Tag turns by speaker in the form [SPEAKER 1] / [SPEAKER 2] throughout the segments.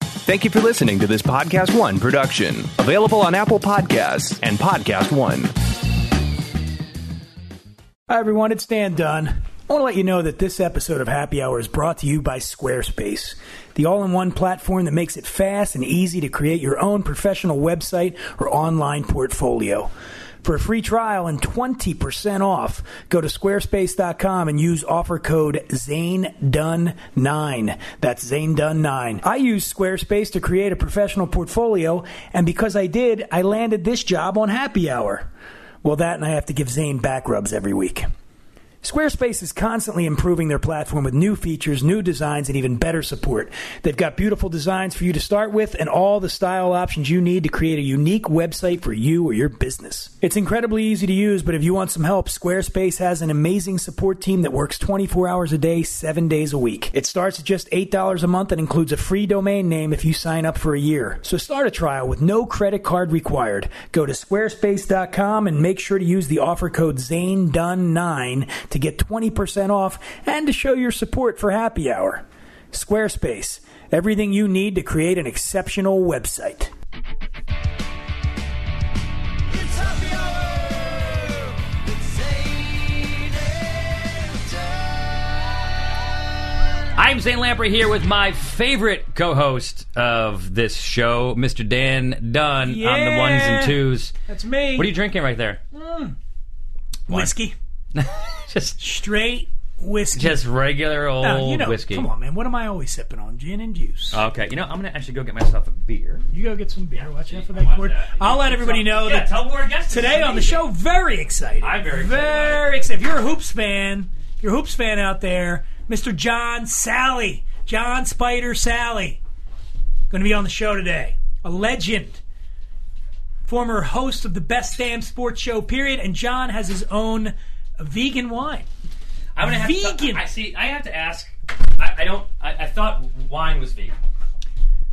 [SPEAKER 1] Thank you for listening to this Podcast One production, available on Apple Podcasts and Podcast One.
[SPEAKER 2] Hi, everyone. It's Dan Dunn. I want to let you know that this episode of Happy Hour is brought to you by Squarespace, the all in one platform that makes it fast and easy to create your own professional website or online portfolio. For a free trial and 20% off, go to squarespace.com and use offer code ZaneDunn9. That's ZaneDunn9. I used Squarespace to create a professional portfolio, and because I did, I landed this job on Happy Hour. Well, that and I have to give Zane back rubs every week. Squarespace is constantly improving their platform with new features, new designs, and even better support. They've got beautiful designs for you to start with and all the style options you need to create a unique website for you or your business. It's incredibly easy to use, but if you want some help, Squarespace has an amazing support team that works 24 hours a day, 7 days a week. It starts at just $8 a month and includes a free domain name if you sign up for a year. So start a trial with no credit card required. Go to squarespace.com and make sure to use the offer code ZaneDunn9 to get 20% off and to show your support for Happy Hour. Squarespace, everything you need to create an exceptional website.
[SPEAKER 3] It's happy hour with Zane and Dan.
[SPEAKER 4] I'm Zane Lamprey here with my favorite co-host of this show, Mr. Dan Dunn on the ones and twos.
[SPEAKER 2] That's me.
[SPEAKER 4] What are you drinking right there?
[SPEAKER 2] whiskey?
[SPEAKER 4] Just
[SPEAKER 2] Straight whiskey.
[SPEAKER 4] just regular old
[SPEAKER 2] Now, you know,
[SPEAKER 4] whiskey.
[SPEAKER 2] Come on, man. What am I always sipping on? Gin and juice.
[SPEAKER 4] Okay, you know I'm gonna actually go get myself a beer.
[SPEAKER 2] you go get some beer. Watch out for that cord. I'll let everybody know that
[SPEAKER 4] where guests
[SPEAKER 2] today on the show, very excited.
[SPEAKER 4] I'm very excited about
[SPEAKER 2] very excited. If you're a hoops fan, if you're a hoops fan out there, Mr. John Sally, John Spider Sally, going to be on the show today. A legend, former host of the Best Damn Sports Show, period. And John has his own vegan wine.
[SPEAKER 4] I'm gonna have
[SPEAKER 2] Vegan.
[SPEAKER 4] To, I see. I have to ask. I, I don't. I, I thought wine was vegan.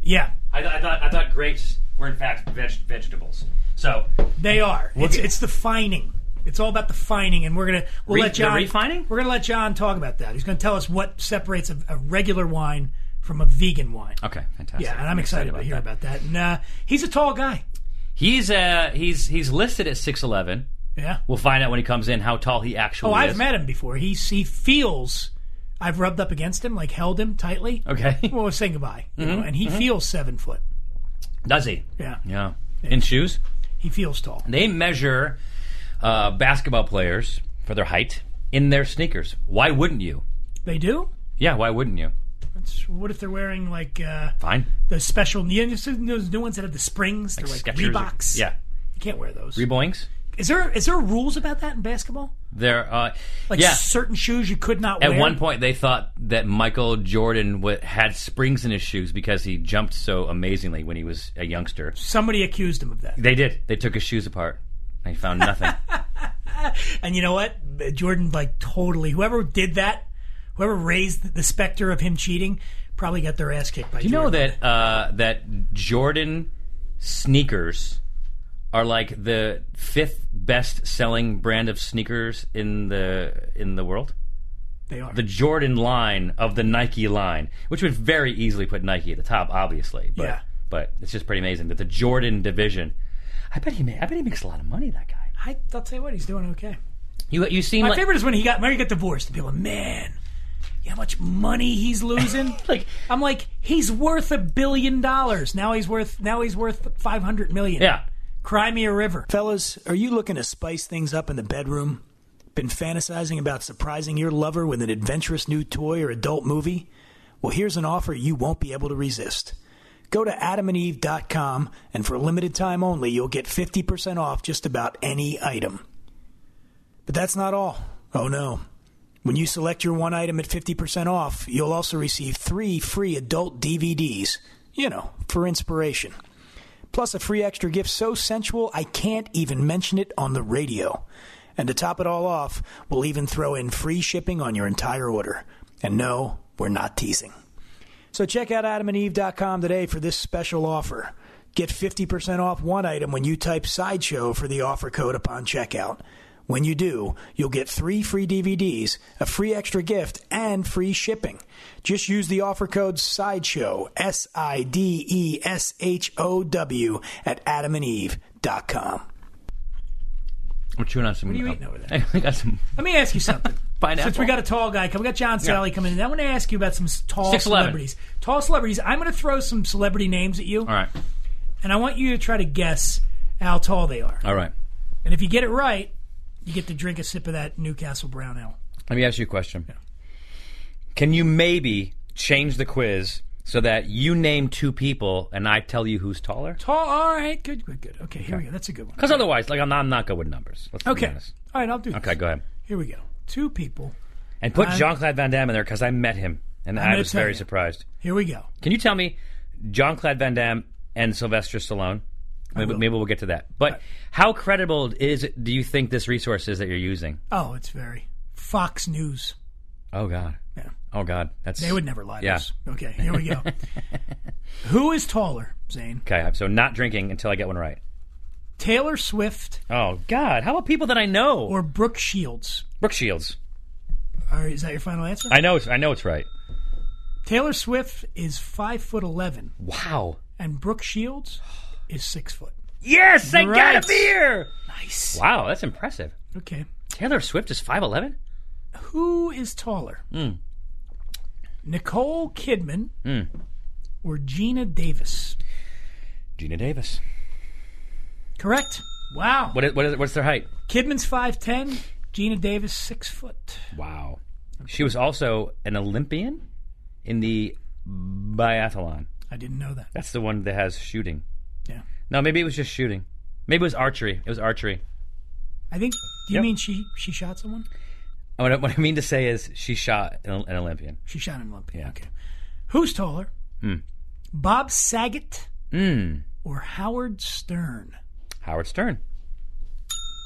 [SPEAKER 2] Yeah,
[SPEAKER 4] I, I thought I thought grapes were in fact veg, vegetables. So
[SPEAKER 2] they are. It's, it's the fining. It's all about the fining, and we're gonna we'll
[SPEAKER 4] Re-
[SPEAKER 2] let John
[SPEAKER 4] the refining?
[SPEAKER 2] We're gonna let John talk about that. He's gonna tell us what separates a, a regular wine from a vegan wine.
[SPEAKER 4] okay, fantastic.
[SPEAKER 2] Yeah, and I'm excited, to hear
[SPEAKER 4] that.
[SPEAKER 2] about that. And uh, he's a tall guy.
[SPEAKER 4] He's uh he's he's listed at six eleven.
[SPEAKER 2] Yeah.
[SPEAKER 4] We'll find out when he comes in how tall he actually
[SPEAKER 2] oh,
[SPEAKER 4] is.
[SPEAKER 2] I've met him before. He he feels. I've rubbed up against him, like held him tightly.
[SPEAKER 4] Okay. Mm-hmm.
[SPEAKER 2] Well, we're saying goodbye, you know, and he feels seven foot.
[SPEAKER 4] Does he?
[SPEAKER 2] Yeah.
[SPEAKER 4] Yeah. In shoes,
[SPEAKER 2] He feels tall.
[SPEAKER 4] they measure uh, basketball players for their height in their sneakers. Why wouldn't you?
[SPEAKER 2] They do.
[SPEAKER 4] Yeah. Why wouldn't you?
[SPEAKER 2] That's, what if they're wearing like uh,
[SPEAKER 4] Fine.
[SPEAKER 2] those special? You know, those new ones that have the springs. They're like,
[SPEAKER 4] Skechers or-
[SPEAKER 2] Reeboks.
[SPEAKER 4] Yeah.
[SPEAKER 2] you can't wear those.
[SPEAKER 4] Reboings.
[SPEAKER 2] Is there is there rules about that in basketball?
[SPEAKER 4] They're uh,
[SPEAKER 2] Like
[SPEAKER 4] yeah.
[SPEAKER 2] certain shoes you could not
[SPEAKER 4] At
[SPEAKER 2] wear.
[SPEAKER 4] one point, they thought that Michael Jordan w- had springs in his shoes because he jumped so amazingly when he was a youngster.
[SPEAKER 2] somebody accused him of that.
[SPEAKER 4] They did. They took his shoes apart. They found nothing.
[SPEAKER 2] And you know what? Jordan, like, totally. Whoever did that, whoever raised the specter of him cheating, probably got their ass kicked by
[SPEAKER 4] You know
[SPEAKER 2] Jordan.
[SPEAKER 4] that uh, that Jordan sneakers are like the fifth best selling brand of sneakers in the in the world.
[SPEAKER 2] They are.
[SPEAKER 4] The Jordan line of the Nike line, which would very easily put Nike at the top, obviously. But,
[SPEAKER 2] Yeah.
[SPEAKER 4] But it's just pretty amazing that the Jordan division. I bet he ma- I bet he makes a lot of money. That guy.
[SPEAKER 2] I, I'll tell you what, he's doing okay.
[SPEAKER 4] You you seem
[SPEAKER 2] My
[SPEAKER 4] like
[SPEAKER 2] favorite is when he got when he got divorced. And people, are, man, you know how much money he's losing?
[SPEAKER 4] like
[SPEAKER 2] I'm like, he's worth a billion dollars. Now he's worth now he's worth five hundred million.
[SPEAKER 4] yeah.
[SPEAKER 2] Cry me a river. Fellas, are you looking to spice things up in the bedroom? Been fantasizing about surprising your lover with an adventurous new toy or adult movie? Well, here's an offer you won't be able to resist. Go to adamandeve.com, and for a limited time only, you'll get 50% off just about any item. But that's not all. Oh no. When you select your one item at 50% off, you'll also receive three free adult DVDs, you know, for inspiration plus a free extra gift so sensual I can't even mention it on the radio. And to top it all off, we'll even throw in free shipping on your entire order. And no, we're not teasing. So check out adamandeve.com today for this special offer. Get 50% off one item when you type sideshow for the offer code upon checkout.
[SPEAKER 5] When you do, you'll get three free DVDs, a free extra gift, and free shipping. Just use the offer code SIDESHOW, S I D E S H O W, at adamandeve.com.
[SPEAKER 4] I'm chewing on some. What
[SPEAKER 5] are you eating over
[SPEAKER 4] there? I got some.
[SPEAKER 2] Let me ask you something.
[SPEAKER 4] Pineapple.
[SPEAKER 2] Since we got a tall guy, come- we got John Sally coming in. I want to ask you about some s- tall
[SPEAKER 4] 6'11.
[SPEAKER 2] celebrities. Tall celebrities. I'm going to throw some celebrity names at you,
[SPEAKER 4] All right.
[SPEAKER 2] and I want you to try to guess how tall they are.
[SPEAKER 4] All right.
[SPEAKER 2] And if you get it right, you get to drink a sip of that Newcastle Brown Ale.
[SPEAKER 4] Let me ask you a question. Can you maybe change the quiz so that you name two people and I tell you who's taller?
[SPEAKER 2] Tall. All right. Good. Good. Good. Okay. Here we go. That's a good one.
[SPEAKER 4] Because otherwise, like I'm not, I'm not good with numbers. Let's be
[SPEAKER 2] Okay.
[SPEAKER 4] honest.
[SPEAKER 2] All right. I'll do. This.
[SPEAKER 4] Okay, go ahead.
[SPEAKER 2] Here we go. Two people.
[SPEAKER 4] And put
[SPEAKER 2] I'm-
[SPEAKER 4] Jean Claude Van Damme in there because I met him and i
[SPEAKER 2] gonna
[SPEAKER 4] was
[SPEAKER 2] tell
[SPEAKER 4] very
[SPEAKER 2] you.
[SPEAKER 4] surprised.
[SPEAKER 2] Here we go.
[SPEAKER 4] Can you tell me Jean Claude Van Damme and Sylvester Stallone? Maybe, maybe we'll get to that. But how credible is it, do you think this resource is that you're using?
[SPEAKER 2] Oh, it's very Fox News.
[SPEAKER 4] Oh God.
[SPEAKER 2] Yeah.
[SPEAKER 4] Oh God. That's
[SPEAKER 2] They would never lie to
[SPEAKER 4] Yeah.
[SPEAKER 2] us. Okay, here we go. Who is taller, Zane?
[SPEAKER 4] Okay, I'm so not drinking until I get one right.
[SPEAKER 2] Taylor Swift
[SPEAKER 4] Oh God! How about people that I know?
[SPEAKER 2] or Brooke Shields?
[SPEAKER 4] Brooke Shields.
[SPEAKER 2] Or is that your final answer?
[SPEAKER 4] I know. It's, I know it's right.
[SPEAKER 2] Taylor Swift is five foot eleven,
[SPEAKER 4] Wow.
[SPEAKER 2] and Brooke Shields is six foot.
[SPEAKER 4] Yes, I
[SPEAKER 2] Right.
[SPEAKER 4] got a beer.
[SPEAKER 2] Nice.
[SPEAKER 4] Wow, that's impressive.
[SPEAKER 2] Okay.
[SPEAKER 4] Taylor Swift is five eleven.
[SPEAKER 2] Who is taller?
[SPEAKER 4] Hmm.
[SPEAKER 2] Nicole Kidman
[SPEAKER 4] Hmm.
[SPEAKER 2] or Gina Davis?
[SPEAKER 4] Gina Davis.
[SPEAKER 2] Correct. Wow.
[SPEAKER 4] What is, what is, what's their height?
[SPEAKER 2] Kidman's five ten. Gina Davis six foot.
[SPEAKER 4] Wow. She was also an Olympian in the biathlon.
[SPEAKER 2] I didn't know that.
[SPEAKER 4] That's the one that has shooting.
[SPEAKER 2] Yeah.
[SPEAKER 4] No, maybe it was just shooting. Maybe it was archery. It was archery.
[SPEAKER 2] I think. Do you
[SPEAKER 4] Yep.
[SPEAKER 2] mean she she shot someone?
[SPEAKER 4] Oh, What I, what I mean to say is she shot an, an Olympian.
[SPEAKER 2] She shot an Olympian.
[SPEAKER 4] Yeah. Hmm.
[SPEAKER 2] Okay. Who's taller? Bob Saget or Howard Stern?
[SPEAKER 4] Howard Stern.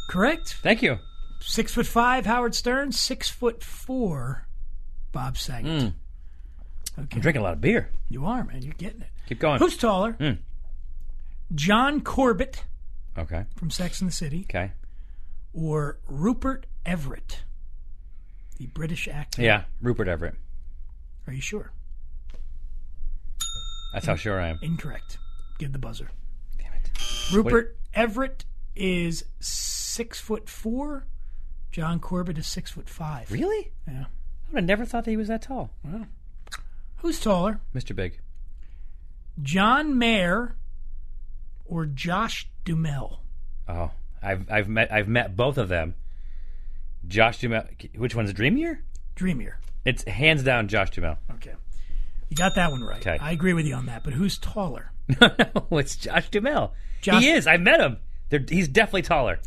[SPEAKER 2] Correct.
[SPEAKER 4] Thank you.
[SPEAKER 2] Six foot five, Howard Stern. Six foot four, Bob Saget.
[SPEAKER 4] Hmm. I'm drinking a lot of beer.
[SPEAKER 2] You are man. You're getting it.
[SPEAKER 4] Keep going.
[SPEAKER 2] Who's taller?
[SPEAKER 4] Hmm.
[SPEAKER 2] John Corbett
[SPEAKER 4] okay.
[SPEAKER 2] from Sex and the City
[SPEAKER 4] Okay.
[SPEAKER 2] or Rupert Everett, the British actor?
[SPEAKER 4] Yeah, Rupert Everett.
[SPEAKER 2] Are you sure?
[SPEAKER 4] That's how sure I am.
[SPEAKER 2] Incorrect. Give the buzzer.
[SPEAKER 4] Damn it.
[SPEAKER 2] Rupert Everett is six foot four. John Corbett is six foot five.
[SPEAKER 4] Really?
[SPEAKER 2] Yeah.
[SPEAKER 4] I would have never thought that he was that tall.
[SPEAKER 2] Who's taller,
[SPEAKER 4] Mr. Big.
[SPEAKER 2] John Mayer or Josh Dumel?
[SPEAKER 4] Oh, I've I've met I've met both of them. Josh Dumel. Which one's dreamier?
[SPEAKER 2] Dreamier.
[SPEAKER 4] It's hands down Josh Dumel.
[SPEAKER 2] Okay. You got that one right.
[SPEAKER 4] Okay.
[SPEAKER 2] I agree with you on that. But who's taller?
[SPEAKER 4] no, it's Josh Dumel.
[SPEAKER 2] Josh-
[SPEAKER 4] He is. I met him. They're, he's definitely taller.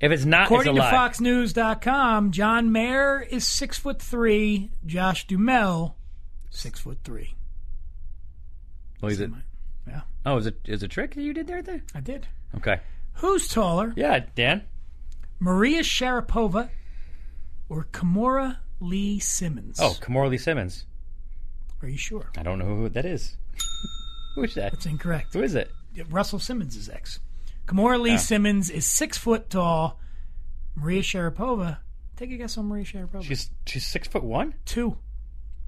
[SPEAKER 4] If it's not,
[SPEAKER 2] According
[SPEAKER 4] it's a
[SPEAKER 2] to
[SPEAKER 4] lie.
[SPEAKER 2] FoxNews.com, John Mayer is six foot three. Josh Dumel, six foot three.
[SPEAKER 4] Well, is it-
[SPEAKER 2] Yeah,
[SPEAKER 4] oh, is it is it a trick that you did there? Then
[SPEAKER 2] I did.
[SPEAKER 4] okay.
[SPEAKER 2] Who's taller,
[SPEAKER 4] Yeah, Dan.
[SPEAKER 2] Maria Sharapova or Kimora Lee Simmons?
[SPEAKER 4] Oh, Kamora Lee Simmons.
[SPEAKER 2] Are you sure?
[SPEAKER 4] I don't know who that is. Who is that?
[SPEAKER 2] It's incorrect.
[SPEAKER 4] Who is it?
[SPEAKER 2] Russell Simmons is ex. Kimora Lee Simmons is six foot tall. Maria Sharapova, take a guess on Maria Sharapova.
[SPEAKER 4] She's she's six foot one.
[SPEAKER 2] two.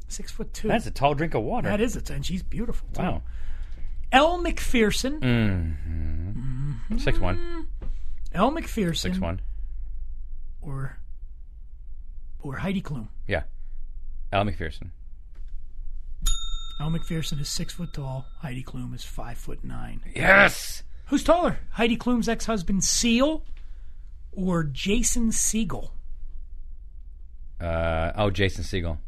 [SPEAKER 2] Six foot two.
[SPEAKER 4] That's a tall drink of water.
[SPEAKER 2] that is it, and she's beautiful. Too.
[SPEAKER 4] wow.
[SPEAKER 2] Elle McPherson.
[SPEAKER 4] Mm. Six one.
[SPEAKER 2] Elle McPherson.
[SPEAKER 4] Six one.
[SPEAKER 2] Or or Heidi Klum.
[SPEAKER 4] Yeah. Al McPherson.
[SPEAKER 2] Elle McPherson is six foot tall. Heidi Klum is five foot nine.
[SPEAKER 4] Yes.
[SPEAKER 2] Who's taller, Heidi Klum's ex-husband Seal or Jason Siegel?
[SPEAKER 4] Uh, oh, Jason Siegel.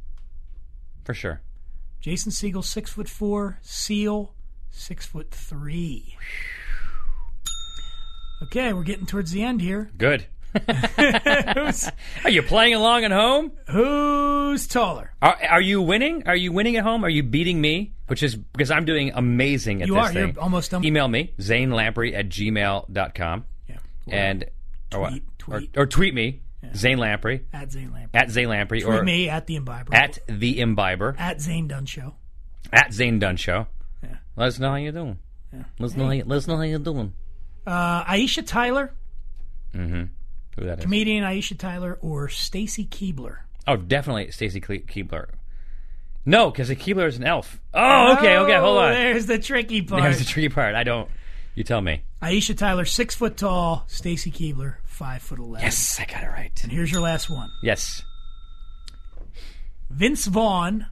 [SPEAKER 4] For sure.
[SPEAKER 2] Jason Siegel, six foot four. Seal, six foot three. Okay, we're getting towards the end here.
[SPEAKER 4] Good.
[SPEAKER 2] Who's,
[SPEAKER 4] Are you playing along at home?
[SPEAKER 2] who's taller?
[SPEAKER 4] Are, are you winning? Are you winning at home? Are you beating me? Which is because I'm doing amazing at
[SPEAKER 2] You
[SPEAKER 4] this
[SPEAKER 2] are.
[SPEAKER 4] thing.
[SPEAKER 2] You're almost done.
[SPEAKER 4] Email me, zanelamprey at gmail.com.
[SPEAKER 2] Yeah.
[SPEAKER 4] and, or, what?
[SPEAKER 2] Tweet- tweet.
[SPEAKER 4] Or, or tweet me, Zane Lamprey,
[SPEAKER 2] At Zane Lamp.
[SPEAKER 4] at Zane Lamprey,
[SPEAKER 2] With
[SPEAKER 4] or
[SPEAKER 2] me at the Imbiber.
[SPEAKER 4] at The Imbiber,
[SPEAKER 2] at Zane Dunn Show.
[SPEAKER 4] at Zane Dunn Show.
[SPEAKER 2] Yeah.
[SPEAKER 4] Let us know how you're doing. Let, us know how you, let us know how you're doing.
[SPEAKER 2] Uh, Aisha Tyler
[SPEAKER 4] who that is.
[SPEAKER 2] Comedian Aisha Tyler or Stacy Keebler.
[SPEAKER 4] Oh, definitely Stacy Cle- Keebler. No, because Keebler is an elf. Oh, okay, okay, hold
[SPEAKER 2] Oh,
[SPEAKER 4] on.
[SPEAKER 2] There's the tricky part.
[SPEAKER 4] There's the tricky part. I don't. You tell me.
[SPEAKER 2] Aisha Tyler, six foot tall. Stacy Keebler, five foot eleven.
[SPEAKER 4] Yes, I got it right.
[SPEAKER 2] And here's your last one.
[SPEAKER 4] Yes.
[SPEAKER 2] Vince Vaughn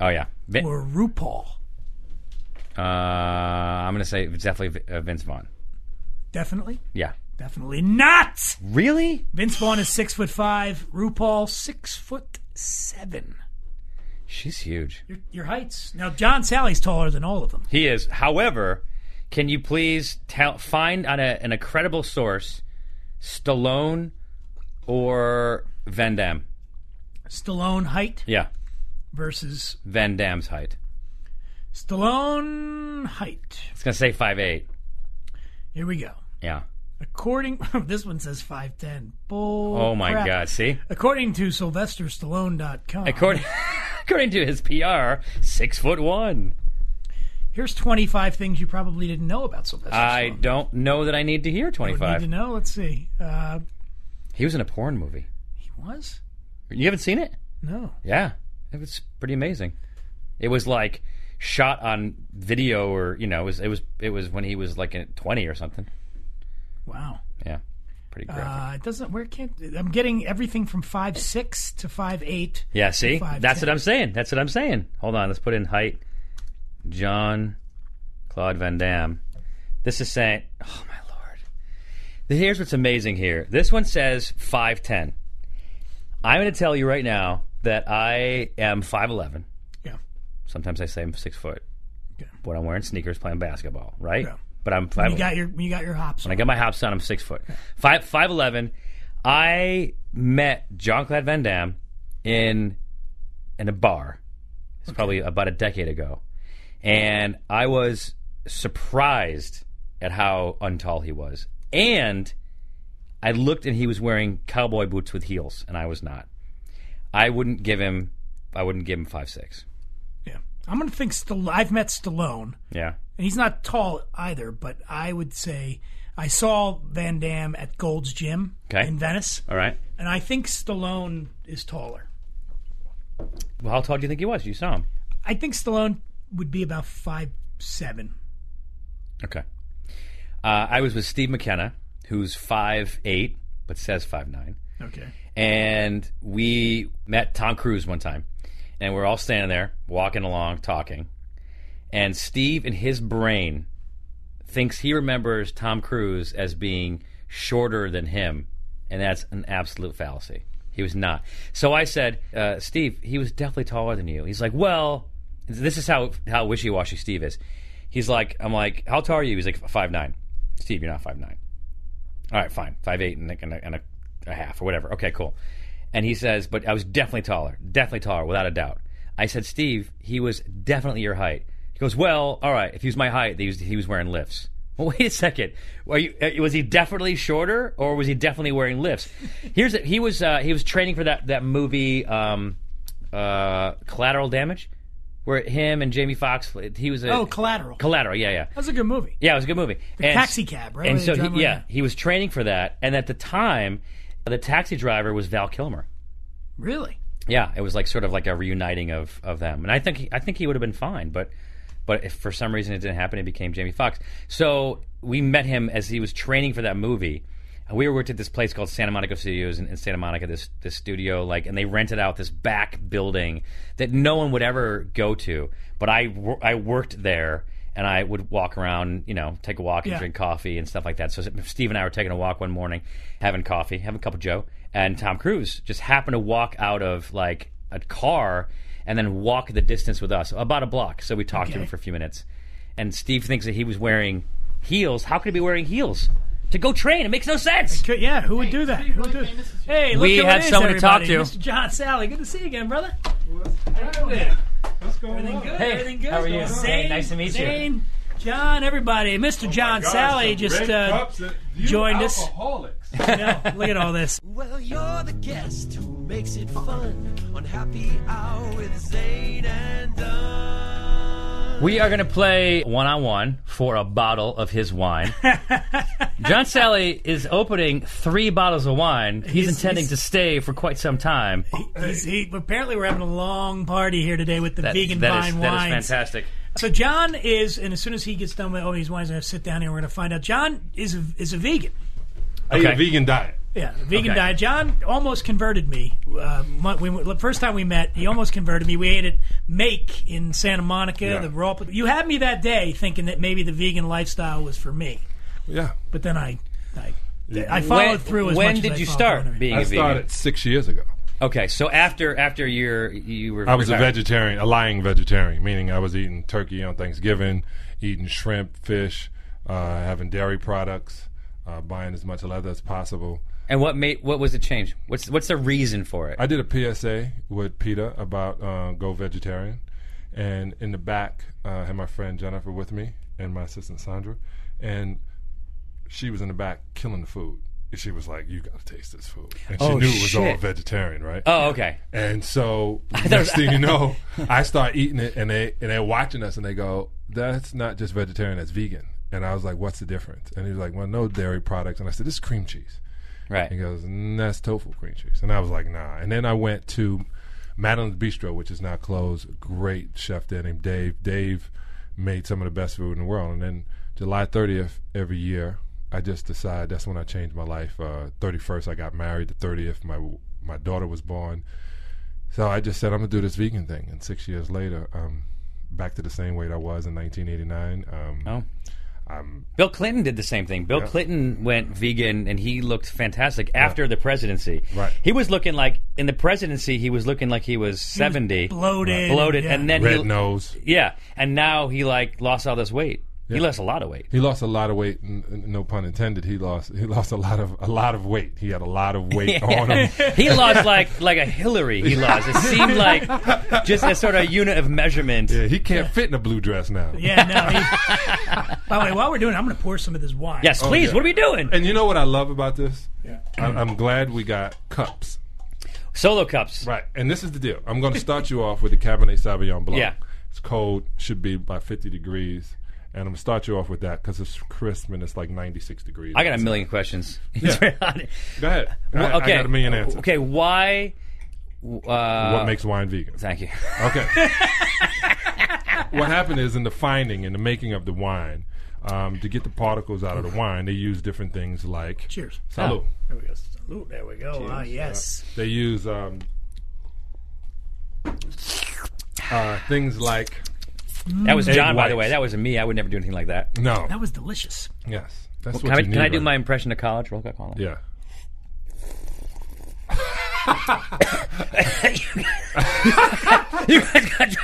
[SPEAKER 4] Oh yeah. Vin-
[SPEAKER 2] or RuPaul.
[SPEAKER 4] uh, I'm gonna say it's definitely Vi- uh, Vince Vaughn.
[SPEAKER 2] Definitely,
[SPEAKER 4] Yeah.
[SPEAKER 2] definitely not.
[SPEAKER 4] Really?
[SPEAKER 2] Vince Vaughn is six foot five. RuPaul six foot seven.
[SPEAKER 4] She's huge.
[SPEAKER 2] Your, your heights. Now John Sally's taller than all of them.
[SPEAKER 4] He is. However, can you please tell, find on a, an incredible source Stallone or Van Damme?
[SPEAKER 2] Stallone height
[SPEAKER 4] Yeah,
[SPEAKER 2] versus
[SPEAKER 4] Van Damme's height.
[SPEAKER 2] Stallone height.
[SPEAKER 4] It's gonna say five eight.
[SPEAKER 2] Here we go.
[SPEAKER 4] Yeah.
[SPEAKER 2] According oh, this one says five ten. Bull.
[SPEAKER 4] Oh my
[SPEAKER 2] crap.
[SPEAKER 4] God. See,
[SPEAKER 2] According to SylvesterStallone.com,
[SPEAKER 4] according according to his PR, six foot one.
[SPEAKER 2] here's 25 things you probably didn't know about Sylvester.
[SPEAKER 4] I
[SPEAKER 2] Stallone.
[SPEAKER 4] don't know that I need to hear twenty
[SPEAKER 2] Would need to
[SPEAKER 4] five.
[SPEAKER 2] know. Let's see. Uh,
[SPEAKER 4] He was in a porn movie.
[SPEAKER 2] he was
[SPEAKER 4] You haven't seen it?
[SPEAKER 2] no.
[SPEAKER 4] Yeah, it was pretty amazing. It was like shot on video, or you know, it was it was it was when he was like in twenty or something.
[SPEAKER 2] Wow.
[SPEAKER 4] Yeah, pretty graphic.
[SPEAKER 2] Uh, it doesn't. Where can't I'm getting everything from five six to five eight.
[SPEAKER 4] yeah, see,
[SPEAKER 2] five,
[SPEAKER 4] that's
[SPEAKER 2] ten.
[SPEAKER 4] what I'm saying. That's what I'm saying. Hold on, let's put in height. John Claude Van Damme. This is saying, oh my lord. Here's what's amazing here. This one says five ten. I'm going to tell you right now that I am five eleven.
[SPEAKER 2] Yeah.
[SPEAKER 4] Sometimes I say I'm six foot.
[SPEAKER 2] Okay.
[SPEAKER 4] When I'm wearing sneakers playing basketball, right?
[SPEAKER 2] Yeah.
[SPEAKER 4] But I'm
[SPEAKER 2] When
[SPEAKER 4] five.
[SPEAKER 2] you got your when you got your hops.
[SPEAKER 4] when I got my hops on, I'm six foot. Five five eleven. I met John Claude Van Damme in in a bar. It's probably about a decade ago. And I was surprised at how untall he was. And I looked and he was wearing cowboy boots with heels, and I was not. I wouldn't give him I wouldn't give him five six.
[SPEAKER 2] yeah. I'm gonna think. Stall- I've met Stallone,
[SPEAKER 4] Yeah.
[SPEAKER 2] and he's not tall either. But I would say I saw Van Damme at Gold's Gym
[SPEAKER 4] Okay.
[SPEAKER 2] in Venice,
[SPEAKER 4] All right.
[SPEAKER 2] and I think Stallone is taller.
[SPEAKER 4] Well, how tall do you think he was? You saw him.
[SPEAKER 2] I think Stallone would be about five seven.
[SPEAKER 4] Okay. Uh, I was with Steve McKenna, who's five eight but says five nine,
[SPEAKER 2] Okay.
[SPEAKER 4] and we met Tom Cruise one time, and we're all standing there walking along talking, and Steve in his brain thinks he remembers Tom Cruise as being shorter than him, and that's an absolute fallacy. He was not. So I said, uh, Steve, he was definitely taller than you. He's like, well, this is how how wishy washy Steve is. He's like, I'm like, how tall are you? He's like, five nine. Steve, you're not five nine. All right, fine, five eight and, a- and, a, and a, a half or whatever. Okay, cool. And he says, but I was definitely taller, definitely taller, without a doubt. I said, Steve, he was definitely your height. He goes, well, all right, if he was my height, he was, he was wearing lifts. Well, wait a second. Are you, uh, was he definitely shorter, or was he definitely wearing lifts? Here's the, he was uh, he was training for that that movie um, uh, Collateral Damage, where him and Jamie Foxx he was a,
[SPEAKER 2] Oh, Collateral.
[SPEAKER 4] Collateral, yeah, yeah.
[SPEAKER 2] That's a good movie.
[SPEAKER 4] Yeah, it was a good movie. And-
[SPEAKER 2] Taxi Cab, right?
[SPEAKER 4] And
[SPEAKER 2] Where they
[SPEAKER 4] so,
[SPEAKER 2] drive
[SPEAKER 4] he,
[SPEAKER 2] around.
[SPEAKER 4] yeah, he was training for that. And at the time, the taxi driver was Val Kilmer.
[SPEAKER 2] Really?
[SPEAKER 4] Yeah, it was like sort of like a reuniting of, of them. And I think he, I think he would have been fine, but but if for some reason it didn't happen, it became Jamie Foxx. So we met him as he was training for that movie. And we worked at this place called Santa Monica Studios in, in Santa Monica, this this studio, like, and they rented out this back building that no one would ever go to. But I wor- I worked there, and I would walk around, you know, take a walk and
[SPEAKER 2] Yeah.
[SPEAKER 4] drink coffee and stuff like that. So Steve and I were taking a walk one morning, having coffee, having a cup of Joe, and Tom Cruise just happened to walk out of like a car and then walk the distance with us, about a block. So we talked to him
[SPEAKER 2] Okay.
[SPEAKER 4] for a few minutes, and Steve thinks that he was wearing heels. How could he be wearing heels to go train? It makes no sense.
[SPEAKER 2] Good- Yeah, who would do that? Who would do Hey, look
[SPEAKER 4] We
[SPEAKER 2] who it
[SPEAKER 4] had
[SPEAKER 2] is,
[SPEAKER 4] someone to talk
[SPEAKER 2] everybody.
[SPEAKER 4] to.
[SPEAKER 2] Mr. John Sally, good to see you again, brother. How you doing?
[SPEAKER 6] What's going
[SPEAKER 2] Everything
[SPEAKER 6] on?
[SPEAKER 2] good?
[SPEAKER 4] Hey,
[SPEAKER 2] Everything good?
[SPEAKER 4] how are you?
[SPEAKER 2] Going on?
[SPEAKER 4] Hey, nice to meet you.
[SPEAKER 2] Zane, John, everybody. Mr. John Sally just uh, joined us. you know, look at all this.
[SPEAKER 3] Well, you're the guest who makes it fun on Happy Hour with Zane and Dunn.
[SPEAKER 4] We are going to play one on one for a bottle of his wine. John Sally is opening three bottles of wine. He's,
[SPEAKER 2] He's-
[SPEAKER 4] intending
[SPEAKER 2] he's-
[SPEAKER 4] to stay for quite some time.
[SPEAKER 2] He's, he, apparently, we're having a long party here today with the
[SPEAKER 4] That-
[SPEAKER 2] vegan
[SPEAKER 4] that
[SPEAKER 2] fine
[SPEAKER 4] is-
[SPEAKER 2] wines.
[SPEAKER 4] That is fantastic.
[SPEAKER 2] So John is, and as soon as he gets done with oh, all these wines, I have to sit down here. We're going to find out. John is a, is a vegan.
[SPEAKER 6] I eat
[SPEAKER 4] Okay.
[SPEAKER 6] a vegan diet.
[SPEAKER 2] Yeah, a vegan
[SPEAKER 4] Okay.
[SPEAKER 2] diet. John almost converted me. Uh, my- we, the first time we met, he almost converted me. We ate at Make in Santa Monica.
[SPEAKER 6] Yeah.
[SPEAKER 2] The raw. You had me that day thinking that maybe the vegan lifestyle was for me,
[SPEAKER 6] Yeah.
[SPEAKER 2] but then I, I, I followed
[SPEAKER 4] when
[SPEAKER 2] through. As
[SPEAKER 4] when
[SPEAKER 2] much as
[SPEAKER 4] did
[SPEAKER 2] I
[SPEAKER 4] you
[SPEAKER 2] followed through.
[SPEAKER 4] start being
[SPEAKER 6] I
[SPEAKER 4] a vegan?
[SPEAKER 6] started six years ago.
[SPEAKER 4] Okay, so after after your you were
[SPEAKER 6] I was a
[SPEAKER 4] retired.
[SPEAKER 6] vegetarian, a lying vegetarian, meaning I was eating turkey on Thanksgiving, eating shrimp, fish, uh, having dairy products, uh, buying as much leather as possible.
[SPEAKER 4] And what made what was the change? What's what's the reason for it?
[SPEAKER 6] I did a PSA with Peter about uh, go vegetarian, and in the back, uh, I had my friend Jennifer with me and my assistant Sandra, and she was in the back killing the food. And she was like, "You got to taste this food," and she
[SPEAKER 4] Oh,
[SPEAKER 6] knew it was all
[SPEAKER 4] shit.
[SPEAKER 6] vegetarian, right?
[SPEAKER 4] oh, okay.
[SPEAKER 6] And so next thing you know, I start eating it, and they and they're watching us, and they go, "That's not just vegetarian; that's vegan." And I was like, "What's the difference?" And he was like, "Well, no dairy products." And I said, "This is cream cheese."
[SPEAKER 4] Right.
[SPEAKER 6] He goes, "Mm, "That's tofu cream cheese," and I was like, "Nah." And then I went to Madeline's Bistro, which is now closed. Great chef there named Dave. Dave made some of the best food in the world. And then July 30th every year, I just decide that's when I changed my life. Uh, 31st, I got married. The 30th, my my daughter was born. So I just said, "I'm gonna do this vegan thing." And six years later, um, back to the same weight I was in 1989. Um,
[SPEAKER 4] Oh. Bill Clinton did the same thing. Bill Clinton went vegan and he looked fantastic after the presidency.
[SPEAKER 6] Right.
[SPEAKER 4] He was looking like in the presidency he was looking like he was 70.
[SPEAKER 2] bloated,
[SPEAKER 4] bloated
[SPEAKER 2] yeah.
[SPEAKER 4] and then
[SPEAKER 6] Red
[SPEAKER 4] he,
[SPEAKER 6] nose.
[SPEAKER 4] Yeah, and now he like lost all this weight. He lost a lot of weight.
[SPEAKER 6] He lost a lot of weight. N- n- no pun intended. He lost. He lost a lot of a lot of weight. He had a lot of weight on him.
[SPEAKER 4] He lost like like a Hillary. He lost. It seemed like just a sort of unit of measurement.
[SPEAKER 6] Yeah, he can't fit in a blue dress now.
[SPEAKER 2] Yeah. No. He, by the way, while we're doing, it, I'm going to pour some of this wine.
[SPEAKER 4] Yes, please.
[SPEAKER 6] Oh, yeah.
[SPEAKER 4] What are we doing?
[SPEAKER 6] And you know what I love about this? Yeah. I'm, I'm glad we got cups.
[SPEAKER 4] Solo cups.
[SPEAKER 6] Right. And this is the deal. I'm going to start you off with the Cabernet Sauvignon Blanc.
[SPEAKER 4] Yeah.
[SPEAKER 6] It's cold. Should be about 50 degrees. And I'm going to start you off with that because it's crisp and it's like 96 degrees.
[SPEAKER 4] I got a million questions.
[SPEAKER 6] Go ahead. I- I,
[SPEAKER 4] okay.
[SPEAKER 6] got a million answers.
[SPEAKER 4] Okay, why? Uh,
[SPEAKER 6] What makes wine vegan?
[SPEAKER 4] Thank you.
[SPEAKER 6] Okay. what happened is in the finding, in the making of the wine, um, to get the particles out of the wine, they use different things like
[SPEAKER 2] Cheers.
[SPEAKER 6] Salud.
[SPEAKER 2] There we go. Salute. There we go. ah, yes.
[SPEAKER 6] They use um, uh, things like
[SPEAKER 4] That was
[SPEAKER 6] Egg
[SPEAKER 4] John, by the
[SPEAKER 6] whites.
[SPEAKER 4] way. That was me. I would never do anything like that.
[SPEAKER 6] no.
[SPEAKER 2] That was delicious.
[SPEAKER 6] yes, that's
[SPEAKER 4] Can,
[SPEAKER 6] what
[SPEAKER 4] I,
[SPEAKER 6] you
[SPEAKER 4] can
[SPEAKER 6] need.
[SPEAKER 4] I do
[SPEAKER 6] right
[SPEAKER 4] my
[SPEAKER 6] now.
[SPEAKER 4] impression of college? Roll call call.
[SPEAKER 6] Yeah.
[SPEAKER 4] You guys got-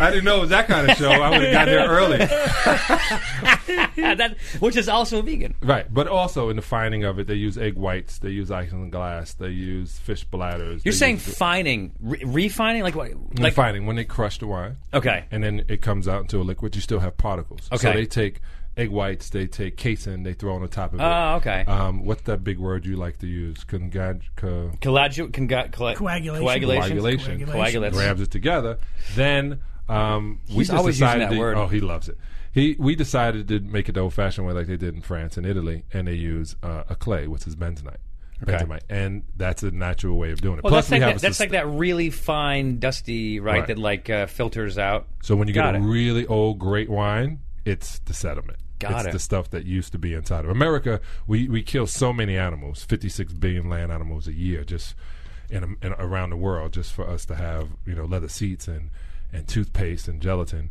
[SPEAKER 6] I didn't know it was that kind of show. I would have got there early.
[SPEAKER 4] yeah, that, which is also vegan.
[SPEAKER 6] Right, but also in the finding of it, they use egg whites, they use ice glass, they use fish bladders.
[SPEAKER 4] You're saying fining, re- refining, like what?
[SPEAKER 6] like,
[SPEAKER 4] Like
[SPEAKER 6] finding when they crush the wine.
[SPEAKER 4] okay,
[SPEAKER 6] and then it comes out into a liquid. You still have particles. So
[SPEAKER 4] Okay.
[SPEAKER 6] they take egg whites, they take casein, they throw on the top of it.
[SPEAKER 4] Oh, okay.
[SPEAKER 6] Um, what's that big word you like to use? Congag- co-
[SPEAKER 4] Collagi- conga- colla-
[SPEAKER 2] Coagulation.
[SPEAKER 4] coagulation,
[SPEAKER 6] coagulation.
[SPEAKER 4] coagulates.
[SPEAKER 6] Grabs it together. Then um, we
[SPEAKER 4] He's
[SPEAKER 6] just
[SPEAKER 4] always using
[SPEAKER 6] decided
[SPEAKER 4] that
[SPEAKER 6] to-
[SPEAKER 4] word.
[SPEAKER 6] Oh, he loves it. He we decided to make it the old-fashioned way, like they did in France and Italy, and they use uh, a clay, which is bentonite. Bentonite, and that's a natural way of doing it.
[SPEAKER 4] Well,
[SPEAKER 6] Plus,
[SPEAKER 4] that's
[SPEAKER 6] we
[SPEAKER 4] like
[SPEAKER 6] have
[SPEAKER 4] that,
[SPEAKER 6] a
[SPEAKER 4] that's
[SPEAKER 6] sus-
[SPEAKER 4] like that really fine, dusty, right?
[SPEAKER 6] Right.
[SPEAKER 4] That like uh, filters out.
[SPEAKER 6] So when you
[SPEAKER 4] Got
[SPEAKER 6] get
[SPEAKER 4] it.
[SPEAKER 6] a really old great wine, it's the sediment.
[SPEAKER 4] Got
[SPEAKER 6] it's
[SPEAKER 4] it.
[SPEAKER 6] the stuff that used to be inside of America. We we kill so many animals, fifty six billion land animals a year, just in, um, in around the world, just for us to have you know leather seats and and toothpaste and gelatin.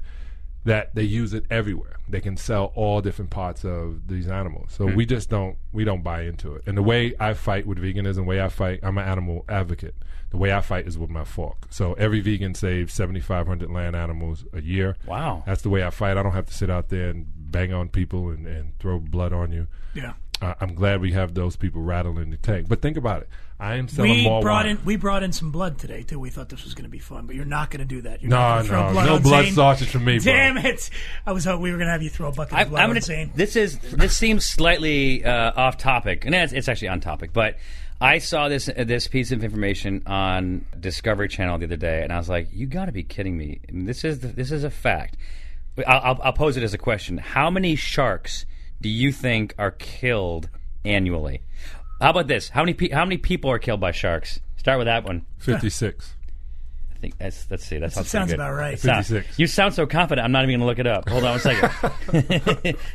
[SPEAKER 6] That they use it everywhere. They can sell all different parts of these animals. So we just don't we don't buy into it. And the way I fight with veganism, the way I fight, I'm an animal advocate. The way I fight is with my fork. So every vegan saves 7,500 land animals a year.
[SPEAKER 4] Wow.
[SPEAKER 6] That's the way I fight. I don't have to sit out there and bang on people and, and throw blood on you.
[SPEAKER 2] Yeah.
[SPEAKER 6] Uh, I'm glad we have those people rattling the tank. But think about it. I am selling
[SPEAKER 2] We
[SPEAKER 6] more
[SPEAKER 2] brought
[SPEAKER 6] wine.
[SPEAKER 2] in we brought in some blood today too. We thought this was going to be fun, but you're not going to do that. You're
[SPEAKER 6] no,
[SPEAKER 2] not gonna
[SPEAKER 6] no,
[SPEAKER 2] throw blood
[SPEAKER 6] no
[SPEAKER 2] on
[SPEAKER 6] blood
[SPEAKER 2] Zane.
[SPEAKER 6] sausage for me, bro.
[SPEAKER 2] Damn it! I was hoping we were going to have you throw a bucket
[SPEAKER 4] I,
[SPEAKER 2] of
[SPEAKER 4] I'm
[SPEAKER 2] blood on
[SPEAKER 4] gonna.
[SPEAKER 2] Zane.
[SPEAKER 4] This is this seems slightly uh, off topic, and it's, it's actually on topic. But I saw this this piece of information on Discovery Channel the other day, and I was like, "You got to be kidding me! I mean, this is the, this is a fact." I'll, I'll, I'll pose it as a question: How many sharks do you think are killed annually? How about this? How many pe- how many people are killed by sharks? Start with that one.
[SPEAKER 6] Fifty-six.
[SPEAKER 4] I think that's let's see. That sounds
[SPEAKER 2] sounds
[SPEAKER 4] pretty good.
[SPEAKER 2] about right.
[SPEAKER 4] It sounds-
[SPEAKER 6] 56.
[SPEAKER 4] you sound so confident. I'm not even going to look it up. Hold on one second.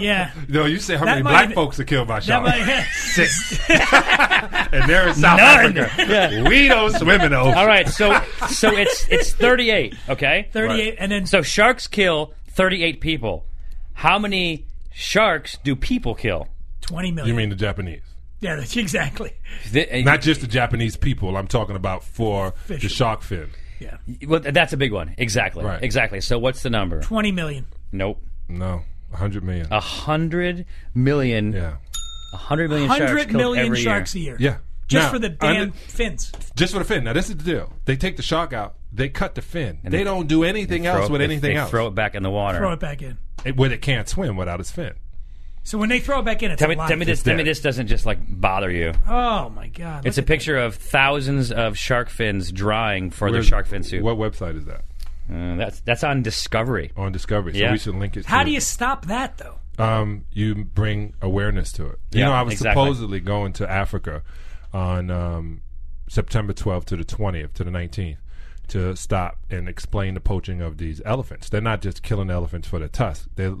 [SPEAKER 2] Yeah.
[SPEAKER 6] No, you say how many
[SPEAKER 2] might
[SPEAKER 6] black
[SPEAKER 2] have-
[SPEAKER 6] folks are killed by
[SPEAKER 2] That
[SPEAKER 6] sharks?
[SPEAKER 2] might,
[SPEAKER 6] Six. and they're in South
[SPEAKER 4] None.
[SPEAKER 6] Africa. We don't swim in the ocean.
[SPEAKER 4] All right, so so it's it's 38. Okay,
[SPEAKER 2] 38 and then
[SPEAKER 4] So sharks kill 38 people. How many sharks do people kill?
[SPEAKER 2] 20 million.
[SPEAKER 6] You mean the Japanese?
[SPEAKER 2] yeah, that's- exactly.
[SPEAKER 4] Th- uh,
[SPEAKER 6] Not just the Japanese people. I'm talking about for the
[SPEAKER 2] Fish.
[SPEAKER 6] shark fin.
[SPEAKER 2] Yeah.
[SPEAKER 4] well, that's a big one. Exactly.
[SPEAKER 6] Right.
[SPEAKER 4] Exactly. So what's the number?
[SPEAKER 2] 20 million.
[SPEAKER 4] Nope.
[SPEAKER 6] No, hundred million.
[SPEAKER 4] A hundred million.
[SPEAKER 6] yeah,
[SPEAKER 4] A hundred million. sharks
[SPEAKER 2] 100
[SPEAKER 4] killed
[SPEAKER 2] million
[SPEAKER 4] every
[SPEAKER 2] sharks
[SPEAKER 4] Year.
[SPEAKER 2] a year.
[SPEAKER 6] yeah.
[SPEAKER 2] Just
[SPEAKER 6] Now,
[SPEAKER 2] for the
[SPEAKER 6] under-
[SPEAKER 2] damn fins.
[SPEAKER 6] just for the fin. Now this is the deal. They take the shark out. They cut the fin. they,
[SPEAKER 4] they-
[SPEAKER 6] don't do anything else
[SPEAKER 4] Throw-
[SPEAKER 6] with
[SPEAKER 4] they-
[SPEAKER 6] anything
[SPEAKER 4] they
[SPEAKER 6] else.
[SPEAKER 4] Throw it back in the water.
[SPEAKER 2] Throw it back in.
[SPEAKER 6] It- when it can't swim without its fin.
[SPEAKER 2] So when they throw it back in, it's
[SPEAKER 4] Tell
[SPEAKER 2] a
[SPEAKER 4] me,
[SPEAKER 2] lot
[SPEAKER 4] tell me
[SPEAKER 2] of
[SPEAKER 4] this.
[SPEAKER 2] fish.
[SPEAKER 4] Tell me this doesn't just like bother you.
[SPEAKER 2] Oh my god!
[SPEAKER 4] It's a
[SPEAKER 2] Look
[SPEAKER 4] picture of thousands of shark fins drying for the
[SPEAKER 6] Where's-
[SPEAKER 4] shark fin soup.
[SPEAKER 6] What Oh. website is that?
[SPEAKER 4] Uh, that's that's on Discovery.
[SPEAKER 6] On Discovery. So
[SPEAKER 4] Yeah.
[SPEAKER 6] we should link it.
[SPEAKER 2] at- How
[SPEAKER 6] to-
[SPEAKER 2] do you stop that though?
[SPEAKER 6] um, you bring awareness to it. You
[SPEAKER 4] Yeah,
[SPEAKER 6] know, I was
[SPEAKER 4] exactly.
[SPEAKER 6] supposedly going to Africa on um, September 12th to the 20th to the 19th to stop and explain the poaching of these elephants. They're not just killing elephants for the tusk. They,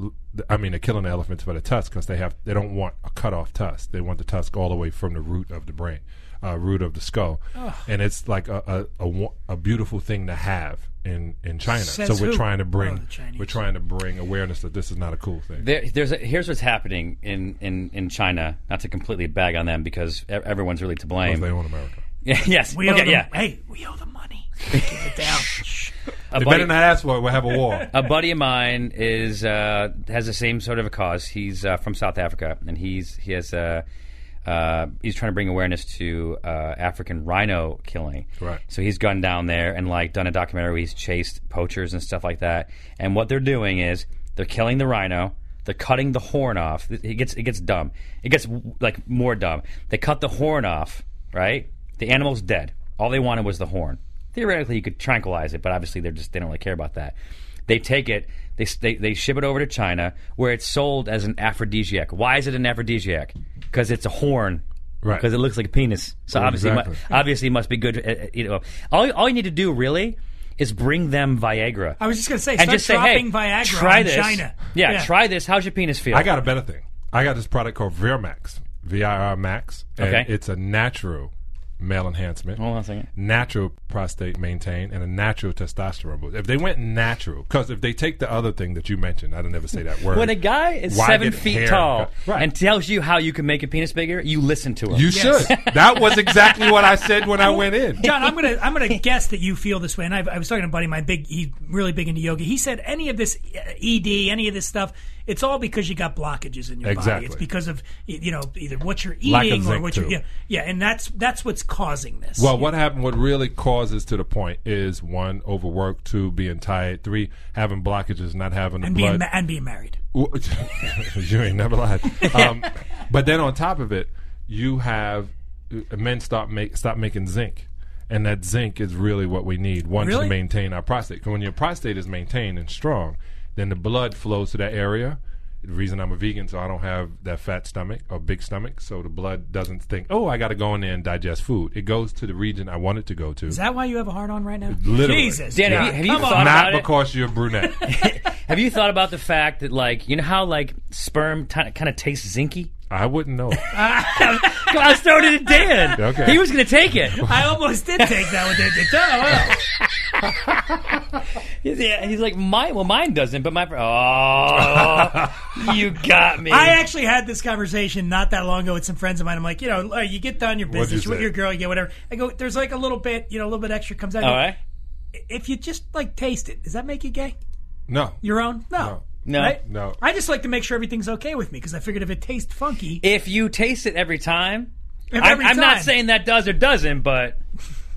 [SPEAKER 6] I mean, they're killing the elephants for the tusk because they have they don't want a cut off tusk. They want the tusk all the way from the root of the brain, uh, root of the skull, and it's like a a, a wa- a beautiful thing to have in in China.
[SPEAKER 2] Says
[SPEAKER 6] so we're
[SPEAKER 2] who?
[SPEAKER 6] trying to
[SPEAKER 2] Oh,
[SPEAKER 6] bring
[SPEAKER 2] the Chinese.
[SPEAKER 6] we're trying to bring awareness that this is not a cool thing.
[SPEAKER 4] There, there's a, here's what's happening in, in, in China. Not to completely bag on them because e- everyone's really to blame.
[SPEAKER 6] they own America.
[SPEAKER 4] Yeah, yes.
[SPEAKER 2] We owe
[SPEAKER 4] okay,
[SPEAKER 2] them,
[SPEAKER 4] yeah.
[SPEAKER 2] Hey, we owe the money. Give it down. Shh.
[SPEAKER 4] A
[SPEAKER 6] They
[SPEAKER 4] buddy,
[SPEAKER 6] better not ask for it. We'll have a war.
[SPEAKER 4] a buddy of mine is uh, has the same sort of a cause. He's uh, from South Africa, and he's he has uh, uh, he's trying to bring awareness to uh, African rhino killing.
[SPEAKER 6] Right.
[SPEAKER 4] So he's gone down there and like done a documentary. Where he's chased poachers and stuff like that. And what they're doing is they're killing the rhino. They're cutting the horn off. It gets it gets dumb. It gets like more dumb. They cut the horn off. Right. The animal's dead. All they wanted was the horn. Theoretically, you could tranquilize it, but obviously they're just they don't really care about that. They take it. They, they, they ship it over to China, where it's sold as an aphrodisiac. Why is it an aphrodisiac? Because it's a horn
[SPEAKER 6] Right.
[SPEAKER 4] because it looks like a penis. So obviously,
[SPEAKER 6] exactly.
[SPEAKER 4] mu- obviously, it must be good. uh, uh, You know, all, all you need to do really is bring them Viagra.
[SPEAKER 2] I was just gonna say,
[SPEAKER 4] and
[SPEAKER 2] start
[SPEAKER 4] just say, hey,
[SPEAKER 2] dropping Viagra
[SPEAKER 4] try
[SPEAKER 2] on
[SPEAKER 4] this.
[SPEAKER 2] China.
[SPEAKER 4] Yeah,
[SPEAKER 2] Yeah.
[SPEAKER 4] try this. How's your penis feel?
[SPEAKER 6] I got a better thing. I got this product called Virmax, V-I-R Max, and
[SPEAKER 4] Okay.
[SPEAKER 6] it's a natural male enhancement.
[SPEAKER 4] Hold on a second.
[SPEAKER 6] Natural prostate maintain and a natural testosterone boost. If they went natural, because if they take the other thing that you mentioned, I'd never say that word.
[SPEAKER 4] When a guy is
[SPEAKER 6] Why
[SPEAKER 4] seven
[SPEAKER 6] get
[SPEAKER 4] feet
[SPEAKER 6] hair
[SPEAKER 4] tall
[SPEAKER 6] cut? right.
[SPEAKER 4] and tells you how you can make a penis bigger, you listen to him.
[SPEAKER 6] you should. that was exactly what I said when I went in.
[SPEAKER 2] John, I'm gonna I'm gonna guess that you feel this way. And I, I was talking to a buddy, of mine, big, he's really big into yoga. He said any of this uh, ED, any of this stuff, it's all because you got blockages in your body.
[SPEAKER 6] Exactly.
[SPEAKER 2] It's because of y- you know either what you're
[SPEAKER 6] Lack of
[SPEAKER 2] eating or
[SPEAKER 6] zinc,
[SPEAKER 2] what
[SPEAKER 6] too.
[SPEAKER 2] you're yeah, yeah, and that's that's what's causing this.
[SPEAKER 6] Well, what happened? What really causes to the point is one, overwork; two, being tired; three, having blockages, not having the
[SPEAKER 2] and
[SPEAKER 6] blood.
[SPEAKER 2] being ma- and being married.
[SPEAKER 6] Well, you ain't never lied. Um, but then on top of it, you have uh, men stop make stop making zinc, and that zinc is really what we need one
[SPEAKER 2] Really?
[SPEAKER 6] to maintain our prostate. 'Cause when your prostate is maintained and strong, then the blood flows to that area. The reason I'm a vegan, so I don't have that fat stomach or big stomach, so the blood doesn't think, "Oh, I got to go in there and digest food." It goes to the region I want it to go to.
[SPEAKER 2] Is that why you have a hard on right now?
[SPEAKER 6] Literally.
[SPEAKER 2] Jesus,
[SPEAKER 4] Dan, have
[SPEAKER 2] John,
[SPEAKER 4] you- have you
[SPEAKER 2] come
[SPEAKER 4] thought
[SPEAKER 2] on.
[SPEAKER 4] about
[SPEAKER 6] Not
[SPEAKER 4] it?
[SPEAKER 6] because you're brunette.
[SPEAKER 4] Have you thought about the fact that, like, you know how like sperm t- kind of tastes zinky?
[SPEAKER 6] I wouldn't know.
[SPEAKER 4] I was throwing it at Dan.
[SPEAKER 6] Okay.
[SPEAKER 4] He was going to take it.
[SPEAKER 2] I almost did take that one. Did- did- oh,
[SPEAKER 4] Yeah, he's like, mine. Well, mine doesn't, but my. Oh, you got me.
[SPEAKER 2] I actually had this conversation not that long ago with some friends of mine. I'm like, you know, uh, you get done your
[SPEAKER 6] What'd you
[SPEAKER 2] business, you with
[SPEAKER 6] say?
[SPEAKER 2] your girl, you get whatever. I go, there's like a little bit, you know, a little bit extra comes out.
[SPEAKER 4] All right.
[SPEAKER 2] If you just like taste it, does that make you gay?
[SPEAKER 6] No,
[SPEAKER 2] Your own? No.
[SPEAKER 4] No.
[SPEAKER 2] Right?
[SPEAKER 6] no.
[SPEAKER 2] I just like to make sure everything's okay with me because I figured if it tastes funky,
[SPEAKER 4] If you taste it every time,
[SPEAKER 2] if
[SPEAKER 4] I'm,
[SPEAKER 2] every
[SPEAKER 4] I'm not
[SPEAKER 2] time-
[SPEAKER 4] saying that does or doesn't, but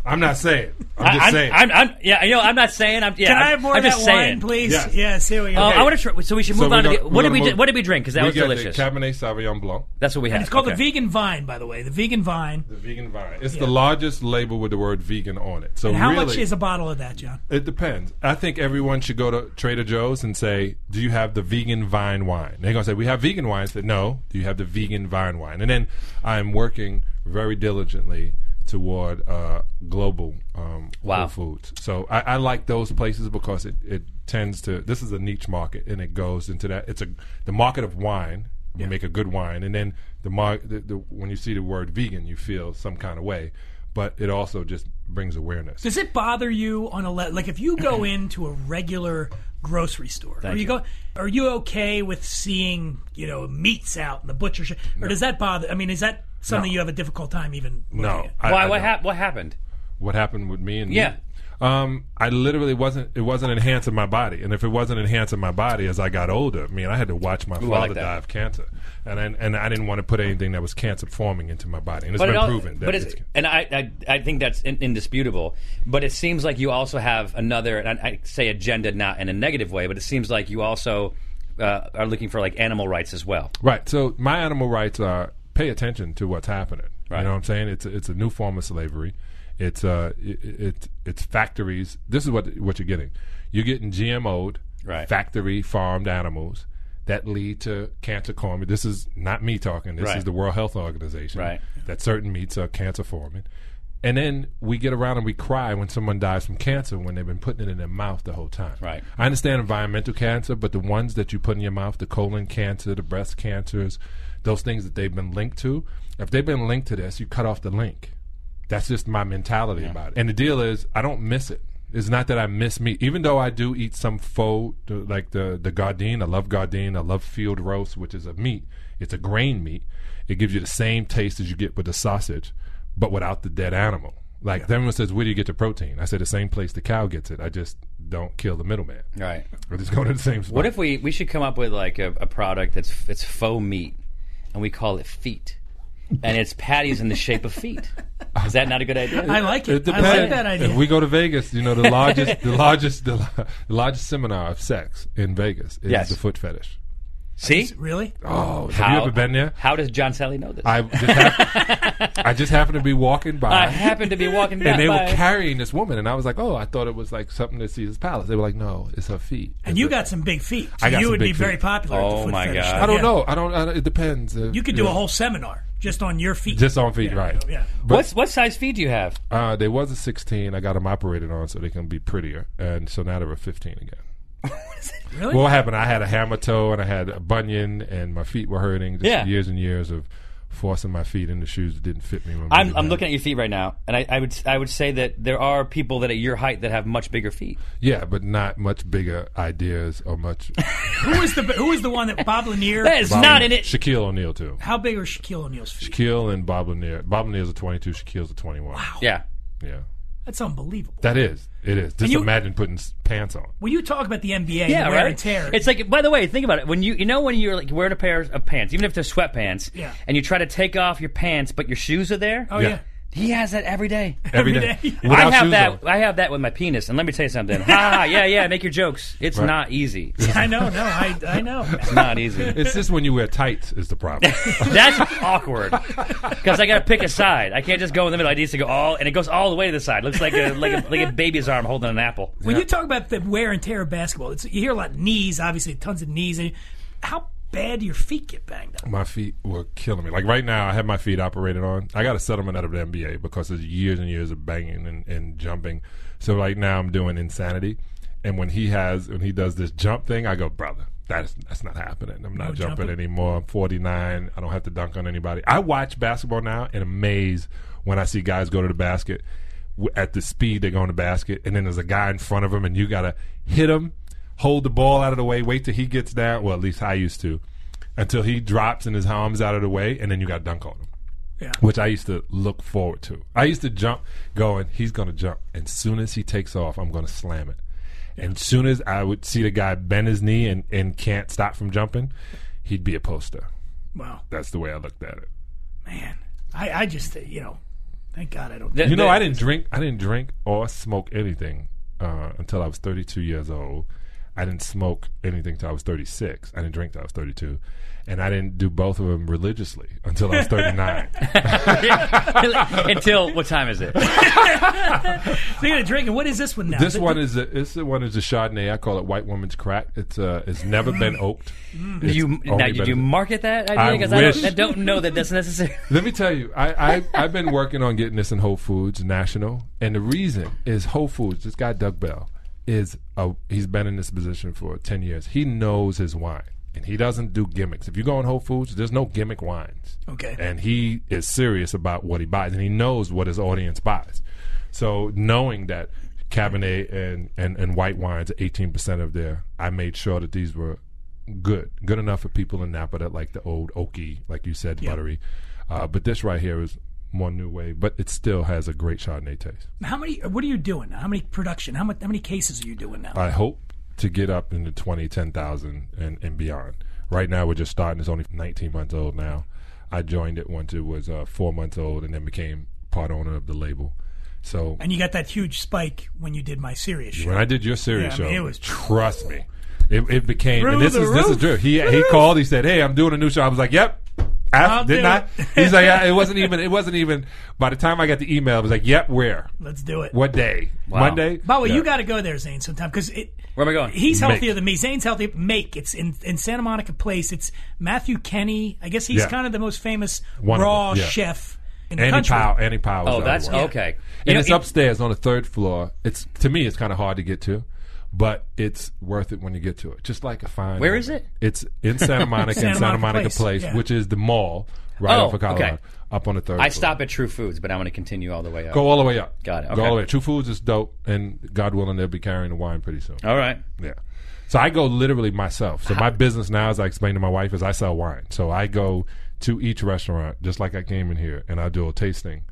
[SPEAKER 6] I'm not saying. I'm just
[SPEAKER 4] I'm,
[SPEAKER 6] saying.
[SPEAKER 4] I'm, I'm, yeah, you know, I'm not saying. I'm, yeah,
[SPEAKER 2] Can
[SPEAKER 4] I'm,
[SPEAKER 2] I have more
[SPEAKER 4] I'm
[SPEAKER 2] of that
[SPEAKER 4] just
[SPEAKER 2] wine,
[SPEAKER 4] saying.
[SPEAKER 2] please?
[SPEAKER 6] Yes.
[SPEAKER 2] Yes, Uh, here we
[SPEAKER 4] Oh,
[SPEAKER 2] are.
[SPEAKER 4] I want to try. So we should
[SPEAKER 6] So
[SPEAKER 4] move
[SPEAKER 6] we're
[SPEAKER 4] on
[SPEAKER 6] gonna-
[SPEAKER 4] to the. What
[SPEAKER 6] we're
[SPEAKER 4] did we? do-
[SPEAKER 6] gonna move-
[SPEAKER 4] What did we drink? Because that
[SPEAKER 6] we
[SPEAKER 4] was
[SPEAKER 6] got
[SPEAKER 4] delicious.
[SPEAKER 6] The Cabernet Sauvignon Blanc,
[SPEAKER 4] That's what we had.
[SPEAKER 2] it's called
[SPEAKER 4] okay.
[SPEAKER 2] the vegan vine, by the way. The vegan vine.
[SPEAKER 6] the vegan vine. It's the largest label with the word vegan on it. So
[SPEAKER 2] And how
[SPEAKER 6] really,
[SPEAKER 2] much is a bottle of that, John?
[SPEAKER 6] It depends. I think everyone should go to Trader Joe's and say, "Do you have the vegan vine wine?" They're gonna say, "We have vegan wine." I said, "No, do you have the vegan vine wine?" And then I'm working very diligently toward uh, global um,
[SPEAKER 4] Wow.
[SPEAKER 6] whole foods. So I, I like those places because it, it tends to. This is a niche market, and it goes into that. It's a the market of wine. You make a good wine, and then the, mar- the, the when you see the word vegan, you feel some kind of way. But it also just brings awareness.
[SPEAKER 2] Does it bother you on a le- like if you go into a regular grocery store? or you,
[SPEAKER 4] you.
[SPEAKER 2] go are you okay with seeing, you know, meats out in the butcher shop? Or does that bother I mean, is that something you have a difficult time even looking
[SPEAKER 6] no,
[SPEAKER 2] at?
[SPEAKER 6] I-
[SPEAKER 4] Why?
[SPEAKER 6] I
[SPEAKER 4] what,
[SPEAKER 6] don't.
[SPEAKER 4] hap- what happened?
[SPEAKER 6] what happened with me and me.
[SPEAKER 4] Yeah.
[SPEAKER 6] Um, I literally wasn't. It wasn't enhancing my body, and if it wasn't enhancing my body as I got older, I mean, I had to watch my
[SPEAKER 4] like
[SPEAKER 6] father
[SPEAKER 4] that.
[SPEAKER 6] die of cancer, and I, and I didn't want to put anything that was cancer forming into my body, and it's been
[SPEAKER 4] it al-
[SPEAKER 6] proven. That
[SPEAKER 4] but it's, and I, I, I think that's in, indisputable. But it seems like you also have another, and I, I say agenda not in a negative way, but it seems like you also uh, are looking for like animal rights as well.
[SPEAKER 6] Right. So my animal rights are pay attention to what's happening. You know what I'm saying? It's it's a new form of slavery. It's uh it, it it's factories. This is what what you're getting. You're getting GMO'd,
[SPEAKER 4] Right.
[SPEAKER 6] factory farmed animals that lead to cancer forming. This is not me talking. This
[SPEAKER 4] Right.
[SPEAKER 6] is the World Health Organization.
[SPEAKER 4] Right.
[SPEAKER 6] That certain meats are cancer forming. And then we get around and we cry when someone dies from cancer when they've been putting it in their mouth the whole time.
[SPEAKER 4] Right.
[SPEAKER 6] I understand environmental cancer, but the ones that you put in your mouth, the colon cancer, the breast cancers, those things that they've been linked to, if they've been linked to this, you cut off the link. That's just my mentality about it. And the deal is, I don't miss it. It's not that I miss meat, even though I do eat some faux, the- like the the gardine. I love gardine. I love field roast, which is a meat. It's a grain meat. It gives you the same taste as you get with the sausage, but without the dead animal. Like everyone says, where do you get the protein? I say the same place the cow gets it. I just don't kill the middleman.
[SPEAKER 4] Right.
[SPEAKER 6] We're just going to the same spot.
[SPEAKER 4] What if we we should come up with like a, a product that's it's faux meat, and we call it feet, and it's patties in the shape of feet. Is that not a good idea?
[SPEAKER 2] I like it. I like
[SPEAKER 6] depends.
[SPEAKER 2] that idea.
[SPEAKER 6] If we go to Vegas, you know the largest, the largest, the, la- the largest seminar of sex in Vegas is
[SPEAKER 4] Yes.
[SPEAKER 6] the foot fetish.
[SPEAKER 4] See,
[SPEAKER 2] really?
[SPEAKER 6] Oh, have
[SPEAKER 4] How-
[SPEAKER 6] you ever been there?
[SPEAKER 4] how does John Sally know this?
[SPEAKER 6] I just, hap- I just happened to be walking by,
[SPEAKER 4] I happened to be walking down
[SPEAKER 6] and they
[SPEAKER 4] by-
[SPEAKER 6] were carrying this woman, and I was like, "Oh, I thought it was like something to Caesar's Palace." They were like, "No, it's her feet."
[SPEAKER 2] And you got some big feet. So
[SPEAKER 6] I got
[SPEAKER 2] you
[SPEAKER 6] some
[SPEAKER 2] would be
[SPEAKER 6] big
[SPEAKER 2] very
[SPEAKER 6] feet.
[SPEAKER 2] popular. at the
[SPEAKER 4] Oh,
[SPEAKER 2] foot
[SPEAKER 4] my
[SPEAKER 2] fetish.
[SPEAKER 4] God.
[SPEAKER 6] I don't
[SPEAKER 2] Yeah.
[SPEAKER 6] know. I don't. I don't it depends. Uh,
[SPEAKER 2] You could do a whole seminar just on your feet.
[SPEAKER 6] just on feet, right?
[SPEAKER 2] yeah.
[SPEAKER 4] What's what size feet do you have?
[SPEAKER 6] Uh, they was a 16. I got them operated on so they can be prettier, and so now they're a 15 again.
[SPEAKER 2] Really?
[SPEAKER 6] Well, what happened? I had a hammer toe and I had a bunion, and my feet were hurting. Just
[SPEAKER 4] Yeah.
[SPEAKER 6] years and years of forcing my feet into shoes that didn't fit me. When we
[SPEAKER 4] I'm,
[SPEAKER 6] were
[SPEAKER 4] I'm
[SPEAKER 6] young.
[SPEAKER 4] looking at your feet right now, and I, I would I would say that there are people that at your height that have much bigger feet.
[SPEAKER 6] Yeah, but not much bigger ideas or much.
[SPEAKER 2] who was the who was the one that Bob Lanier?
[SPEAKER 4] That is not in it.
[SPEAKER 6] Shaquille O'Neal too.
[SPEAKER 2] how big are Shaquille O'Neal's feet?
[SPEAKER 6] Shaquille and Bob Lanier. Bob Lanier's a 22. Shaquille's a 21.
[SPEAKER 4] Yeah,
[SPEAKER 6] Yeah,
[SPEAKER 2] That's unbelievable.
[SPEAKER 6] that is. It is. Just
[SPEAKER 2] you-
[SPEAKER 6] imagine putting s- pants on.
[SPEAKER 2] When you talk about the NBA,
[SPEAKER 4] yeah,
[SPEAKER 2] and wear
[SPEAKER 4] right.
[SPEAKER 2] and tear,
[SPEAKER 4] It's like, by the way, think about it. When you you know when you're like wearing a pair of pants, even if they're sweatpants,
[SPEAKER 2] Yeah.
[SPEAKER 4] and you try to take off your pants, but your shoes are there.
[SPEAKER 2] oh
[SPEAKER 6] Yeah.
[SPEAKER 2] yeah.
[SPEAKER 4] He has that every day.
[SPEAKER 6] Every
[SPEAKER 2] Every
[SPEAKER 6] day.
[SPEAKER 2] day.
[SPEAKER 6] Without
[SPEAKER 4] I have
[SPEAKER 6] shoes
[SPEAKER 4] that.
[SPEAKER 6] on.
[SPEAKER 4] I have that with my penis, and let me tell you something. Ha, ha, ha, yeah, yeah. Make your jokes. It's
[SPEAKER 6] Right.
[SPEAKER 4] not easy.
[SPEAKER 2] I know, no, I, I know.
[SPEAKER 4] It's not easy.
[SPEAKER 6] It's just when you wear tights is the problem.
[SPEAKER 4] That's awkward because I got to pick a side. I can't just go in the middle. I need to go all, and it goes all the way to the side. Looks like a like a, like a baby's arm holding an apple.
[SPEAKER 2] When you talk about the wear and tear of basketball, it's, you hear a lot of knees, obviously, tons of knees. And how bad do your feet get banged up?
[SPEAKER 6] my feet were killing me. Like right now, I have my feet operated on. I got a settlement out of the NBA because there's years and years of banging and, and jumping. So right now, I'm doing insanity. And when he has when he does this jump thing, I go, brother, that's that's not happening. I'm not
[SPEAKER 2] No
[SPEAKER 6] jumping,
[SPEAKER 2] jumping?
[SPEAKER 6] anymore. I'm 49. I don't have to dunk on anybody. I watch basketball now and amaze when I see guys go to the basket w- at the speed they go in the basket, and then there's a guy in front of him, and you gotta hit him, hold the ball out of the way, wait till he gets down. Well, at least I used to until he drops and his arms out of the way, and then you got to dunk on him.
[SPEAKER 2] Yeah.
[SPEAKER 6] Which I used to look forward to. I used to jump, going, he's going to jump. And soon as he takes off, I'm going to slam it. And soon as I would see the guy bend his knee and, and can't stop from jumping, he'd be a poster.
[SPEAKER 2] Wow,
[SPEAKER 6] That's the way I looked at it.
[SPEAKER 2] man. I, I just, uh, you know, Thank God I don't.
[SPEAKER 4] The-
[SPEAKER 6] You know,
[SPEAKER 4] the-
[SPEAKER 6] I didn't drink. I didn't drink or smoke anything uh, until I was 32 years old. I didn't smoke anything till I was 36. I didn't drink till I was 32, and I didn't do both of them religiously until I was 39.
[SPEAKER 4] until what time is it?
[SPEAKER 2] Speaking of drinking, what is this one now?
[SPEAKER 6] this one is a, this one is a Chardonnay. I call it white woman's crack. It's uh, it's never been oaked. It's
[SPEAKER 4] you
[SPEAKER 6] only
[SPEAKER 4] now? Did
[SPEAKER 6] been-
[SPEAKER 4] you market that
[SPEAKER 6] I
[SPEAKER 4] idea? 'Cause I,
[SPEAKER 6] wish.
[SPEAKER 4] don't, I don't know that that's necessary.
[SPEAKER 6] Let me tell you, I, I I've been working on getting this in Whole Foods National, and the reason is Whole Foods. This guy Doug Bell is a, he's been in this position for ten years. He knows his wine, and he doesn't do gimmicks. If you go in Whole Foods, there's no gimmick wines.
[SPEAKER 2] Okay.
[SPEAKER 6] and he is serious about what he buys, and he knows what his audience buys. So knowing that Cabernet and and, and white wines, eighteen percent of their, I made sure that these were good, good enough for people in Napa that like the old oaky, like you said, buttery. Uh, but this right here is more new wave, but it still has a great Chardonnay taste.
[SPEAKER 2] How many? What are you doing? How many production? How much? How many cases are you doing now?
[SPEAKER 6] I hope to get up into 20, 10,000 and, and beyond. Right now, we're just starting. It's only 19 months old now. I joined it once it was uh, four months old and then became part owner of the label. So
[SPEAKER 2] and you got that huge spike when you did my serious show.
[SPEAKER 6] when I did your series
[SPEAKER 2] Yeah, I mean,
[SPEAKER 6] show,
[SPEAKER 2] it was-
[SPEAKER 6] trust me, it, it became. And
[SPEAKER 2] Through
[SPEAKER 6] this
[SPEAKER 2] the
[SPEAKER 6] is this is
[SPEAKER 2] roof.
[SPEAKER 6] true. He he called. He said, "Hey, I'm doing a new show." I was like, "Yep." I,
[SPEAKER 2] I'll
[SPEAKER 6] didn't
[SPEAKER 2] do
[SPEAKER 6] I?
[SPEAKER 2] it.
[SPEAKER 6] He's like, yeah, it wasn't even. It wasn't even. By the time I got the email, I was like, "Yep, where?
[SPEAKER 2] Let's do it.
[SPEAKER 6] What day? Monday?"
[SPEAKER 2] By the way,
[SPEAKER 6] Yeah.
[SPEAKER 2] you got to go there, Zane, sometime because it.
[SPEAKER 4] Where am I going?
[SPEAKER 2] He's
[SPEAKER 6] Make.
[SPEAKER 2] healthier than me. Zane's healthy. Make it's in in Santa Monica Place. It's Matthew Kenny. I guess he's
[SPEAKER 6] Yeah.
[SPEAKER 2] kind of the most famous
[SPEAKER 6] One of
[SPEAKER 2] raw
[SPEAKER 6] them, yeah.
[SPEAKER 2] chef in the
[SPEAKER 6] Annie
[SPEAKER 2] country.
[SPEAKER 6] Powell. Annie Powell. was
[SPEAKER 4] Oh,
[SPEAKER 6] the
[SPEAKER 4] that's
[SPEAKER 6] other one.
[SPEAKER 4] okay.
[SPEAKER 6] and
[SPEAKER 4] You know,
[SPEAKER 6] it's
[SPEAKER 4] it-
[SPEAKER 6] upstairs on the third floor. It's to me, it's kind of hard to get to, but it's worth it when you get to it. Just like a fine.
[SPEAKER 4] Where
[SPEAKER 6] wine.
[SPEAKER 4] is it?
[SPEAKER 6] It's in Santa Monica, in
[SPEAKER 2] Santa
[SPEAKER 6] Santa
[SPEAKER 2] Monica
[SPEAKER 6] Monica
[SPEAKER 2] Place,
[SPEAKER 6] Place,
[SPEAKER 2] yeah.
[SPEAKER 6] which is the mall right
[SPEAKER 4] Oh,
[SPEAKER 6] off of Colorado,
[SPEAKER 4] okay.
[SPEAKER 6] up on the third.
[SPEAKER 4] I
[SPEAKER 6] floor.
[SPEAKER 4] stop at True Foods, but I'm going to continue all the way up.
[SPEAKER 6] Go all the way up.
[SPEAKER 4] Got it,
[SPEAKER 6] Go
[SPEAKER 4] okay.
[SPEAKER 6] all the way. True Foods is dope, and God willing, they'll be carrying the wine pretty soon.
[SPEAKER 4] All right.
[SPEAKER 6] Yeah. So I go literally myself. So my business now, as I explained to my wife, is I sell wine. So I go to each restaurant just like I came in here, and I do a tasting.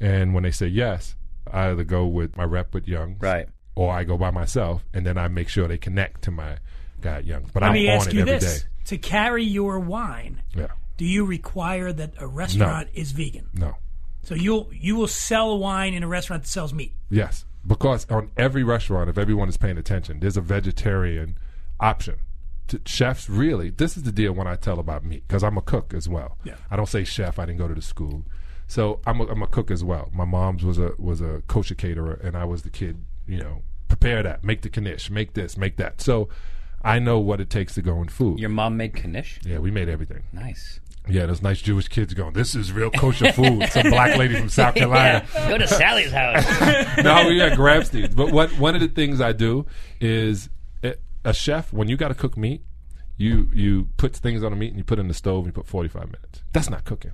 [SPEAKER 6] And when they say yes, I either go with my rep with Young,
[SPEAKER 4] Right.
[SPEAKER 6] or I go by myself, and then I make sure they connect to my guy at Young. But
[SPEAKER 2] Let
[SPEAKER 6] I'm
[SPEAKER 2] me
[SPEAKER 6] on
[SPEAKER 2] ask
[SPEAKER 6] it
[SPEAKER 2] you
[SPEAKER 6] every day.
[SPEAKER 2] this: to carry your wine,
[SPEAKER 6] Yeah.
[SPEAKER 2] do you require that a restaurant is vegan?
[SPEAKER 6] No.
[SPEAKER 2] So you'll you will sell wine in a restaurant that sells meat.
[SPEAKER 6] Yes, because on every restaurant, if everyone is paying attention, there's a vegetarian option. T- chefs really, this is the deal when I tell about meat because I'm a cook as well.
[SPEAKER 2] Yeah.
[SPEAKER 6] I don't say chef. I didn't go to the school, so I'm a, I'm a cook as well. My mom's was a was a kosher caterer, and I was the kid. You know, prepare that, make the knish, make this, make that. So I know what it takes to go in food.
[SPEAKER 4] Your mom made knish.
[SPEAKER 6] yeah, we made everything.
[SPEAKER 4] Nice.
[SPEAKER 6] Yeah, those nice Jewish kids going, this is real kosher food. Some black lady from South Carolina.
[SPEAKER 4] Go to Sally's house.
[SPEAKER 6] no, we got grab steeds. But what one of the things I do is eh, a chef. When you got to cook meat, you you put things on the meat and you put it in the stove and you put forty five minutes. That's not cooking.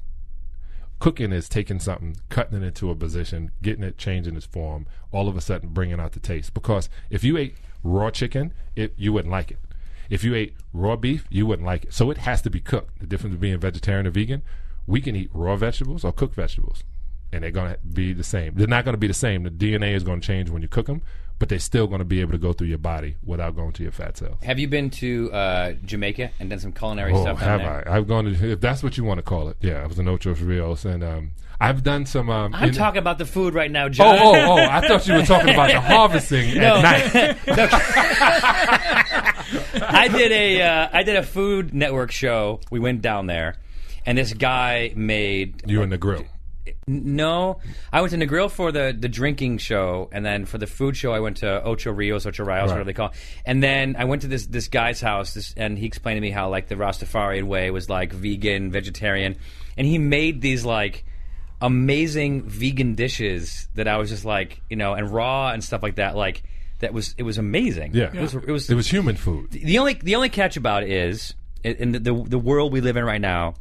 [SPEAKER 6] Cooking is taking something, cutting it into a position, getting it, changing its form, all of a sudden bringing out the taste. Because if you ate raw chicken, it, you wouldn't like it. If you ate raw beef, you wouldn't like it. So it has to be cooked. The difference between vegetarian or vegan, we can eat raw vegetables or cooked vegetables and they're going to be the same. They're not going to be the same. The DNA is going to change when you cook them, but they're still going to be able to go through your body without going to your fat cells.
[SPEAKER 4] Have you been to uh, Jamaica and done some culinary
[SPEAKER 6] Oh,
[SPEAKER 4] stuff?
[SPEAKER 6] have
[SPEAKER 4] down there?
[SPEAKER 6] I? I've gone to, if that's what you want to call it. Yeah, I was in Ochos Rios, and um, I've done some. Um,
[SPEAKER 4] I'm
[SPEAKER 6] in-
[SPEAKER 4] talking about the food right now,
[SPEAKER 6] Oh,
[SPEAKER 4] John.
[SPEAKER 6] oh, oh! I thought you were talking about the harvesting at night.
[SPEAKER 4] I did a uh, I did a Food Network show. We went down there, and this guy made
[SPEAKER 6] You in the grill?
[SPEAKER 4] No, I went to Negril for the, the drinking show, and then for the food show, I went to Ocho Rios, Ocho Rios, whatever they call. it. And then I went to this this guy's house, this, and he explained to me how like the Rastafarian way was like vegan, vegetarian, and he made these like amazing vegan dishes that I was just like, you know, and raw and stuff like that. Like that was it was amazing.
[SPEAKER 6] Yeah,
[SPEAKER 4] it was it was
[SPEAKER 6] It was human food.
[SPEAKER 4] the only the only catch about it is in in the, the the world we live in right now,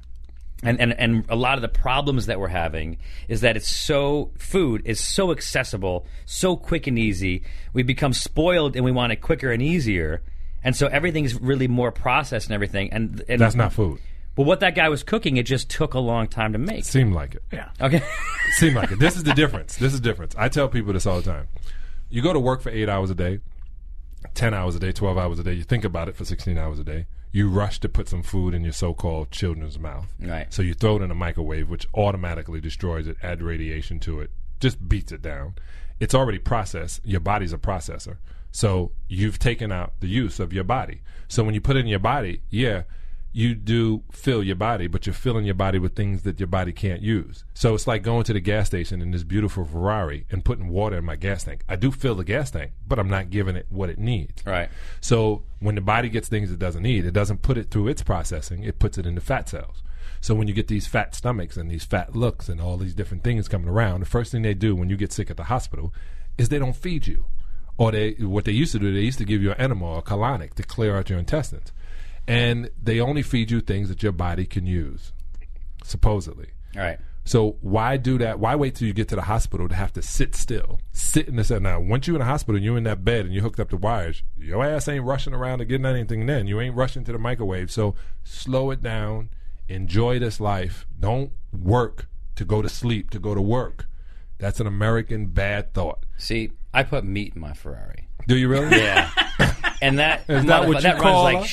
[SPEAKER 4] and, and and a lot of the problems that we're having is that it's so food is so accessible, so quick and easy. We become spoiled and we want it quicker and easier, and so everything's really more processed and everything. And, and
[SPEAKER 6] That's not food.
[SPEAKER 4] But what that guy was cooking, it just took a long time to make.
[SPEAKER 6] Seemed like it.
[SPEAKER 4] Okay,
[SPEAKER 6] Seem like it. This is the difference. This is the difference. I tell people this all the time. You go to work for eight hours a day, 10 hours a day, 12 hours a day. You think about it for 16 hours a day. You rush to put some food in your so called children's mouth.
[SPEAKER 4] Right.
[SPEAKER 6] So you throw it in a microwave, which automatically destroys it, add radiation to it, just beats it down. It's already processed. Your body's a processor. So you've taken out the use of your body. So when you put it in your body, yeah, you do fill your body, but you're filling your body with things that your body can't use. So it's like going to the gas station in this beautiful Ferrari and putting water in my gas tank. I do fill the gas tank, but I'm not giving it what it needs.
[SPEAKER 4] Right.
[SPEAKER 6] So when the body gets things it doesn't need, it doesn't put it through its processing, it puts it into fat cells. So when you get these fat stomachs and these fat looks and all these different things coming around, the first thing they do when you get sick at the hospital is they don't feed you. Or they what they used to do, they used to give you an enema or a colonic to clear out your intestines. And they only feed you things that your body can use, supposedly.
[SPEAKER 4] All right.
[SPEAKER 6] So why do that? Why wait till you get to the hospital to have to sit still, sit in this? Now, once you're in the hospital and you're in that bed and you're hooked up to wires, your ass ain't rushing around to getting anything. Then you ain't rushing to the microwave. So slow it down. Enjoy this life. Don't work to go to sleep to go to work. That's an American bad thought.
[SPEAKER 4] See, I put meat in my Ferrari.
[SPEAKER 6] Do you really?
[SPEAKER 4] Yeah. And that
[SPEAKER 6] Is that what you
[SPEAKER 4] that
[SPEAKER 6] call
[SPEAKER 4] runs like
[SPEAKER 6] it?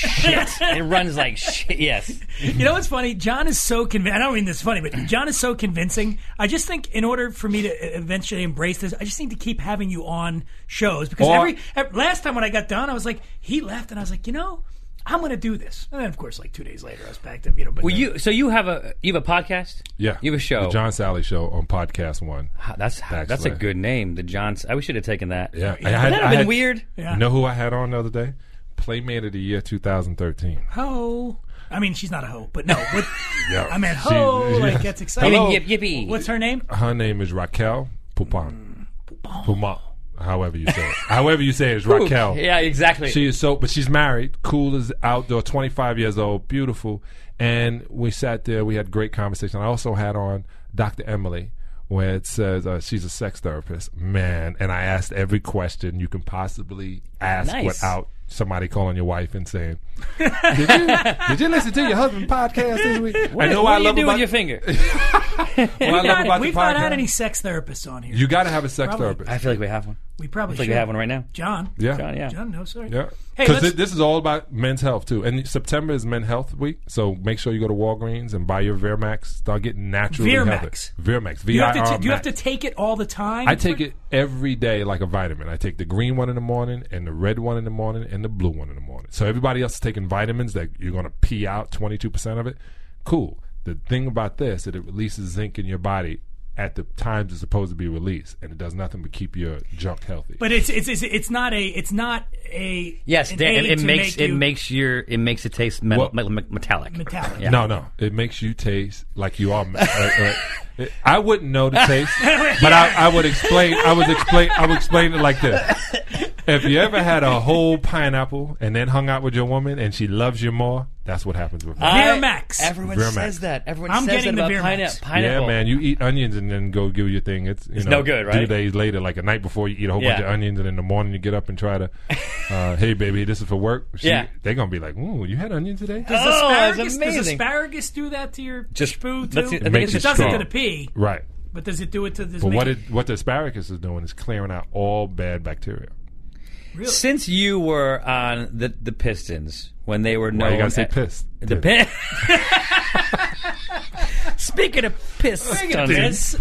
[SPEAKER 4] shit. It runs like shit. Yes.
[SPEAKER 2] You know what's funny? John is so convincing. I don't mean this funny, but John is so convincing. I just think in order for me to e-, eventually embrace this, I just need to keep having you on shows because
[SPEAKER 6] Or-
[SPEAKER 2] every, ev- last time when I got done, I was like, he left, and I was like, you know, I'm going to do this. And then of course, like two days later, I was back to you know. But
[SPEAKER 4] Well, you so you have a you have a podcast.
[SPEAKER 6] Yeah.
[SPEAKER 4] You have a show.
[SPEAKER 6] The John Sally Show on Podcast One.
[SPEAKER 4] Ah, That's that's a
[SPEAKER 6] Backslash.
[SPEAKER 4] good name. The John. I wish you'd have taken that.
[SPEAKER 6] Yeah. I
[SPEAKER 4] Would
[SPEAKER 6] had-
[SPEAKER 4] that
[SPEAKER 6] I
[SPEAKER 4] have been
[SPEAKER 6] had-
[SPEAKER 4] weird?
[SPEAKER 2] Yeah.
[SPEAKER 6] You know who I had on the other day? Playmate of the Year 2013.
[SPEAKER 2] ho. I mean, she's not a hoe, but no. But
[SPEAKER 6] Yeah.
[SPEAKER 2] I meant
[SPEAKER 6] She-
[SPEAKER 2] ho.
[SPEAKER 6] yeah.
[SPEAKER 2] Like that's
[SPEAKER 4] I
[SPEAKER 2] exciting.
[SPEAKER 4] mean, yip, yippee.
[SPEAKER 2] What's her name?
[SPEAKER 6] her name is Raquel Poupon. Poupon. However you say it. However you say it is Raquel.
[SPEAKER 4] Yeah, exactly.
[SPEAKER 6] She is so, but she's married, cool as outdoor, 25 years old, beautiful. And we sat there, we had great conversation. I also had on Dr. Emily, where it says uh, she's a sex therapist. Man, and I asked every question you can possibly ask
[SPEAKER 4] Nice.
[SPEAKER 6] without somebody calling your wife and saying, did you, did you listen to your husband podcast this week? I know
[SPEAKER 4] what
[SPEAKER 6] I
[SPEAKER 4] do
[SPEAKER 6] love
[SPEAKER 4] you do
[SPEAKER 6] about,
[SPEAKER 4] with your finger?
[SPEAKER 6] what I love about the
[SPEAKER 2] We've not
[SPEAKER 6] podcast-
[SPEAKER 2] had any sex therapists on here.
[SPEAKER 6] You got to have a sex
[SPEAKER 2] Probably.
[SPEAKER 6] therapist.
[SPEAKER 4] I feel like we have one.
[SPEAKER 2] we probably
[SPEAKER 4] I feel like
[SPEAKER 2] should
[SPEAKER 4] we have one right now.
[SPEAKER 2] John.
[SPEAKER 6] Yeah.
[SPEAKER 4] John, yeah.
[SPEAKER 2] John, no, sorry.
[SPEAKER 6] Yeah.
[SPEAKER 2] Hey,
[SPEAKER 6] Because
[SPEAKER 2] let's-
[SPEAKER 6] this is all about men's health too, and September is Men's Health Week. So make sure you go to Walgreens and buy your Virmax. Start getting naturally healthy.
[SPEAKER 2] Virmax.
[SPEAKER 6] Virmax. V
[SPEAKER 2] You have,
[SPEAKER 6] I
[SPEAKER 2] to
[SPEAKER 6] R.
[SPEAKER 2] t- you have to take it all the time.
[SPEAKER 6] I take it every day like a vitamin. I take the green one in the morning, and the red one in the morning, and the blue one in the morning. So everybody else is taking vitamins that you're going to pee out twenty two percent of it. Cool. The thing about this that it releases zinc in your body at the times it's supposed to be released, and it does nothing but keep your junk healthy.
[SPEAKER 2] But it's it's it's, it's not a it's not a
[SPEAKER 4] Yes,
[SPEAKER 2] an
[SPEAKER 4] Dan,
[SPEAKER 2] aid
[SPEAKER 4] it, it
[SPEAKER 2] to
[SPEAKER 4] makes
[SPEAKER 2] make
[SPEAKER 4] it
[SPEAKER 2] you
[SPEAKER 4] makes your it makes it taste metal, me- metallic.
[SPEAKER 2] metallic.
[SPEAKER 4] Yeah.
[SPEAKER 6] No, no. It makes you taste like you are. uh, uh, it- I wouldn't know the taste, but I, I would explain. I would explain. I would explain it like this: If you ever had a whole pineapple and then hung out with your woman and she loves you more, that's what happens with
[SPEAKER 4] Ah,
[SPEAKER 6] me.
[SPEAKER 2] Beer Max.
[SPEAKER 4] Everyone
[SPEAKER 6] Beer Max.
[SPEAKER 4] says that. Everyone
[SPEAKER 2] I'm
[SPEAKER 4] says
[SPEAKER 2] getting
[SPEAKER 4] that
[SPEAKER 2] the Beer
[SPEAKER 4] about pine-
[SPEAKER 2] Max.
[SPEAKER 4] pineapple.
[SPEAKER 6] Yeah, man. You eat onions and then go do your thing. It's you know,
[SPEAKER 4] no good,
[SPEAKER 6] Two
[SPEAKER 4] right?
[SPEAKER 6] days later, like a night before, you eat a whole bunch
[SPEAKER 4] Yeah.
[SPEAKER 6] of onions, and in the morning you get up and try to, uh, hey baby, this is for work. She-
[SPEAKER 4] Yeah.
[SPEAKER 6] they're gonna be like, ooh, you had onion today.
[SPEAKER 2] Does
[SPEAKER 4] Oh, that's
[SPEAKER 2] asparagus, Does
[SPEAKER 4] amazing.
[SPEAKER 2] asparagus do that to your
[SPEAKER 4] Just-
[SPEAKER 2] food too?
[SPEAKER 4] that's it. I
[SPEAKER 2] It,
[SPEAKER 4] think
[SPEAKER 6] makes
[SPEAKER 2] does
[SPEAKER 6] it
[SPEAKER 2] it to
[SPEAKER 6] strong.
[SPEAKER 2] the pee,
[SPEAKER 6] Right.
[SPEAKER 2] but does it do it to this?
[SPEAKER 6] But what it, what the asparagus is doing is clearing out all bad bacteria.
[SPEAKER 4] Since you were on the the Pistons when they were
[SPEAKER 6] Why
[SPEAKER 4] known
[SPEAKER 6] you gotta say
[SPEAKER 4] at-
[SPEAKER 6] pissed?
[SPEAKER 4] The pi- Speaking of Pistons,
[SPEAKER 2] Yes.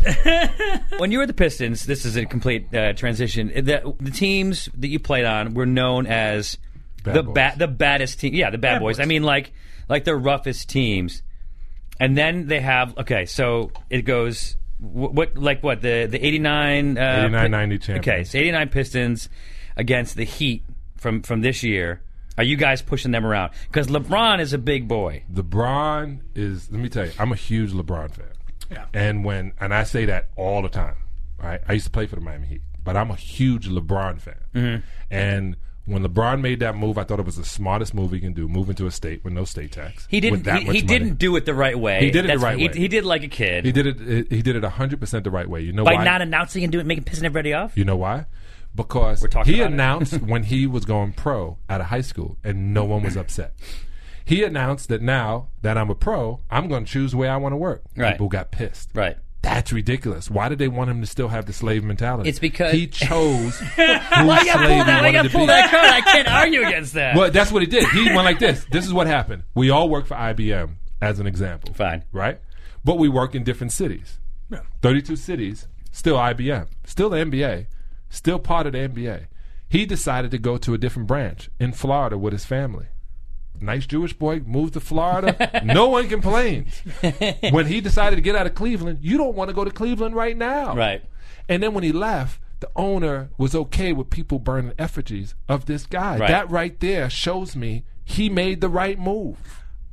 [SPEAKER 4] when you were the Pistons, this is a complete uh, transition. The, the teams that you played on were known as
[SPEAKER 6] Bad
[SPEAKER 4] the
[SPEAKER 6] boys.
[SPEAKER 4] ba- the baddest team. Yeah, the bad, boys. I mean, like like the roughest teams. And then they have okay, so it goes what, what like what the the 89 uh,
[SPEAKER 6] 89,
[SPEAKER 4] Pi-
[SPEAKER 6] 90 champions.
[SPEAKER 4] Okay, so 89 Pistons against the Heat from from this year. Are you guys pushing them around? Because LeBron is a big boy.
[SPEAKER 6] LeBron is. Let me tell you, I'm a huge LeBron fan. Yeah. And when and I say that all the time. Right. I used to play for the Miami Heat, but I'm a huge LeBron fan.
[SPEAKER 4] Mm-hmm.
[SPEAKER 6] And when LeBron made that move, I thought it was the smartest move he can do, moving to a state with no state tax.
[SPEAKER 4] He
[SPEAKER 6] With
[SPEAKER 4] didn't.
[SPEAKER 6] that
[SPEAKER 4] He,
[SPEAKER 6] much
[SPEAKER 4] he
[SPEAKER 6] money.
[SPEAKER 4] didn't do it the right way.
[SPEAKER 6] He did it the
[SPEAKER 4] That's-
[SPEAKER 6] right
[SPEAKER 4] he,
[SPEAKER 6] way.
[SPEAKER 4] He did like a kid
[SPEAKER 6] He did it. He did it 100 percent the right way. You know
[SPEAKER 4] by
[SPEAKER 6] why?
[SPEAKER 4] not announcing and doing making pissing everybody off.
[SPEAKER 6] You know why? Because
[SPEAKER 4] talking
[SPEAKER 6] he
[SPEAKER 4] about it.
[SPEAKER 6] announced when he was going pro out of high school, and no one was upset. He announced that now that I'm a pro, I'm going to choose where I want to work.
[SPEAKER 4] Right.
[SPEAKER 6] People got pissed.
[SPEAKER 4] Right.
[SPEAKER 6] That's ridiculous. Why did they want him to still have the slave mentality?
[SPEAKER 4] It's because-
[SPEAKER 6] he chose who
[SPEAKER 4] I
[SPEAKER 6] slave
[SPEAKER 4] gotta
[SPEAKER 6] he
[SPEAKER 4] pull that. I
[SPEAKER 6] wanted
[SPEAKER 4] gotta
[SPEAKER 6] to
[SPEAKER 4] pull
[SPEAKER 6] be.
[SPEAKER 4] that card. I can't argue against that.
[SPEAKER 6] Well, that's what he did. He went like this. This is what happened. We all work for IBM, as an example.
[SPEAKER 4] Fine.
[SPEAKER 6] Right? But we work in different cities. 32 cities, still IBM, still the NBA, still part of the NBA. He decided to go to a different branch in Florida with his family. Nice Jewish boy, moved to Florida. no one complains. When he decided to get out of Cleveland, you don't want to go to Cleveland right now.
[SPEAKER 4] Right.
[SPEAKER 6] And then when he left, the owner was okay with people burning effigies of this guy.
[SPEAKER 4] Right.
[SPEAKER 6] That right there shows me he made the right move.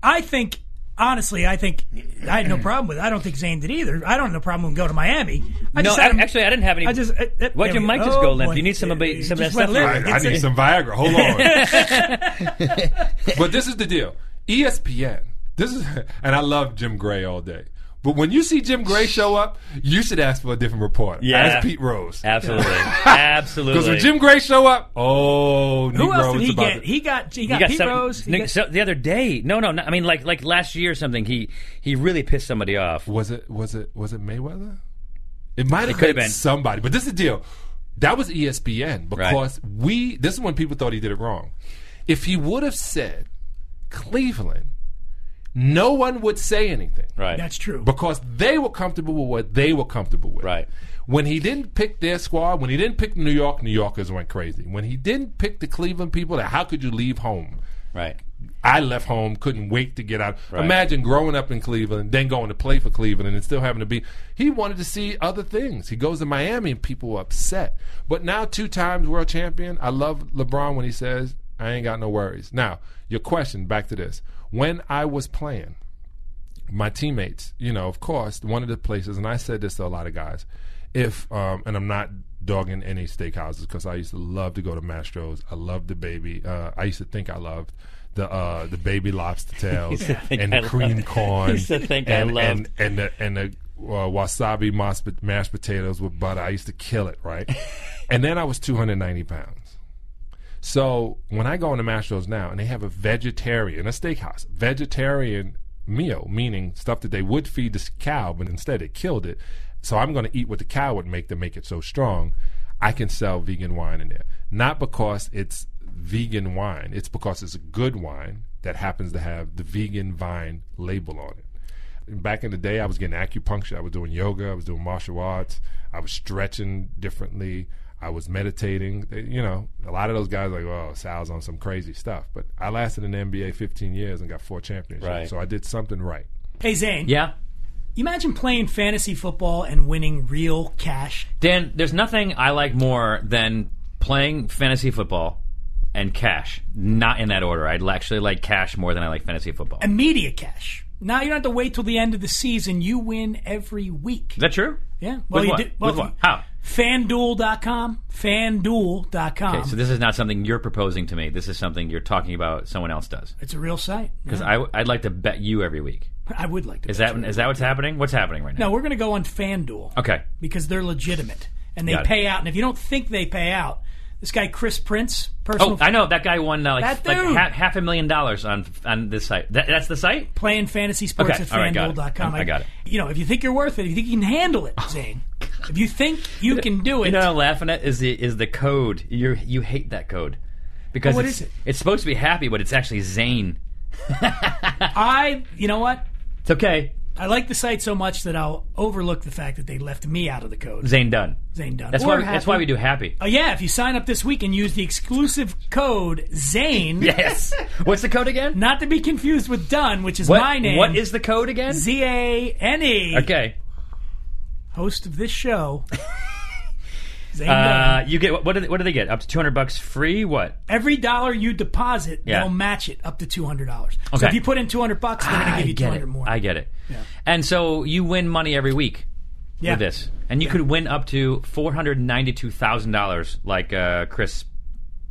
[SPEAKER 2] I think, honestly, I think I had no problem with it. I don't think Zane did either. I don't have no problem with him going to Miami. I
[SPEAKER 4] no,
[SPEAKER 2] just had
[SPEAKER 4] ac-
[SPEAKER 2] him-
[SPEAKER 4] actually, I didn't have any.
[SPEAKER 2] I just. uh, uh,
[SPEAKER 4] Why'd
[SPEAKER 2] there
[SPEAKER 4] your
[SPEAKER 2] we
[SPEAKER 4] mic just go limp?
[SPEAKER 2] boy.
[SPEAKER 4] You need some of-
[SPEAKER 2] It-
[SPEAKER 4] some of
[SPEAKER 2] it
[SPEAKER 4] that
[SPEAKER 2] just went
[SPEAKER 4] stuff
[SPEAKER 2] limp.
[SPEAKER 6] I, I
[SPEAKER 2] It's
[SPEAKER 6] need
[SPEAKER 2] a-
[SPEAKER 6] some Viagra. Hold on. but this is the deal. E ESPN. This is, and I love Jim Gray all day. But when you see Jim Gray show up, you should ask for a different reporter.
[SPEAKER 4] Yeah.
[SPEAKER 6] Ask Pete Rose.
[SPEAKER 4] absolutely, absolutely.
[SPEAKER 6] Because when Jim Gray show up, oh,
[SPEAKER 2] Who else
[SPEAKER 6] Negro,
[SPEAKER 2] did
[SPEAKER 6] it's
[SPEAKER 2] he
[SPEAKER 6] about
[SPEAKER 2] get?
[SPEAKER 6] to-
[SPEAKER 2] He got. He got,
[SPEAKER 4] You got
[SPEAKER 2] Pete
[SPEAKER 4] some-
[SPEAKER 2] Rose. he
[SPEAKER 4] Nick-
[SPEAKER 2] got-
[SPEAKER 4] so the other day. No, no, no. I mean, like like last year or something. He he really pissed somebody off.
[SPEAKER 6] was it was it was it Mayweather? It might have
[SPEAKER 4] could have
[SPEAKER 6] been,
[SPEAKER 4] been.
[SPEAKER 6] somebody, but this is the deal. That was E ESPN because we. This is when people thought he did it wrong. If he would have said Cleveland, no one would say anything
[SPEAKER 4] Right.
[SPEAKER 2] That's true.
[SPEAKER 6] because they were comfortable with what they were comfortable with.
[SPEAKER 4] Right.
[SPEAKER 6] When he didn't pick their squad, when he didn't pick New York, New Yorkers went crazy. When he didn't pick the Cleveland people, then how could you leave home?
[SPEAKER 4] right.
[SPEAKER 6] I left home, couldn't wait to get out.
[SPEAKER 4] Right.
[SPEAKER 6] Imagine growing up in Cleveland, then going to play for Cleveland, and still having to be. He wanted to see other things. He goes to Miami, and people were upset. But now, two times world champion. I love LeBron when he says, "I ain't got no worries." Now, your question back to this: When I was playing, my teammates, you know, of course, one of the places, and I said this to a lot of guys, if, um, and I'm not dogging any steakhouses because I used to love to go to Mastro's. I loved the baby. Uh, I used to think I loved the uh, the baby lobster tails
[SPEAKER 4] think
[SPEAKER 6] and
[SPEAKER 4] I
[SPEAKER 6] the cream
[SPEAKER 4] loved-
[SPEAKER 6] corn.
[SPEAKER 4] I used to think I
[SPEAKER 6] and,
[SPEAKER 4] loved.
[SPEAKER 6] And, and the, and the uh, wasabi mas- mashed potatoes with butter. I used to kill it, right? and then I was 290 pounds. So when I go into Mastro's now, and they have a vegetarian, a steakhouse, vegetarian meal, meaning stuff that they would feed this cow, but instead it killed it. So I'm going to eat what the cow would make to make it so strong. I can sell vegan wine in there, not because it's vegan wine, it's because it's a good wine that happens to have the vegan vine label on it back in the day, I was getting acupuncture. I was doing yoga. I was doing martial arts. I was stretching differently. I was meditating. They- You know, a lot of those guys are like, oh, Sal's on some crazy stuff. But I lasted in the NBA 15 years and got four championships.
[SPEAKER 4] Right.
[SPEAKER 6] So I did something right.
[SPEAKER 2] Hey Zane.
[SPEAKER 4] Yeah.
[SPEAKER 2] Imagine playing fantasy football and winning real cash.
[SPEAKER 4] Dan, there's nothing I like more than playing fantasy football and cash. Not in that order. I'd actually like cash more than I like fantasy football.
[SPEAKER 2] Immediate cash. Now you don't have to wait till the end of the season. You win every week.
[SPEAKER 4] Is that true?
[SPEAKER 2] yeah.
[SPEAKER 4] With
[SPEAKER 2] you
[SPEAKER 4] what?
[SPEAKER 2] did- well,
[SPEAKER 4] With what? How?
[SPEAKER 2] FanDuel.com. FanDuel.com.
[SPEAKER 4] Okay, so this is not something you're proposing to me. This is something you're talking about. Someone else does.
[SPEAKER 2] it's a real site.
[SPEAKER 4] Because I, would like to bet you every week.
[SPEAKER 2] I would like to.
[SPEAKER 4] Is
[SPEAKER 2] bet
[SPEAKER 4] that
[SPEAKER 2] you.
[SPEAKER 4] is that what's happening? What's happening right now?
[SPEAKER 2] No, we're going to go on FanDuel.
[SPEAKER 4] Okay.
[SPEAKER 2] Because they're legitimate and they
[SPEAKER 4] Got it.
[SPEAKER 2] pay out. And if you don't think they pay out, this guy Chris Prince, personal
[SPEAKER 4] Oh, I know that guy won uh, like,
[SPEAKER 2] That
[SPEAKER 4] like
[SPEAKER 2] dude.
[SPEAKER 4] half, half a million dollars on on this site. That, that's the site.
[SPEAKER 2] playing fantasy sports
[SPEAKER 4] Okay,
[SPEAKER 2] at
[SPEAKER 4] all right, got it.
[SPEAKER 2] fanduel.com.
[SPEAKER 4] I got it. Oh,
[SPEAKER 2] You know, if you think you're worth it, if you think you can handle it, Zane, if you think you can do it,
[SPEAKER 4] You know what I'm laughing at is the is the code. You you hate that code because
[SPEAKER 2] Oh, what
[SPEAKER 4] it's,
[SPEAKER 2] is it?
[SPEAKER 4] it's supposed to be happy, but it's actually Zane.
[SPEAKER 2] I, you know what?
[SPEAKER 4] It's okay,
[SPEAKER 2] I like the site so much that I'll overlook the fact that they left me out of the code.
[SPEAKER 4] Zane Dunn.
[SPEAKER 2] Zane Dunn.
[SPEAKER 4] That's
[SPEAKER 2] Or
[SPEAKER 4] why we, that's
[SPEAKER 2] happy.
[SPEAKER 4] why we do happy.
[SPEAKER 2] Oh, yeah, if you sign up this week and use the exclusive code Zane,
[SPEAKER 4] Yes. What's the code again?
[SPEAKER 2] not to be confused with Dunn, which is
[SPEAKER 4] What,
[SPEAKER 2] my name.
[SPEAKER 4] What is the code again?
[SPEAKER 2] Z A N E?
[SPEAKER 4] Okay.
[SPEAKER 2] host of this show. Zane
[SPEAKER 4] Uh,
[SPEAKER 2] Dunn.
[SPEAKER 4] you get what? Do they, what do they get? Up to two hundred bucks free. What?
[SPEAKER 2] Every dollar you deposit,
[SPEAKER 4] Yeah.
[SPEAKER 2] they'll match it up to two hundred dollars.
[SPEAKER 4] Okay.
[SPEAKER 2] So if you put in two hundred bucks, they're going to give you two
[SPEAKER 4] get it.
[SPEAKER 2] hundred more.
[SPEAKER 4] I get it. And so you win money every week
[SPEAKER 2] yeah.
[SPEAKER 4] with this, and you could win up to four hundred ninety-two thousand dollars, like uh, Chris.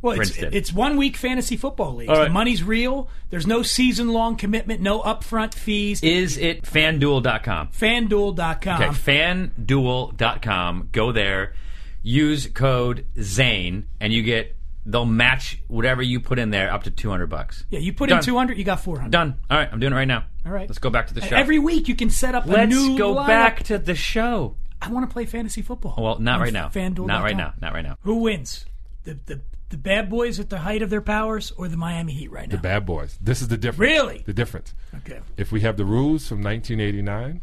[SPEAKER 2] Well, it's,
[SPEAKER 4] Princeton.
[SPEAKER 2] it's one week fantasy football league.
[SPEAKER 4] right.
[SPEAKER 2] The money's real. There's no season long commitment, no upfront fees.
[SPEAKER 4] Is it FanDuel.com?
[SPEAKER 2] FanDuel.com.
[SPEAKER 6] Uh-huh.
[SPEAKER 4] Okay, fanduel.com. Go there, use code ZANE, and you get they'll match whatever you put in there up to 200 bucks.
[SPEAKER 2] yeah, you put
[SPEAKER 4] Done.
[SPEAKER 2] in two hundred, you got four hundred.
[SPEAKER 4] Done. All right, I'm doing it right now.
[SPEAKER 2] All right.
[SPEAKER 4] Let's go back to the show.
[SPEAKER 2] Every week you can set up a
[SPEAKER 4] Let's
[SPEAKER 2] new
[SPEAKER 4] go
[SPEAKER 2] lineup.
[SPEAKER 4] back to the show.
[SPEAKER 2] I want to play fantasy football.
[SPEAKER 4] Well, not
[SPEAKER 2] on
[SPEAKER 4] right now.
[SPEAKER 2] FanDuel.com.
[SPEAKER 4] Not right now. Not right now.
[SPEAKER 2] Who wins? The, the the bad boys at the height of their powers or the Miami Heat right now?
[SPEAKER 6] The Bad Boys. This is the difference.
[SPEAKER 2] Really?
[SPEAKER 6] The difference.
[SPEAKER 2] okay.
[SPEAKER 6] If we have the rules from 1989,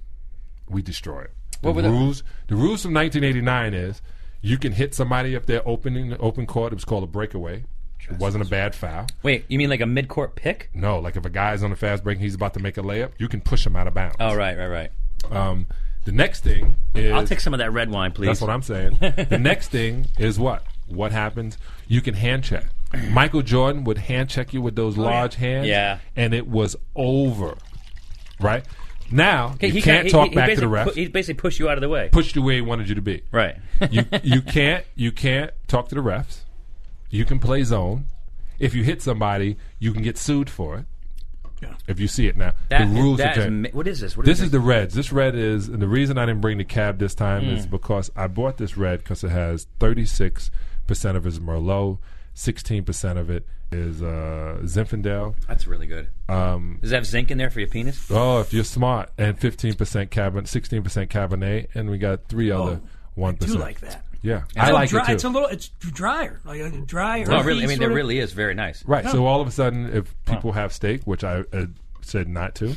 [SPEAKER 6] we destroy it. The
[SPEAKER 4] What were the-
[SPEAKER 6] rules? The rules from 1989 is you can hit somebody if they're opening open court. It was called a breakaway. It wasn't a bad foul.
[SPEAKER 4] Wait, you mean like a mid-court pick?
[SPEAKER 6] No, like if a guy's on a fast break and he's about to make a layup, you can push him out of bounds.
[SPEAKER 4] Oh, right, right, right.
[SPEAKER 6] Um, the next thing is
[SPEAKER 4] I'll take some of that red wine, please.
[SPEAKER 6] That's what I'm saying. the next thing is what? What happens? You can hand check. Michael Jordan would hand check you with those large hands.
[SPEAKER 4] Oh, Yeah.
[SPEAKER 6] And it was over. Right? Now,
[SPEAKER 4] He-
[SPEAKER 6] you
[SPEAKER 4] he
[SPEAKER 6] can't
[SPEAKER 4] he-
[SPEAKER 6] talk
[SPEAKER 4] he
[SPEAKER 6] back to the
[SPEAKER 4] basically
[SPEAKER 6] ref.
[SPEAKER 4] pu- he basically pushed you out of the way.
[SPEAKER 6] pushed you where he wanted you to be.
[SPEAKER 4] Right.
[SPEAKER 6] you, you can't you can't talk to the refs. You can play zone. If you hit somebody, you can get sued for it.
[SPEAKER 2] Yeah.
[SPEAKER 6] If you see it now,
[SPEAKER 4] That
[SPEAKER 6] the
[SPEAKER 4] is-
[SPEAKER 6] rules are
[SPEAKER 4] that is
[SPEAKER 6] changed.
[SPEAKER 4] ma- what is this? What
[SPEAKER 6] This is the reds. This red is, and the reason I didn't bring the cab this time is
[SPEAKER 4] Mm.
[SPEAKER 6] because I bought this red because it has 36% of it is Merlot, 16% of it is uh, Zinfandel.
[SPEAKER 4] That's really good. Um, Does that have zinc in there for your penis?
[SPEAKER 6] Oh, if you're smart, and 15% Cabin, 16% Cabernet, and we got three other 1%.
[SPEAKER 2] Oh, Do like that.
[SPEAKER 6] Yeah, I
[SPEAKER 2] So
[SPEAKER 6] like
[SPEAKER 2] dry,
[SPEAKER 6] it too.
[SPEAKER 2] It's a little. It's drier. Like a drier.
[SPEAKER 4] No, Oh, really. I
[SPEAKER 2] earthy
[SPEAKER 4] mean, it
[SPEAKER 2] sort of-
[SPEAKER 4] really is very nice.
[SPEAKER 6] Right. So all of a sudden, if people have steak, which I uh, said not to,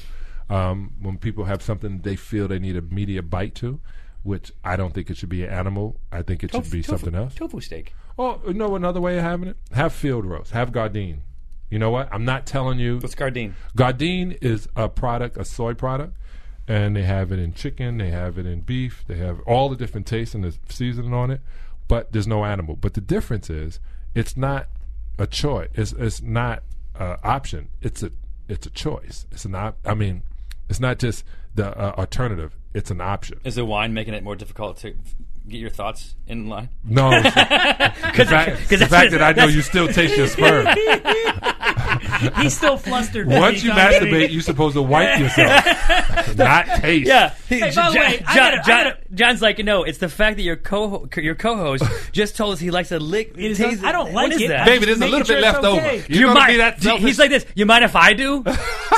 [SPEAKER 6] um, when people have something they feel they need a media bite to, which I don't think it should be an animal. I think it should be something else.
[SPEAKER 4] Tofu steak.
[SPEAKER 6] Oh, you know another way of having it? Have field roast. Have Gardein. You know what? I'm not telling you.
[SPEAKER 4] What's Gardein?
[SPEAKER 6] Gardein is a product, a soy product, and they have it in chicken, they have it in beef, they have all the different tastes and the seasoning on it, but there's no animal. But the difference is, it's not a choice. It's it's not an option. It's a it's a choice. It's an op- I mean, it's not just the uh, alternative. It's an option.
[SPEAKER 4] Is the wine making it more difficult to get your thoughts in line?
[SPEAKER 6] No, it's- the fact, the
[SPEAKER 2] that's-
[SPEAKER 6] fact that I know you still taste your sperm.
[SPEAKER 2] He's still flustered.
[SPEAKER 6] Once you
[SPEAKER 2] He's not ready.
[SPEAKER 6] masturbate, you're supposed to wipe yourself, not taste.
[SPEAKER 2] Hey, by the way, I gotta- I gotta-
[SPEAKER 4] John's like, no, it's the fact that your co your co-host just told us he likes to lick.
[SPEAKER 2] It is-
[SPEAKER 4] taste-
[SPEAKER 2] I don't
[SPEAKER 4] what
[SPEAKER 2] like
[SPEAKER 4] is
[SPEAKER 2] it.
[SPEAKER 4] That?
[SPEAKER 2] Baby,
[SPEAKER 6] Maybe there's a
[SPEAKER 2] Making
[SPEAKER 6] little
[SPEAKER 2] sure
[SPEAKER 6] bit
[SPEAKER 2] it's
[SPEAKER 6] left
[SPEAKER 2] okay.
[SPEAKER 6] over.
[SPEAKER 4] you
[SPEAKER 6] You're gonna
[SPEAKER 4] mind?
[SPEAKER 6] be that selfish.
[SPEAKER 4] he's like this. You mind if I do?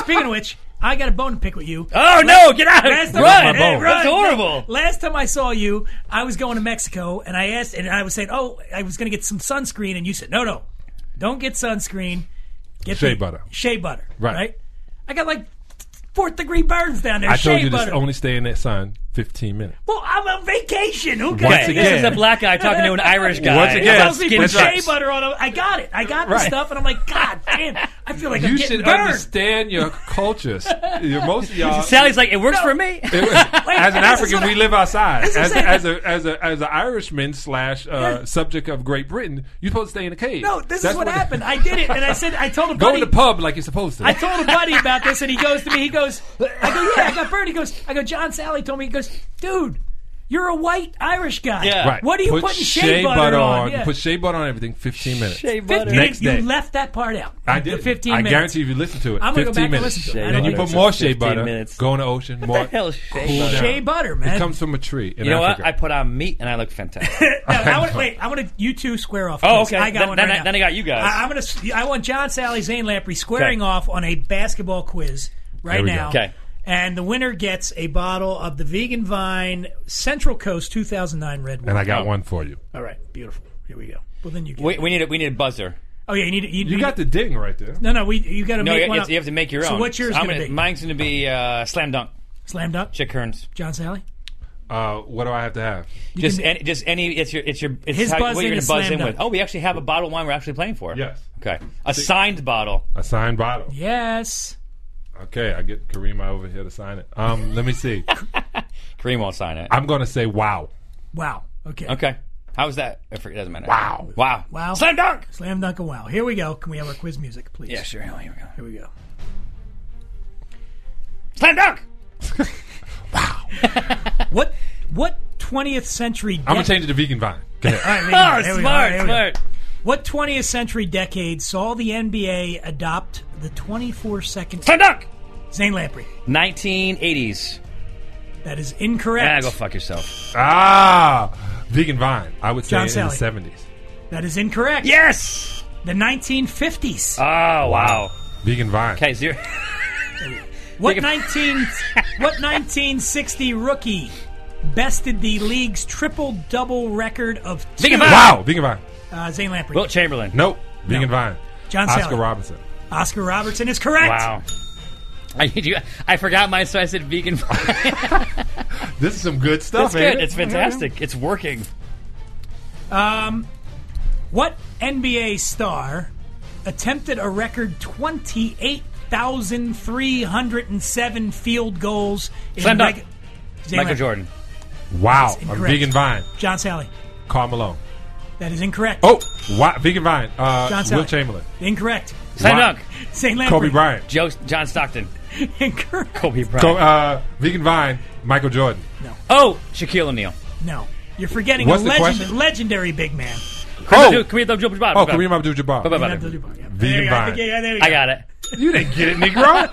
[SPEAKER 2] Speaking of which, I got a bone to pick with
[SPEAKER 6] Ah.
[SPEAKER 2] you.
[SPEAKER 4] oh no, get out!
[SPEAKER 2] Last time,
[SPEAKER 4] Run!
[SPEAKER 2] Hey, run.
[SPEAKER 6] bone.
[SPEAKER 4] That's horrible.
[SPEAKER 2] Last time I saw you, I was going to Mexico, and I asked, and I was saying, "Oh, I was going to get some sunscreen," and you said, "No, no, don't get sunscreen. Get
[SPEAKER 6] Shea
[SPEAKER 2] the-
[SPEAKER 6] butter.
[SPEAKER 2] Shea butter.
[SPEAKER 6] Right.
[SPEAKER 2] I got like fourth degree burns down there.
[SPEAKER 6] I
[SPEAKER 2] shea
[SPEAKER 6] told you
[SPEAKER 2] butter.
[SPEAKER 6] to only stay in that sun 15 minutes.
[SPEAKER 2] well, I'm on vacation. Who cares?
[SPEAKER 6] Once
[SPEAKER 4] This is
[SPEAKER 6] again-
[SPEAKER 4] a black guy talking to an Irish guy.
[SPEAKER 6] Once again,
[SPEAKER 4] about
[SPEAKER 2] Tells me
[SPEAKER 4] skin
[SPEAKER 2] put
[SPEAKER 6] That's
[SPEAKER 2] shea
[SPEAKER 6] right.
[SPEAKER 4] drugs.
[SPEAKER 2] butter on. a- I got it. I got the
[SPEAKER 6] Right.
[SPEAKER 2] stuff, and I'm like, God damn! I feel like I'm
[SPEAKER 6] You
[SPEAKER 2] getting
[SPEAKER 6] should
[SPEAKER 2] burned.
[SPEAKER 6] understand your cultures. Your- most of y'all.
[SPEAKER 4] Sally's like, it works for me.
[SPEAKER 6] as an African, we live outside. As,
[SPEAKER 2] what I'm
[SPEAKER 6] as a as a as an Irishman slash uh, subject of Great Britain, you're supposed to stay in a cave.
[SPEAKER 2] No, this
[SPEAKER 6] That's
[SPEAKER 2] is what, happened. I did it, and I said, I told a
[SPEAKER 6] Go
[SPEAKER 2] buddy.
[SPEAKER 6] in the pub like you're supposed to.
[SPEAKER 2] I told a buddy about this, and he goes to me. He goes, I go, yeah, I got burned. He goes, I go. John Sally told me. He goes, dude, you're a white Irish guy.
[SPEAKER 4] Yeah.
[SPEAKER 6] right.
[SPEAKER 2] What are you
[SPEAKER 6] put
[SPEAKER 2] putting shea
[SPEAKER 6] shea,
[SPEAKER 2] butter on?
[SPEAKER 6] on?
[SPEAKER 2] Yeah.
[SPEAKER 6] Put shea butter on everything. 15 minutes.
[SPEAKER 2] Fifteen.
[SPEAKER 6] Next
[SPEAKER 2] you
[SPEAKER 6] day.
[SPEAKER 2] left that part out.
[SPEAKER 6] I did.
[SPEAKER 2] The Fifteen.
[SPEAKER 6] I
[SPEAKER 2] minutes.
[SPEAKER 6] guarantee if you listen to it,
[SPEAKER 2] I'm gonna go
[SPEAKER 6] 15
[SPEAKER 2] back and
[SPEAKER 6] minutes.
[SPEAKER 2] listen to it. I
[SPEAKER 6] Then
[SPEAKER 2] don't
[SPEAKER 6] you
[SPEAKER 2] know.
[SPEAKER 6] put more shea
[SPEAKER 4] 15
[SPEAKER 6] butter.
[SPEAKER 4] minutes.
[SPEAKER 6] Go in the ocean.
[SPEAKER 4] the
[SPEAKER 6] What
[SPEAKER 4] hell is shea
[SPEAKER 6] cool
[SPEAKER 4] butter?
[SPEAKER 6] down.
[SPEAKER 2] Shea butter, man.
[SPEAKER 6] It comes from a tree. In
[SPEAKER 4] You know what?
[SPEAKER 6] Africa.
[SPEAKER 4] I put on meat and I look fantastic.
[SPEAKER 2] No, I wanna, wait, I want to you two square off.
[SPEAKER 4] Oh,
[SPEAKER 2] please.
[SPEAKER 4] okay.
[SPEAKER 2] I got
[SPEAKER 4] Then-
[SPEAKER 2] one
[SPEAKER 4] then
[SPEAKER 2] right
[SPEAKER 4] I-
[SPEAKER 2] now.
[SPEAKER 4] then I got you guys.
[SPEAKER 2] I, I'm gonna. s- I want John, Sally, Zane Lamprey squaring
[SPEAKER 4] Okay.
[SPEAKER 2] off on a basketball quiz right
[SPEAKER 6] There we go.
[SPEAKER 2] now.
[SPEAKER 4] Okay.
[SPEAKER 2] And the winner gets a bottle of the Vegan Vine Central Coast 2009 Red Wine.
[SPEAKER 6] and I got one for you.
[SPEAKER 2] All right, beautiful. Here we go. Well, then you. Get
[SPEAKER 4] we, we need a, we need a buzzer.
[SPEAKER 2] Oh yeah, you need. You,
[SPEAKER 6] You got the ding right there.
[SPEAKER 2] No, no, we. You got to
[SPEAKER 4] No,
[SPEAKER 2] make
[SPEAKER 4] you,
[SPEAKER 2] one.
[SPEAKER 4] you
[SPEAKER 2] up.
[SPEAKER 4] have, you have to make your own.
[SPEAKER 2] So what's yours
[SPEAKER 4] I'm
[SPEAKER 2] gonna
[SPEAKER 4] gonna-
[SPEAKER 2] be?
[SPEAKER 4] Mine's going to be uh, slam dunk.
[SPEAKER 2] Slam dunk.
[SPEAKER 4] Chick Hearns.
[SPEAKER 2] John Sally.
[SPEAKER 6] Uh, what do I have to have?
[SPEAKER 4] Just
[SPEAKER 2] can-
[SPEAKER 4] any, just any. It's your it's your it's
[SPEAKER 2] His
[SPEAKER 4] how, what
[SPEAKER 2] buzzing
[SPEAKER 4] you're gonna
[SPEAKER 2] is
[SPEAKER 4] buzz
[SPEAKER 2] slam
[SPEAKER 4] in
[SPEAKER 2] dunk.
[SPEAKER 4] with. Oh, we actually have a bottle of wine we're actually playing for.
[SPEAKER 6] Yes.
[SPEAKER 4] Okay. A signed bottle.
[SPEAKER 6] A signed bottle.
[SPEAKER 2] Yes.
[SPEAKER 6] Okay, I get Karima over here to sign it. Um, let me see.
[SPEAKER 4] Kareem won't sign it.
[SPEAKER 6] I'm going to say wow.
[SPEAKER 2] Wow. Okay.
[SPEAKER 4] okay. How's that? I forget- It doesn't matter.
[SPEAKER 6] Wow.
[SPEAKER 4] Wow.
[SPEAKER 2] Wow.
[SPEAKER 4] Slam dunk.
[SPEAKER 2] Slam dunk and wow. Here we go. Can we have our quiz music, please?
[SPEAKER 4] Yeah, sure. Here we go.
[SPEAKER 2] Here we go.
[SPEAKER 4] Slam dunk.
[SPEAKER 2] What? What 20th century?
[SPEAKER 6] I'm going to change it to vegan vine. Go ahead.
[SPEAKER 2] All right,
[SPEAKER 4] Oh,
[SPEAKER 2] there we go. All right,
[SPEAKER 4] smart,
[SPEAKER 2] there we go.
[SPEAKER 4] smart.
[SPEAKER 2] What 20th century decade saw the NBA adopt the 24 second
[SPEAKER 4] Slam dunk.
[SPEAKER 2] Zane Lamprey?
[SPEAKER 4] 1980s.
[SPEAKER 2] That is
[SPEAKER 4] Ah,
[SPEAKER 2] incorrect.
[SPEAKER 4] go fuck yourself.
[SPEAKER 6] Ah, vegan vine. I would say
[SPEAKER 2] John
[SPEAKER 6] in
[SPEAKER 2] Sally.
[SPEAKER 6] the 70s.
[SPEAKER 2] that is incorrect.
[SPEAKER 4] Yes.
[SPEAKER 2] The 1950s.
[SPEAKER 4] Oh wow.
[SPEAKER 6] Vegan vine.
[SPEAKER 4] Okay. Zero.
[SPEAKER 2] What nineteen? what nineteen sixty rookie bested the league's triple double record of two?
[SPEAKER 4] Think about-
[SPEAKER 6] Wow, Vegan Vine.
[SPEAKER 2] uh, Zane Lamprey.
[SPEAKER 4] Wilt Chamberlain.
[SPEAKER 6] Nope, Vegan Vine.
[SPEAKER 2] John
[SPEAKER 6] Oscar
[SPEAKER 2] Sally.
[SPEAKER 6] Robinson.
[SPEAKER 2] Oscar Robertson is correct.
[SPEAKER 4] Wow. I need you. I forgot mine, so I said vegan. That's
[SPEAKER 6] This is some good stuff, man.
[SPEAKER 4] good. It's fantastic. It's working.
[SPEAKER 2] What NBA star attempted a record 28,307 field goals in
[SPEAKER 4] Slam dunk.
[SPEAKER 2] reg- Zane
[SPEAKER 4] Michael
[SPEAKER 2] Lamprey.
[SPEAKER 4] Jordan.
[SPEAKER 6] Wow,
[SPEAKER 2] That's
[SPEAKER 6] I'm
[SPEAKER 2] incorrect.
[SPEAKER 6] Vegan Vine.
[SPEAKER 2] John Sally.
[SPEAKER 6] Carl Malone.
[SPEAKER 2] That is incorrect.
[SPEAKER 6] Oh, wow, Vegan Vine. Uh,
[SPEAKER 2] John Sally.
[SPEAKER 6] Will Chamberlain.
[SPEAKER 2] Incorrect.
[SPEAKER 4] Slam
[SPEAKER 6] Wow.
[SPEAKER 4] dunk.
[SPEAKER 2] Zane Lamprey.
[SPEAKER 6] Kobe Bryant.
[SPEAKER 4] Joe, John Stockton.
[SPEAKER 2] Incorrect.
[SPEAKER 4] Kobe Bryant.
[SPEAKER 6] Go, uh, Vegan Vine. Michael Jordan.
[SPEAKER 4] Oh, Shaquille O'Neal.
[SPEAKER 2] No. You're forgetting
[SPEAKER 6] What's
[SPEAKER 2] a
[SPEAKER 6] the
[SPEAKER 2] legend,
[SPEAKER 6] question?
[SPEAKER 2] legendary big man.
[SPEAKER 4] Dude, Kareem Abdul-Jabbar.
[SPEAKER 6] Oh,
[SPEAKER 4] Go.
[SPEAKER 6] Kareem Abdul-Jabbar.
[SPEAKER 4] Bye-bye.
[SPEAKER 2] Abdul-Jabbar. Yeah, there
[SPEAKER 6] Vegan
[SPEAKER 2] you go. I
[SPEAKER 6] Vine.
[SPEAKER 2] think- yeah, there you
[SPEAKER 4] I
[SPEAKER 2] go.
[SPEAKER 4] got it.
[SPEAKER 6] You didn't get it, Negro.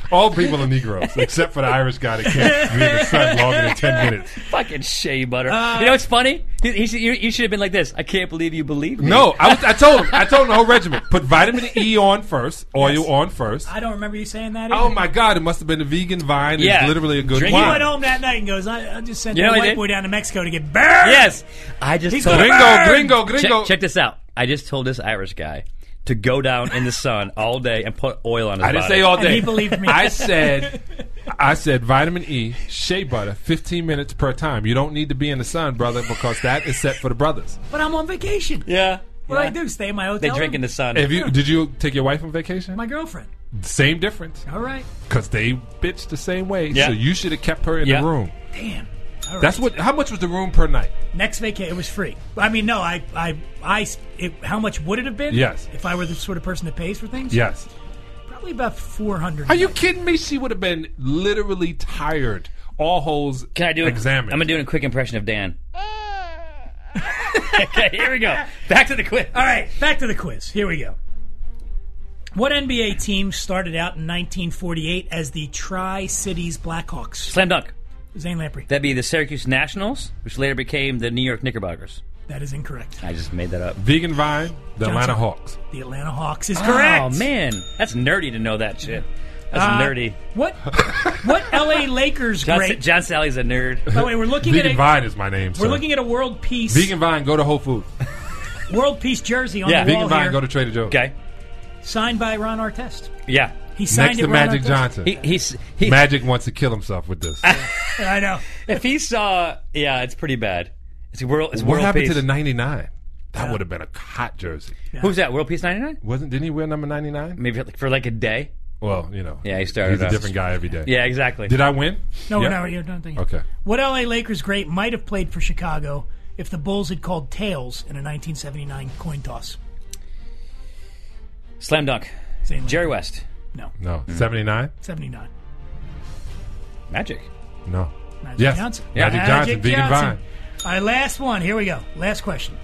[SPEAKER 6] All people are Negroes except for the Irish guy that can't be in the sun longer than ten minutes.
[SPEAKER 4] Fucking shea butter. you know what's funny? He, he should, you, you should have been like this. I can't believe you believe me.
[SPEAKER 6] No, I, was, I told him. I told him the whole regiment. Put vitamin E on first, oil on first.
[SPEAKER 2] I don't remember you saying that. Either.
[SPEAKER 6] Oh my God! It must have been the vegan vine.
[SPEAKER 4] Yeah.
[SPEAKER 6] It's literally a good
[SPEAKER 4] Drink
[SPEAKER 2] He
[SPEAKER 4] it.
[SPEAKER 6] wine.
[SPEAKER 2] went home that night and goes, "I, I just sent
[SPEAKER 4] You
[SPEAKER 2] that
[SPEAKER 4] know what
[SPEAKER 2] white
[SPEAKER 4] I did?
[SPEAKER 2] boy down to Mexico to get burned."
[SPEAKER 4] Yes. I just
[SPEAKER 2] He's
[SPEAKER 4] told
[SPEAKER 2] gonna
[SPEAKER 6] Gringo, gringo, gringo.
[SPEAKER 4] Check, check this out. I just told this Irish guy to go down in the sun all day and put oil on his
[SPEAKER 6] I didn't
[SPEAKER 4] body.
[SPEAKER 6] say all
[SPEAKER 2] And
[SPEAKER 6] day.
[SPEAKER 2] he believed me.
[SPEAKER 6] I said, I said vitamin E, shea butter, fifteen minutes per time. You don't need to be in the sun, brother, because that is set for the brothers.
[SPEAKER 2] But I'm on vacation.
[SPEAKER 4] Yeah.
[SPEAKER 2] What do I do? Stay in my hotel?
[SPEAKER 4] They drink in
[SPEAKER 2] room?
[SPEAKER 4] the sun.
[SPEAKER 6] If you did you take your wife on vacation?
[SPEAKER 2] My girlfriend.
[SPEAKER 6] Same difference.
[SPEAKER 2] All right.
[SPEAKER 6] because they bitched the same way.
[SPEAKER 4] Yeah.
[SPEAKER 6] So you should have kept her in
[SPEAKER 4] Yeah.
[SPEAKER 6] the room.
[SPEAKER 2] Damn. All right.
[SPEAKER 6] That's what. How much was the room per night?
[SPEAKER 2] Next vacation, it was free. I mean, no, I, I, I. It, how much would it have been?
[SPEAKER 6] Yes.
[SPEAKER 2] If I were the sort of person that pays for things?
[SPEAKER 6] Yes.
[SPEAKER 2] Probably about four hundred.
[SPEAKER 6] Are you kidding me? She would have been literally tired. All holes.
[SPEAKER 4] Can I do it?
[SPEAKER 6] Examined.
[SPEAKER 4] I'm going to do a quick impression of Dan. okay, here we go. Back to the quiz.
[SPEAKER 2] All right, back to the quiz. Here we go. What NBA team started out in 1948 as the Tri Cities Blackhawks?
[SPEAKER 4] Slam dunk.
[SPEAKER 2] Zane Lamprey.
[SPEAKER 4] That'd be the Syracuse Nationals, which later became the New York Knickerbockers.
[SPEAKER 2] that is incorrect.
[SPEAKER 4] I just made that up.
[SPEAKER 6] Vegan Vine, the Atlanta
[SPEAKER 2] Johnson.
[SPEAKER 6] Hawks.
[SPEAKER 2] The Atlanta Hawks is correct.
[SPEAKER 4] Oh man, that's nerdy to know that shit. That's
[SPEAKER 2] Uh,
[SPEAKER 4] nerdy.
[SPEAKER 2] What? What? LA Lakers
[SPEAKER 4] John,
[SPEAKER 2] great.
[SPEAKER 4] John Sally's a nerd.
[SPEAKER 2] By the way, we're looking at
[SPEAKER 6] Vegan
[SPEAKER 2] a,
[SPEAKER 6] Vine is my name.
[SPEAKER 2] we're looking at a world peace
[SPEAKER 6] Vegan Vine, go to Whole Foods.
[SPEAKER 2] world peace jersey on
[SPEAKER 4] Yeah.
[SPEAKER 2] the
[SPEAKER 6] Vegan
[SPEAKER 2] wall
[SPEAKER 6] Vine,
[SPEAKER 2] here,
[SPEAKER 6] go to Trader Joe's.
[SPEAKER 4] Okay.
[SPEAKER 2] signed by Ron Artest.
[SPEAKER 4] Yeah.
[SPEAKER 2] He signed
[SPEAKER 6] Next
[SPEAKER 2] it.
[SPEAKER 6] to
[SPEAKER 2] Ron
[SPEAKER 6] Magic
[SPEAKER 2] Artest.
[SPEAKER 6] Johnson.
[SPEAKER 4] He, he's he, Ah,
[SPEAKER 6] Magic wants to kill himself with this.
[SPEAKER 2] I know.
[SPEAKER 4] if he saw yeah, it's pretty bad. It's world. It's
[SPEAKER 6] what
[SPEAKER 4] world
[SPEAKER 6] happened
[SPEAKER 4] peace.
[SPEAKER 6] to the '99? That would have been a hot jersey.
[SPEAKER 4] Who's that? World Peace ninety nine?
[SPEAKER 6] Wasn't? Didn't he wear number '99?
[SPEAKER 4] Maybe for like a day.
[SPEAKER 6] Well, you know.
[SPEAKER 4] Yeah, he started
[SPEAKER 6] He's a
[SPEAKER 4] us.
[SPEAKER 6] different guy every day.
[SPEAKER 4] Yeah, exactly.
[SPEAKER 6] Did I win?
[SPEAKER 2] No,
[SPEAKER 6] Yeah?
[SPEAKER 2] we're not. You're not thinking.
[SPEAKER 6] Okay.
[SPEAKER 2] What LA Lakers great might have played for Chicago if the Bulls had called tails in a 1979 coin toss?
[SPEAKER 4] Slam dunk.
[SPEAKER 2] Same
[SPEAKER 4] Jerry West.
[SPEAKER 2] No,
[SPEAKER 6] No. '79.
[SPEAKER 2] 79.
[SPEAKER 4] Magic.
[SPEAKER 6] No.
[SPEAKER 2] Magic
[SPEAKER 6] Yes.
[SPEAKER 2] Johnson.
[SPEAKER 6] Magic Johnson, Vegan Vine.
[SPEAKER 2] All right, last one. Here we go. Last question.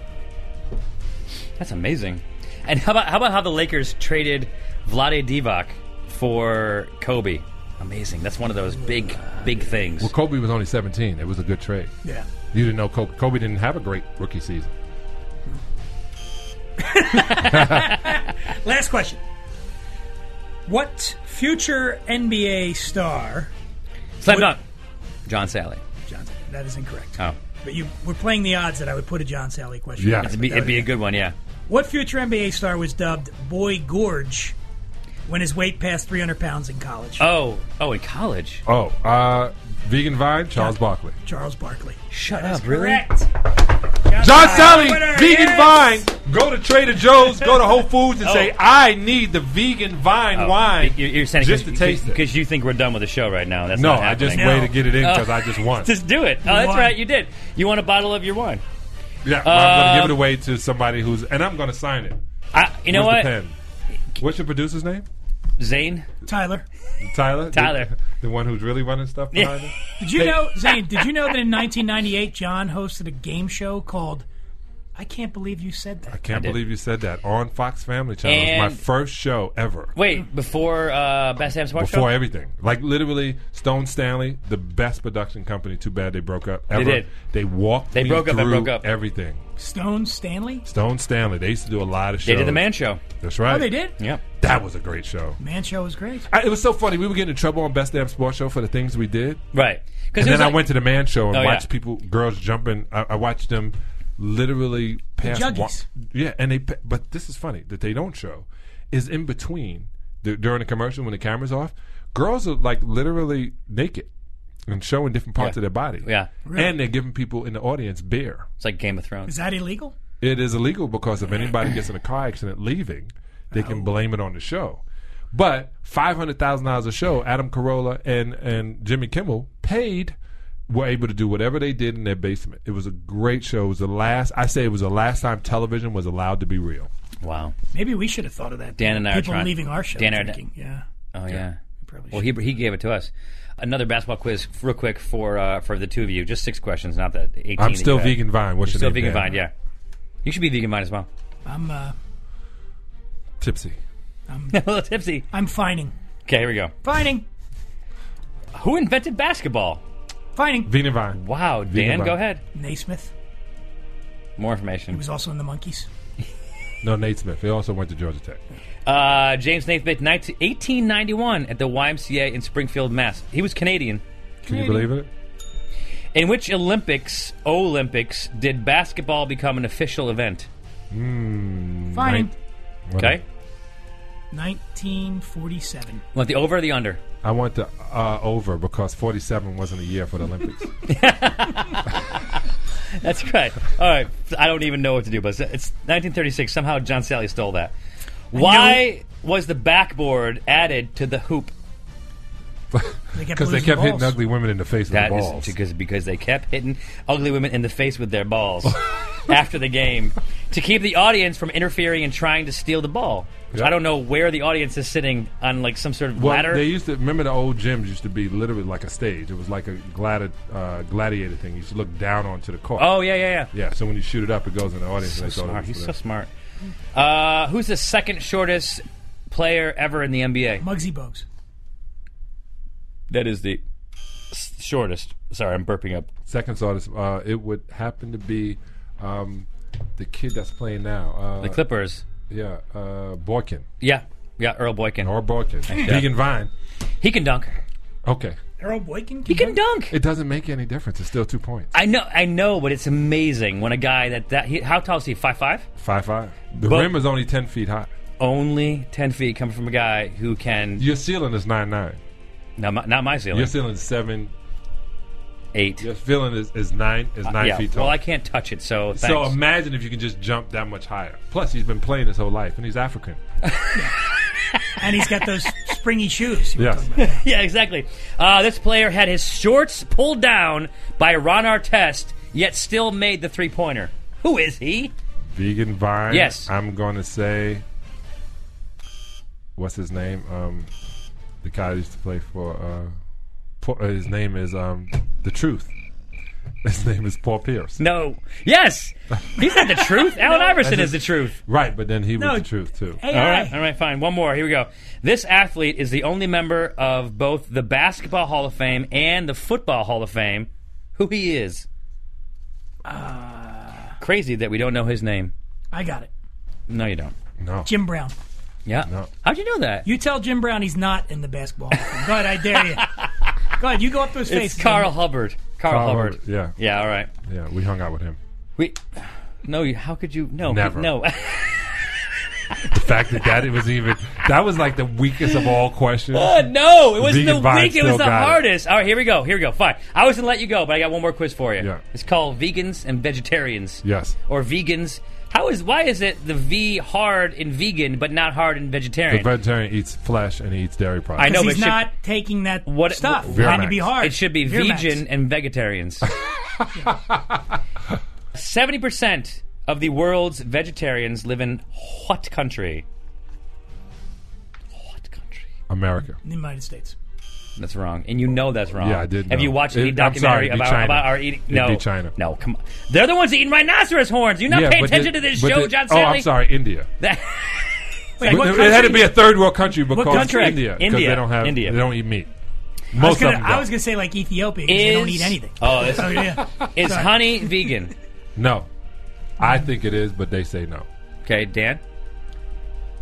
[SPEAKER 4] That's amazing. And how about how about how the Lakers traded Vlade Divac for Kobe? Amazing. That's one of those big big things.
[SPEAKER 6] Well, Kobe was only 17. It was a good trade.
[SPEAKER 2] Yeah.
[SPEAKER 6] You didn't know Kobe. Kobe didn't have a great rookie season.
[SPEAKER 2] Last question. What future NBA star?
[SPEAKER 4] Slam dunk. John Sally.
[SPEAKER 2] Johnson. That is incorrect.
[SPEAKER 4] Oh.
[SPEAKER 2] But you were playing the odds that I would put a John Sally question.
[SPEAKER 6] Yeah.
[SPEAKER 4] It'd be, it'd be a good one, yeah.
[SPEAKER 2] What future NBA star was dubbed Boy Gorge when his weight passed 300 pounds in college?
[SPEAKER 4] Oh, oh, in college.
[SPEAKER 6] Oh, uh, Vegan Vine, Charles
[SPEAKER 2] Yeah.
[SPEAKER 6] Barkley.
[SPEAKER 2] Charles Barkley.
[SPEAKER 4] Shut
[SPEAKER 2] That's
[SPEAKER 4] up, really?
[SPEAKER 2] correct.
[SPEAKER 6] John Sally,
[SPEAKER 2] winner,
[SPEAKER 6] Vegan
[SPEAKER 2] yes!
[SPEAKER 6] Vine. Go to Trader Joe's, go to Whole Foods, and say,
[SPEAKER 4] Oh.
[SPEAKER 6] I need the Vegan Vine wine.
[SPEAKER 4] You're, you're saying
[SPEAKER 6] just to taste it.
[SPEAKER 4] because you think we're done with the show right now. That's
[SPEAKER 6] no,
[SPEAKER 4] not
[SPEAKER 6] I just
[SPEAKER 4] happening.
[SPEAKER 6] way to get it in because
[SPEAKER 4] Oh.
[SPEAKER 6] I just won.
[SPEAKER 4] Just do it. Oh, that's
[SPEAKER 2] won.
[SPEAKER 4] right. You did. You want a bottle of your wine.
[SPEAKER 6] yeah, well, I'm going to
[SPEAKER 4] Um,
[SPEAKER 6] give it away to somebody who's, and I'm going to sign it.
[SPEAKER 4] I, you know
[SPEAKER 6] Where's
[SPEAKER 4] what,
[SPEAKER 6] the pen? What's your producer's name?
[SPEAKER 4] Zane?
[SPEAKER 2] Tyler.
[SPEAKER 6] Tyler.
[SPEAKER 4] Tyler.
[SPEAKER 6] the, the one who's really running stuff
[SPEAKER 4] Yeah.
[SPEAKER 6] behind it.
[SPEAKER 2] Did you know, Zane, did you know that in 1998, John hosted a game show called I can't believe you said
[SPEAKER 6] I
[SPEAKER 2] that.
[SPEAKER 6] can't
[SPEAKER 4] did.
[SPEAKER 6] believe you said that on Fox Family Channel. It was my
[SPEAKER 4] And-
[SPEAKER 6] first show ever.
[SPEAKER 4] Wait, before uh, Best Damn Smart
[SPEAKER 6] Before
[SPEAKER 4] Show?
[SPEAKER 6] everything, like literally, Stone Stanley, the best production company. Too bad they broke up. Ever.
[SPEAKER 4] did.
[SPEAKER 6] They walked.
[SPEAKER 4] They
[SPEAKER 6] me
[SPEAKER 4] broke up, they
[SPEAKER 6] through
[SPEAKER 4] broke up.
[SPEAKER 6] Everything.
[SPEAKER 2] Stone Stanley?
[SPEAKER 6] Stone Stanley. They used to do a lot of shows.
[SPEAKER 4] they did the Man Show.
[SPEAKER 6] That's right.
[SPEAKER 2] Oh, they did?
[SPEAKER 4] Yep.
[SPEAKER 6] That was a great show.
[SPEAKER 2] Man Show was great.
[SPEAKER 6] I, it was so funny. We were getting in trouble on Best Damn Sports Show for the things we did,
[SPEAKER 4] Right. Because
[SPEAKER 6] and then I went to the Man Show and
[SPEAKER 4] Oh, yeah.
[SPEAKER 6] watched people, girls jumping. I, I watched them literally pass.
[SPEAKER 2] juggies.
[SPEAKER 6] yeah, and they. pa- But this is funny that they don't show is in between the, during the commercial when the camera's off. Girls are like literally naked and showing different parts
[SPEAKER 4] Yeah.
[SPEAKER 6] of their body.
[SPEAKER 4] Yeah.
[SPEAKER 6] and they're giving people in the audience beer.
[SPEAKER 4] It's like Game of Thrones.
[SPEAKER 2] Is that illegal?
[SPEAKER 6] It is illegal because if anybody gets in a car accident leaving, they can blame it on the show. But five hundred thousand dollars a show, Adam Carolla and and Jimmy Kimmel paid were able to do whatever they did in their basement. It was a great show. It was the last I say it was the last time television was allowed to be real.
[SPEAKER 4] Wow.
[SPEAKER 2] Maybe we should have thought of that.
[SPEAKER 4] Dan and I are
[SPEAKER 2] People
[SPEAKER 4] trying-
[SPEAKER 2] leaving our show
[SPEAKER 4] Dan and I-
[SPEAKER 2] drinking. yeah.
[SPEAKER 4] Oh, yeah.
[SPEAKER 2] Probably
[SPEAKER 4] Well, he, he gave it to us. Another basketball quiz, real quick, for uh, for the two of you. Just six questions, not the 18. that
[SPEAKER 6] I'm
[SPEAKER 4] you
[SPEAKER 6] still
[SPEAKER 4] had.
[SPEAKER 6] vegan Vine. What's
[SPEAKER 4] You're still
[SPEAKER 6] your name?
[SPEAKER 4] vegan
[SPEAKER 6] Dan?
[SPEAKER 4] vine, yeah. You should be vegan vine as well.
[SPEAKER 2] I'm uh,
[SPEAKER 6] Tipsy.
[SPEAKER 4] a little tipsy.
[SPEAKER 2] I'm fining.
[SPEAKER 4] Okay, here we go.
[SPEAKER 2] Fining.
[SPEAKER 4] Who invented basketball?
[SPEAKER 2] Fining.
[SPEAKER 6] Vegan Vine.
[SPEAKER 4] Wow, Dan,
[SPEAKER 6] Vine.
[SPEAKER 4] go ahead.
[SPEAKER 2] Naismith.
[SPEAKER 4] More
[SPEAKER 2] He
[SPEAKER 4] information.
[SPEAKER 2] was also in the Monkeys.
[SPEAKER 6] No, Nate Smith. They also went to Georgia Tech.
[SPEAKER 4] Uh, James Naismith, 19, 1891, at the YMCA in Springfield, Mass. He was Canadian.
[SPEAKER 6] Can you believe it?
[SPEAKER 4] In which Olympics, Olympics, did basketball become an official event?
[SPEAKER 2] Fining.
[SPEAKER 4] Okay.
[SPEAKER 2] 1947.
[SPEAKER 4] Want the over or the under?
[SPEAKER 6] I want the uh, over because 47 wasn't a year for the Olympics.
[SPEAKER 4] That's right. All right. I don't even know what to do, but it's 1936. Somehow John Sally stole that. Why was the backboard added to the hoop?
[SPEAKER 2] They kept
[SPEAKER 6] Because they
[SPEAKER 2] losing
[SPEAKER 6] kept hitting
[SPEAKER 2] balls.
[SPEAKER 6] ugly women in the face with
[SPEAKER 4] That
[SPEAKER 6] the
[SPEAKER 4] is
[SPEAKER 6] balls.
[SPEAKER 4] because because they kept hitting ugly women in the face with their balls after the game to keep the audience from interfering and trying to steal the ball. So
[SPEAKER 6] Yeah.
[SPEAKER 4] I don't know where the audience is sitting on like some sort of
[SPEAKER 6] Well,
[SPEAKER 4] ladder.
[SPEAKER 6] they used to remember the old gyms used to be literally like a stage. It was like a gladi- uh, gladiator thing. You used to look down onto the court.
[SPEAKER 4] oh yeah, yeah, yeah.
[SPEAKER 6] yeah. So when you shoot it up, it goes in the audience.
[SPEAKER 4] So
[SPEAKER 6] and they thought
[SPEAKER 4] smart.
[SPEAKER 6] It was
[SPEAKER 4] He's
[SPEAKER 6] for
[SPEAKER 4] so
[SPEAKER 6] them.
[SPEAKER 4] smart. Uh, who's the second shortest player ever in the NBA?
[SPEAKER 2] Muggsy Bogues.
[SPEAKER 4] That is the s- shortest. Sorry, I'm burping up.
[SPEAKER 6] Second shortest. Uh, it would happen to be um, the kid that's playing now. Uh,
[SPEAKER 4] The Clippers.
[SPEAKER 6] Yeah, uh, Boykin
[SPEAKER 4] Yeah, yeah. Earl Boykin.
[SPEAKER 6] or Boykin. Vegan Vine.
[SPEAKER 4] He can dunk.
[SPEAKER 6] Okay,
[SPEAKER 2] Errol Boykin.
[SPEAKER 4] He can dunk.
[SPEAKER 6] it doesn't make any difference. It's still two points.
[SPEAKER 4] I know, I know, but it's amazing when a guy that that he, how tall is he? Five five.
[SPEAKER 6] Five five. The
[SPEAKER 4] But-
[SPEAKER 6] rim is only ten feet high.
[SPEAKER 4] Only ten feet coming from a guy who can.
[SPEAKER 6] Your ceiling is nine nine.
[SPEAKER 4] Not my, not my ceiling.
[SPEAKER 6] Your ceiling is seven.
[SPEAKER 4] eight.
[SPEAKER 6] Your ceiling is, is nine is nine
[SPEAKER 4] Uh, yeah.
[SPEAKER 6] feet tall.
[SPEAKER 4] Well, I can't touch it, so thanks.
[SPEAKER 6] So imagine if you can just jump that much higher. Plus, he's been playing his whole life, and he's African.
[SPEAKER 2] And he's got those springy shoes. you were
[SPEAKER 6] Yes.
[SPEAKER 2] talking about.
[SPEAKER 4] yeah, exactly. Uh, this player had his shorts pulled down by Ron Artest, yet still made the three pointer. Who is he?
[SPEAKER 6] Vegan Vine.
[SPEAKER 4] Yes.
[SPEAKER 6] I'm going to say, what's his name? Um, the guy that used to play for. Uh, Paul, uh, his name is um, the Truth. His name is Paul Pierce.
[SPEAKER 4] No. Yes, he's not the truth. Allen Iverson is the truth.
[SPEAKER 6] Right, but then he
[SPEAKER 2] No.
[SPEAKER 6] was the Truth too.
[SPEAKER 2] Hey,
[SPEAKER 4] All
[SPEAKER 2] I-
[SPEAKER 4] right, all right, fine. One more. Here we go. This athlete is the only member of both the Basketball Hall of Fame and the Football Hall of Fame. Who he is? Crazy that we don't know his name.
[SPEAKER 2] I got it.
[SPEAKER 4] No, you don't.
[SPEAKER 6] No.
[SPEAKER 2] Jim Brown.
[SPEAKER 4] Yeah.
[SPEAKER 6] No.
[SPEAKER 4] How'd you know that?
[SPEAKER 2] You tell Jim Brown he's not in the basketball. Hall of Fame. Go ahead, I dare you. Go ahead, you go up those
[SPEAKER 4] it's
[SPEAKER 2] faces.
[SPEAKER 4] Carl Hubbard. Carl,
[SPEAKER 6] Carl
[SPEAKER 4] Hubbard.
[SPEAKER 6] Hubbard, Oh, yeah.
[SPEAKER 4] Yeah. All right.
[SPEAKER 6] Yeah, we hung out with him.
[SPEAKER 4] We. No. you- How could you? No.
[SPEAKER 6] Never.
[SPEAKER 4] No.
[SPEAKER 6] The fact that that it was even that was like the weakest of all questions.
[SPEAKER 4] Uh, no, it was
[SPEAKER 6] Vegan
[SPEAKER 4] the
[SPEAKER 6] Vine
[SPEAKER 4] week. It was
[SPEAKER 6] still
[SPEAKER 4] the
[SPEAKER 6] got it.
[SPEAKER 4] hardest. All right, here we go. Here we go. Fine. I was gonna let you go, but I got one more quiz for you.
[SPEAKER 6] Yeah.
[SPEAKER 4] It's called vegans and vegetarians.
[SPEAKER 6] Yes.
[SPEAKER 4] Or vegans. How is why is it the V hard in vegan but not hard in
[SPEAKER 6] The
[SPEAKER 4] vegetarian?
[SPEAKER 6] vegetarian eats flesh and he eats dairy products.
[SPEAKER 4] I know,
[SPEAKER 2] Because he's
[SPEAKER 4] but it should-
[SPEAKER 2] not taking that
[SPEAKER 4] What-
[SPEAKER 2] stuff.
[SPEAKER 4] Veer
[SPEAKER 2] Trying to
[SPEAKER 6] Max.
[SPEAKER 2] be hard.
[SPEAKER 4] it should be
[SPEAKER 2] Veer Max.
[SPEAKER 4] vegan and vegetarians. Seventy percent of the world's vegetarians live in what country? What country?
[SPEAKER 6] America.
[SPEAKER 2] in the United States.
[SPEAKER 4] That's wrong, and you know that's wrong.
[SPEAKER 6] Yeah, I did
[SPEAKER 4] Have
[SPEAKER 6] know.
[SPEAKER 4] you watched any
[SPEAKER 6] It- I'm
[SPEAKER 4] documentary
[SPEAKER 6] sorry, it'd be
[SPEAKER 4] about,
[SPEAKER 6] China.
[SPEAKER 4] about our eating?
[SPEAKER 6] It'd
[SPEAKER 4] No,
[SPEAKER 6] be China.
[SPEAKER 4] No, come on. They're the ones eating rhinoceros horns. You not paying
[SPEAKER 6] but
[SPEAKER 4] attention to
[SPEAKER 6] the-
[SPEAKER 4] this
[SPEAKER 6] but
[SPEAKER 4] show,
[SPEAKER 6] the-
[SPEAKER 4] John
[SPEAKER 6] Oh,
[SPEAKER 4] Stanley?
[SPEAKER 6] I'm sorry, India.
[SPEAKER 4] That-
[SPEAKER 2] Wait, what
[SPEAKER 6] it
[SPEAKER 2] country-
[SPEAKER 6] had to be a third world country because
[SPEAKER 2] country?
[SPEAKER 6] India, because
[SPEAKER 4] India.
[SPEAKER 6] they don't have
[SPEAKER 4] India.
[SPEAKER 6] they don't eat meat.
[SPEAKER 2] I was
[SPEAKER 6] Most
[SPEAKER 2] gonna,
[SPEAKER 6] of them
[SPEAKER 2] I
[SPEAKER 6] don't.
[SPEAKER 2] was gonna say like Ethiopia because they don't
[SPEAKER 4] is-
[SPEAKER 2] eat anything.
[SPEAKER 4] Oh, it's,
[SPEAKER 2] Oh, yeah.
[SPEAKER 4] is honey vegan?
[SPEAKER 6] no, I think it is, but they say no.
[SPEAKER 4] Okay, Dan,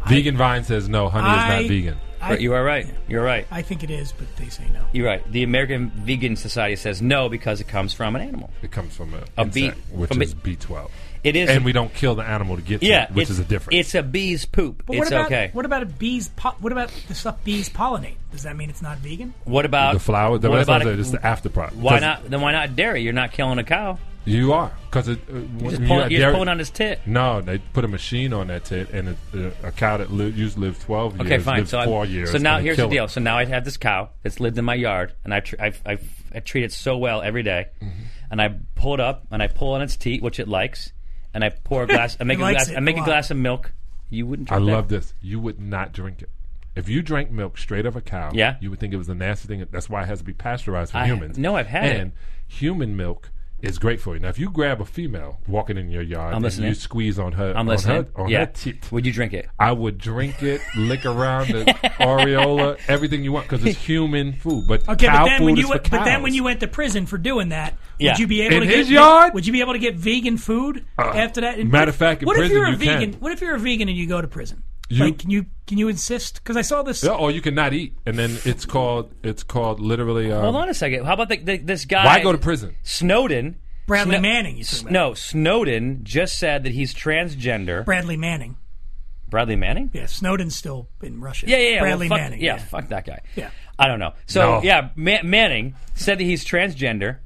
[SPEAKER 6] Vegan Vine says no. Honey is
[SPEAKER 2] I-
[SPEAKER 6] not vegan.
[SPEAKER 2] I,
[SPEAKER 4] you are right. You're right.
[SPEAKER 2] I think it is, but they say no.
[SPEAKER 4] You're right. The American Vegan Society says no because it comes from an animal.
[SPEAKER 6] It comes from a,
[SPEAKER 4] A bee-
[SPEAKER 6] insect, which
[SPEAKER 4] from a-
[SPEAKER 6] is B twelve,
[SPEAKER 4] It is.
[SPEAKER 6] and we don't kill the animal to get to
[SPEAKER 4] yeah,
[SPEAKER 6] it, which
[SPEAKER 4] it's-
[SPEAKER 6] is a difference.
[SPEAKER 4] It's a bee's poop.
[SPEAKER 2] But
[SPEAKER 4] it's
[SPEAKER 2] what about
[SPEAKER 4] okay.
[SPEAKER 2] what about a bees? Po- what about the stuff bees pollinate? Does that mean it's not vegan?
[SPEAKER 4] What about
[SPEAKER 6] the flower. The
[SPEAKER 4] what
[SPEAKER 6] rest
[SPEAKER 4] about
[SPEAKER 6] of
[SPEAKER 4] a-
[SPEAKER 6] it is the after product.
[SPEAKER 4] Why
[SPEAKER 6] 'Cause
[SPEAKER 4] not? Then why not dairy? You're not killing a cow.
[SPEAKER 6] You are because it. Uh,
[SPEAKER 4] You're
[SPEAKER 6] when
[SPEAKER 4] just
[SPEAKER 6] you
[SPEAKER 4] pulling,
[SPEAKER 6] got
[SPEAKER 4] you're just
[SPEAKER 6] dairy-
[SPEAKER 4] pulling on his tit.
[SPEAKER 6] No, they put a machine on that tit, and a, a cow that li- used to live twelve years
[SPEAKER 4] Okay, fine.
[SPEAKER 6] lives
[SPEAKER 4] So, I'm-
[SPEAKER 6] four years.
[SPEAKER 4] so now
[SPEAKER 6] and they
[SPEAKER 4] here's the
[SPEAKER 6] kill it.
[SPEAKER 4] deal. So now I have this cow that's lived in my yard, and I tr- I've, I've, I treat it so well every day.
[SPEAKER 6] Mm-hmm.
[SPEAKER 4] and I pull it up, and I pull on its teat, which it likes, and I pour a glass. I make
[SPEAKER 2] It
[SPEAKER 4] a
[SPEAKER 2] likes
[SPEAKER 4] glass.
[SPEAKER 2] it
[SPEAKER 4] I make
[SPEAKER 2] a
[SPEAKER 4] a
[SPEAKER 2] lot.
[SPEAKER 4] glass of milk. You wouldn't.
[SPEAKER 6] I
[SPEAKER 4] Drink that.
[SPEAKER 6] love this. You would not drink it. If you drank milk straight of a cow,
[SPEAKER 4] Yeah.
[SPEAKER 6] you would think it was the nasty thing. That's why it has to be pasteurized for
[SPEAKER 4] I-
[SPEAKER 6] humans.
[SPEAKER 4] no, I've had it.
[SPEAKER 6] and human milk is great for you. Now, if you grab a female walking in your yard
[SPEAKER 4] I'm
[SPEAKER 6] and
[SPEAKER 4] listening.
[SPEAKER 6] you squeeze on her,
[SPEAKER 4] I'm
[SPEAKER 6] on
[SPEAKER 4] listening.
[SPEAKER 6] her, on
[SPEAKER 4] yeah.
[SPEAKER 6] her teat, Mm-hmm.
[SPEAKER 4] Would you drink it?
[SPEAKER 6] I would drink it, lick around the areola, everything you want, because it's human food. But
[SPEAKER 2] Okay,
[SPEAKER 6] cow
[SPEAKER 2] but then
[SPEAKER 6] food
[SPEAKER 2] when
[SPEAKER 6] is
[SPEAKER 2] you
[SPEAKER 6] for
[SPEAKER 2] went, but then
[SPEAKER 6] cows.
[SPEAKER 2] when you went to prison for doing that,
[SPEAKER 4] Yeah.
[SPEAKER 2] would you be able
[SPEAKER 6] In
[SPEAKER 2] to
[SPEAKER 6] his
[SPEAKER 2] get
[SPEAKER 6] yard? Uh,
[SPEAKER 2] Would you be able to get vegan food after that? And
[SPEAKER 6] matter of fact, in
[SPEAKER 2] what if
[SPEAKER 6] prison
[SPEAKER 2] you're a
[SPEAKER 6] you can.
[SPEAKER 2] vegan? What if you're a vegan and you go to prison?
[SPEAKER 6] You-
[SPEAKER 2] like, can you can you insist? Because I saw this.
[SPEAKER 6] Yeah, or you can not eat, and then it's called it's called literally. Um,
[SPEAKER 4] Hold on a second. How about the, the, this guy?
[SPEAKER 6] Why go to prison?
[SPEAKER 4] Snowden.
[SPEAKER 2] Bradley
[SPEAKER 4] Sno-
[SPEAKER 2] Manning, you said
[SPEAKER 4] S-
[SPEAKER 2] that.
[SPEAKER 4] No, Snowden just said that he's transgender.
[SPEAKER 2] Bradley Manning.
[SPEAKER 4] Bradley Manning.
[SPEAKER 2] Yeah, Snowden's still in Russia.
[SPEAKER 4] Yeah, yeah, yeah.
[SPEAKER 2] Bradley
[SPEAKER 4] well, fuck,
[SPEAKER 2] Manning.
[SPEAKER 4] Yeah, fuck that guy.
[SPEAKER 2] Yeah.
[SPEAKER 4] I don't know. So
[SPEAKER 6] No.
[SPEAKER 4] yeah, Ma- Manning said that he's transgender,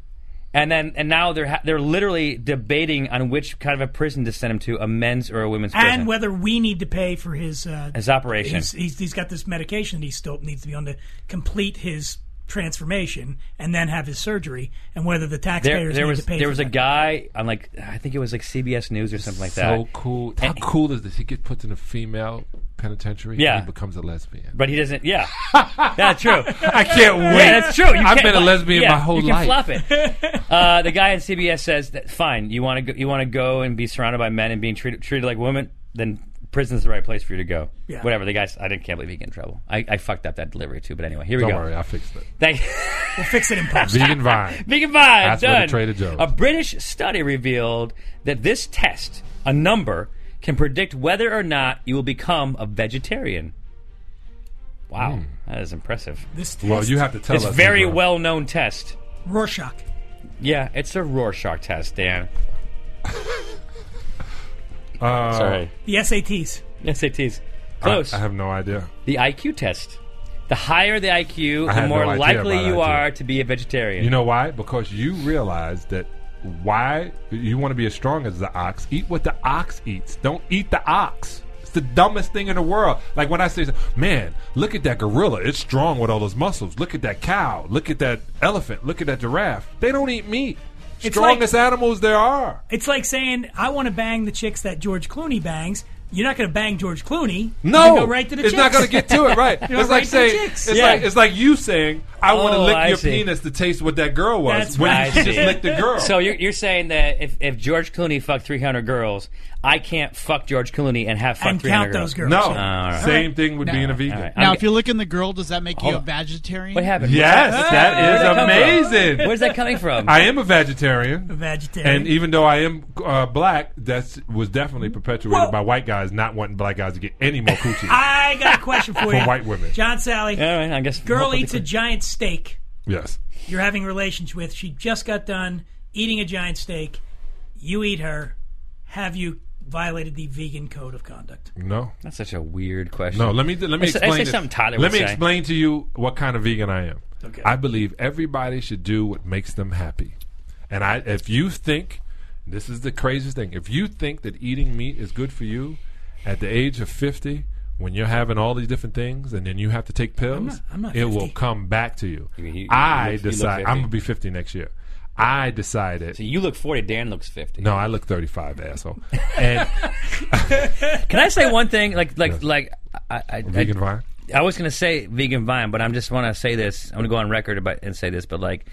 [SPEAKER 4] and then and now they're ha- they're literally debating on which kind of a prison to send him to, a men's or a women's prison.
[SPEAKER 2] and whether we need to pay for his uh,
[SPEAKER 4] his operation.
[SPEAKER 2] he's, he's he's got this medication that he still needs to be on to complete his transformation and then have his surgery, and whether the
[SPEAKER 4] there,
[SPEAKER 2] taxpayers
[SPEAKER 4] there
[SPEAKER 2] need
[SPEAKER 4] was
[SPEAKER 2] to pay.
[SPEAKER 4] there
[SPEAKER 2] for
[SPEAKER 4] was a
[SPEAKER 2] that.
[SPEAKER 4] guy on like I think it was like CBS News or something like that.
[SPEAKER 6] so cool. How cool is this? He gets put in a female penitentiary.
[SPEAKER 4] Yeah.
[SPEAKER 6] and he becomes a lesbian.
[SPEAKER 4] But he doesn't. Yeah, yeah, true.
[SPEAKER 6] I can't wait.
[SPEAKER 4] Yeah, that's true. You
[SPEAKER 6] I've
[SPEAKER 4] can't
[SPEAKER 6] been a
[SPEAKER 4] fl-
[SPEAKER 6] lesbian
[SPEAKER 4] yeah,
[SPEAKER 6] my whole
[SPEAKER 4] you can
[SPEAKER 6] life.
[SPEAKER 4] Flop it. Uh, the guy at CBS says that fine. You want to go, you want to go and be surrounded by men and being treated treated like women. Then prison's the right place for you to go.
[SPEAKER 2] Yeah.
[SPEAKER 4] Whatever. The guy's. I didn't can't believe he got in trouble. I, I fucked up that delivery too. But anyway, here we
[SPEAKER 6] Don't
[SPEAKER 4] go.
[SPEAKER 6] worry, I fixed it.
[SPEAKER 4] Thank.
[SPEAKER 2] We'll fix it in post.
[SPEAKER 6] Vegan Vine.
[SPEAKER 4] Big advice.
[SPEAKER 6] That's
[SPEAKER 4] done.
[SPEAKER 6] where the Trader Joe's.
[SPEAKER 4] A British study revealed that this test, a number, can predict whether or not you will become a vegetarian. Wow, that is impressive.
[SPEAKER 2] This
[SPEAKER 6] Well,
[SPEAKER 2] test-
[SPEAKER 6] you have to Hmm. tell
[SPEAKER 4] it's
[SPEAKER 6] us.
[SPEAKER 4] very
[SPEAKER 6] Ibram.
[SPEAKER 4] well known test.
[SPEAKER 2] Rorschach.
[SPEAKER 4] Yeah, it's a Rorschach test, Dan.
[SPEAKER 6] Uh,
[SPEAKER 4] Sorry.
[SPEAKER 2] The SATs.
[SPEAKER 4] Oh, SATs.
[SPEAKER 6] I-
[SPEAKER 4] Close.
[SPEAKER 6] I, have no idea.
[SPEAKER 4] the IQ test. The higher the IQ,
[SPEAKER 6] I
[SPEAKER 4] the
[SPEAKER 6] had
[SPEAKER 4] more
[SPEAKER 6] no idea
[SPEAKER 4] likely
[SPEAKER 6] about
[SPEAKER 4] you
[SPEAKER 6] IQ.
[SPEAKER 4] are to be a vegetarian.
[SPEAKER 6] You know why? Because you realize that why you want to be as strong as the ox. Eat what the ox eats. Don't eat the ox. It's the dumbest thing in the world. Like when I say, "Man, look at that gorilla. It's strong with all those muscles. Look at that cow. Look at that elephant. Look at that giraffe. They don't eat meat.
[SPEAKER 2] It's
[SPEAKER 6] Strongest animals there are.
[SPEAKER 2] It's like saying I want to bang the chicks that George Clooney bangs. You're not going to bang George Clooney. You're
[SPEAKER 6] No,
[SPEAKER 2] gonna go right to the
[SPEAKER 6] it's
[SPEAKER 2] chicks.
[SPEAKER 6] not going to get to it. Right?
[SPEAKER 2] You're
[SPEAKER 6] it's
[SPEAKER 2] right
[SPEAKER 6] like
[SPEAKER 2] to the
[SPEAKER 6] saying
[SPEAKER 2] chicks.
[SPEAKER 6] it's
[SPEAKER 4] Yeah.
[SPEAKER 6] like it's like you saying I want to
[SPEAKER 4] Oh,
[SPEAKER 6] lick
[SPEAKER 4] I
[SPEAKER 6] your
[SPEAKER 4] see.
[SPEAKER 6] penis to taste what that girl was
[SPEAKER 2] That's
[SPEAKER 6] when
[SPEAKER 2] right.
[SPEAKER 6] you
[SPEAKER 4] I
[SPEAKER 6] just
[SPEAKER 4] see.
[SPEAKER 6] licked the girl.
[SPEAKER 4] So you're, you're saying that if, if George Clooney fucked 300 girls, I can't fuck George Clooney and have fucked
[SPEAKER 2] And
[SPEAKER 4] 300
[SPEAKER 2] count those girls. Uh,
[SPEAKER 6] no,
[SPEAKER 2] Yeah.
[SPEAKER 4] right.
[SPEAKER 6] same thing with being a vegan.
[SPEAKER 4] All right.
[SPEAKER 7] Now,
[SPEAKER 4] I'm-
[SPEAKER 7] if you look in the girl, does that make you
[SPEAKER 4] Hold
[SPEAKER 7] a
[SPEAKER 4] on.
[SPEAKER 7] vegetarian?
[SPEAKER 4] what happened? Ah!
[SPEAKER 6] Yes,
[SPEAKER 4] Where'd that come from?
[SPEAKER 6] that is amazing.
[SPEAKER 4] Where's that coming from?
[SPEAKER 6] I am a vegetarian,
[SPEAKER 2] Vegetarian.
[SPEAKER 6] and even though I am uh, black, that was definitely perpetuated
[SPEAKER 2] Well-
[SPEAKER 6] by white guys not wanting black guys to get any more coochie.
[SPEAKER 2] I got a question for you.
[SPEAKER 6] white women.
[SPEAKER 2] John Sally.
[SPEAKER 4] All right, I guess
[SPEAKER 2] Girl
[SPEAKER 4] hopefully-
[SPEAKER 2] eats a giant steak.
[SPEAKER 6] yes,
[SPEAKER 2] You're having relations with. She just got done eating a giant steak. You eat her. Have you violated the vegan code of conduct?
[SPEAKER 6] no,
[SPEAKER 4] That's such a weird question.
[SPEAKER 6] no. Let me let me
[SPEAKER 4] I say- I
[SPEAKER 6] explain.
[SPEAKER 4] say
[SPEAKER 6] this.
[SPEAKER 4] something Tyler
[SPEAKER 6] Let
[SPEAKER 4] would
[SPEAKER 6] me
[SPEAKER 4] say.
[SPEAKER 6] explain to you what kind of vegan I am.
[SPEAKER 2] Okay.
[SPEAKER 6] I believe everybody should do what makes them happy, and I if you think this is the craziest thing, if you think that eating meat is good for you, at the age of fifty. When you're having all these different things, and then you have to take pills,
[SPEAKER 2] not- I'm not
[SPEAKER 6] it will
[SPEAKER 2] 50.
[SPEAKER 6] come back to you.
[SPEAKER 4] You mean you- you look-
[SPEAKER 6] I
[SPEAKER 4] you look
[SPEAKER 6] decide.
[SPEAKER 4] 50.
[SPEAKER 6] I'm gonna be 50 next year. I decided.
[SPEAKER 4] So you look 40, Dan looks 50.
[SPEAKER 6] No, I look 35, asshole. And
[SPEAKER 4] Can I say one thing? Like, like, like, I, I, I,
[SPEAKER 6] vegan vine.
[SPEAKER 4] I was gonna say vegan vine, but I'm just want to say this. I'm gonna go on record about and say this, but like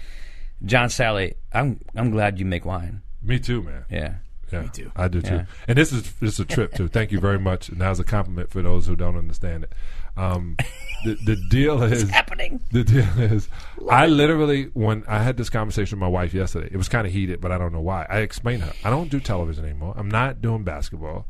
[SPEAKER 4] John Sally, I'm I'm glad you make wine.
[SPEAKER 6] Me too, man.
[SPEAKER 4] Yeah,
[SPEAKER 6] Yeah,
[SPEAKER 2] Me too.
[SPEAKER 6] I do too.
[SPEAKER 4] Yeah.
[SPEAKER 6] And this is this is a trip too. Thank you very much. And that was a compliment for those who don't understand it. Um, the, the deal is
[SPEAKER 4] happening.
[SPEAKER 6] The deal is, I literally when I had this conversation with my wife yesterday, it was kind of heated, but I don't know why. I explained to her I don't do television anymore. I'm not doing basketball.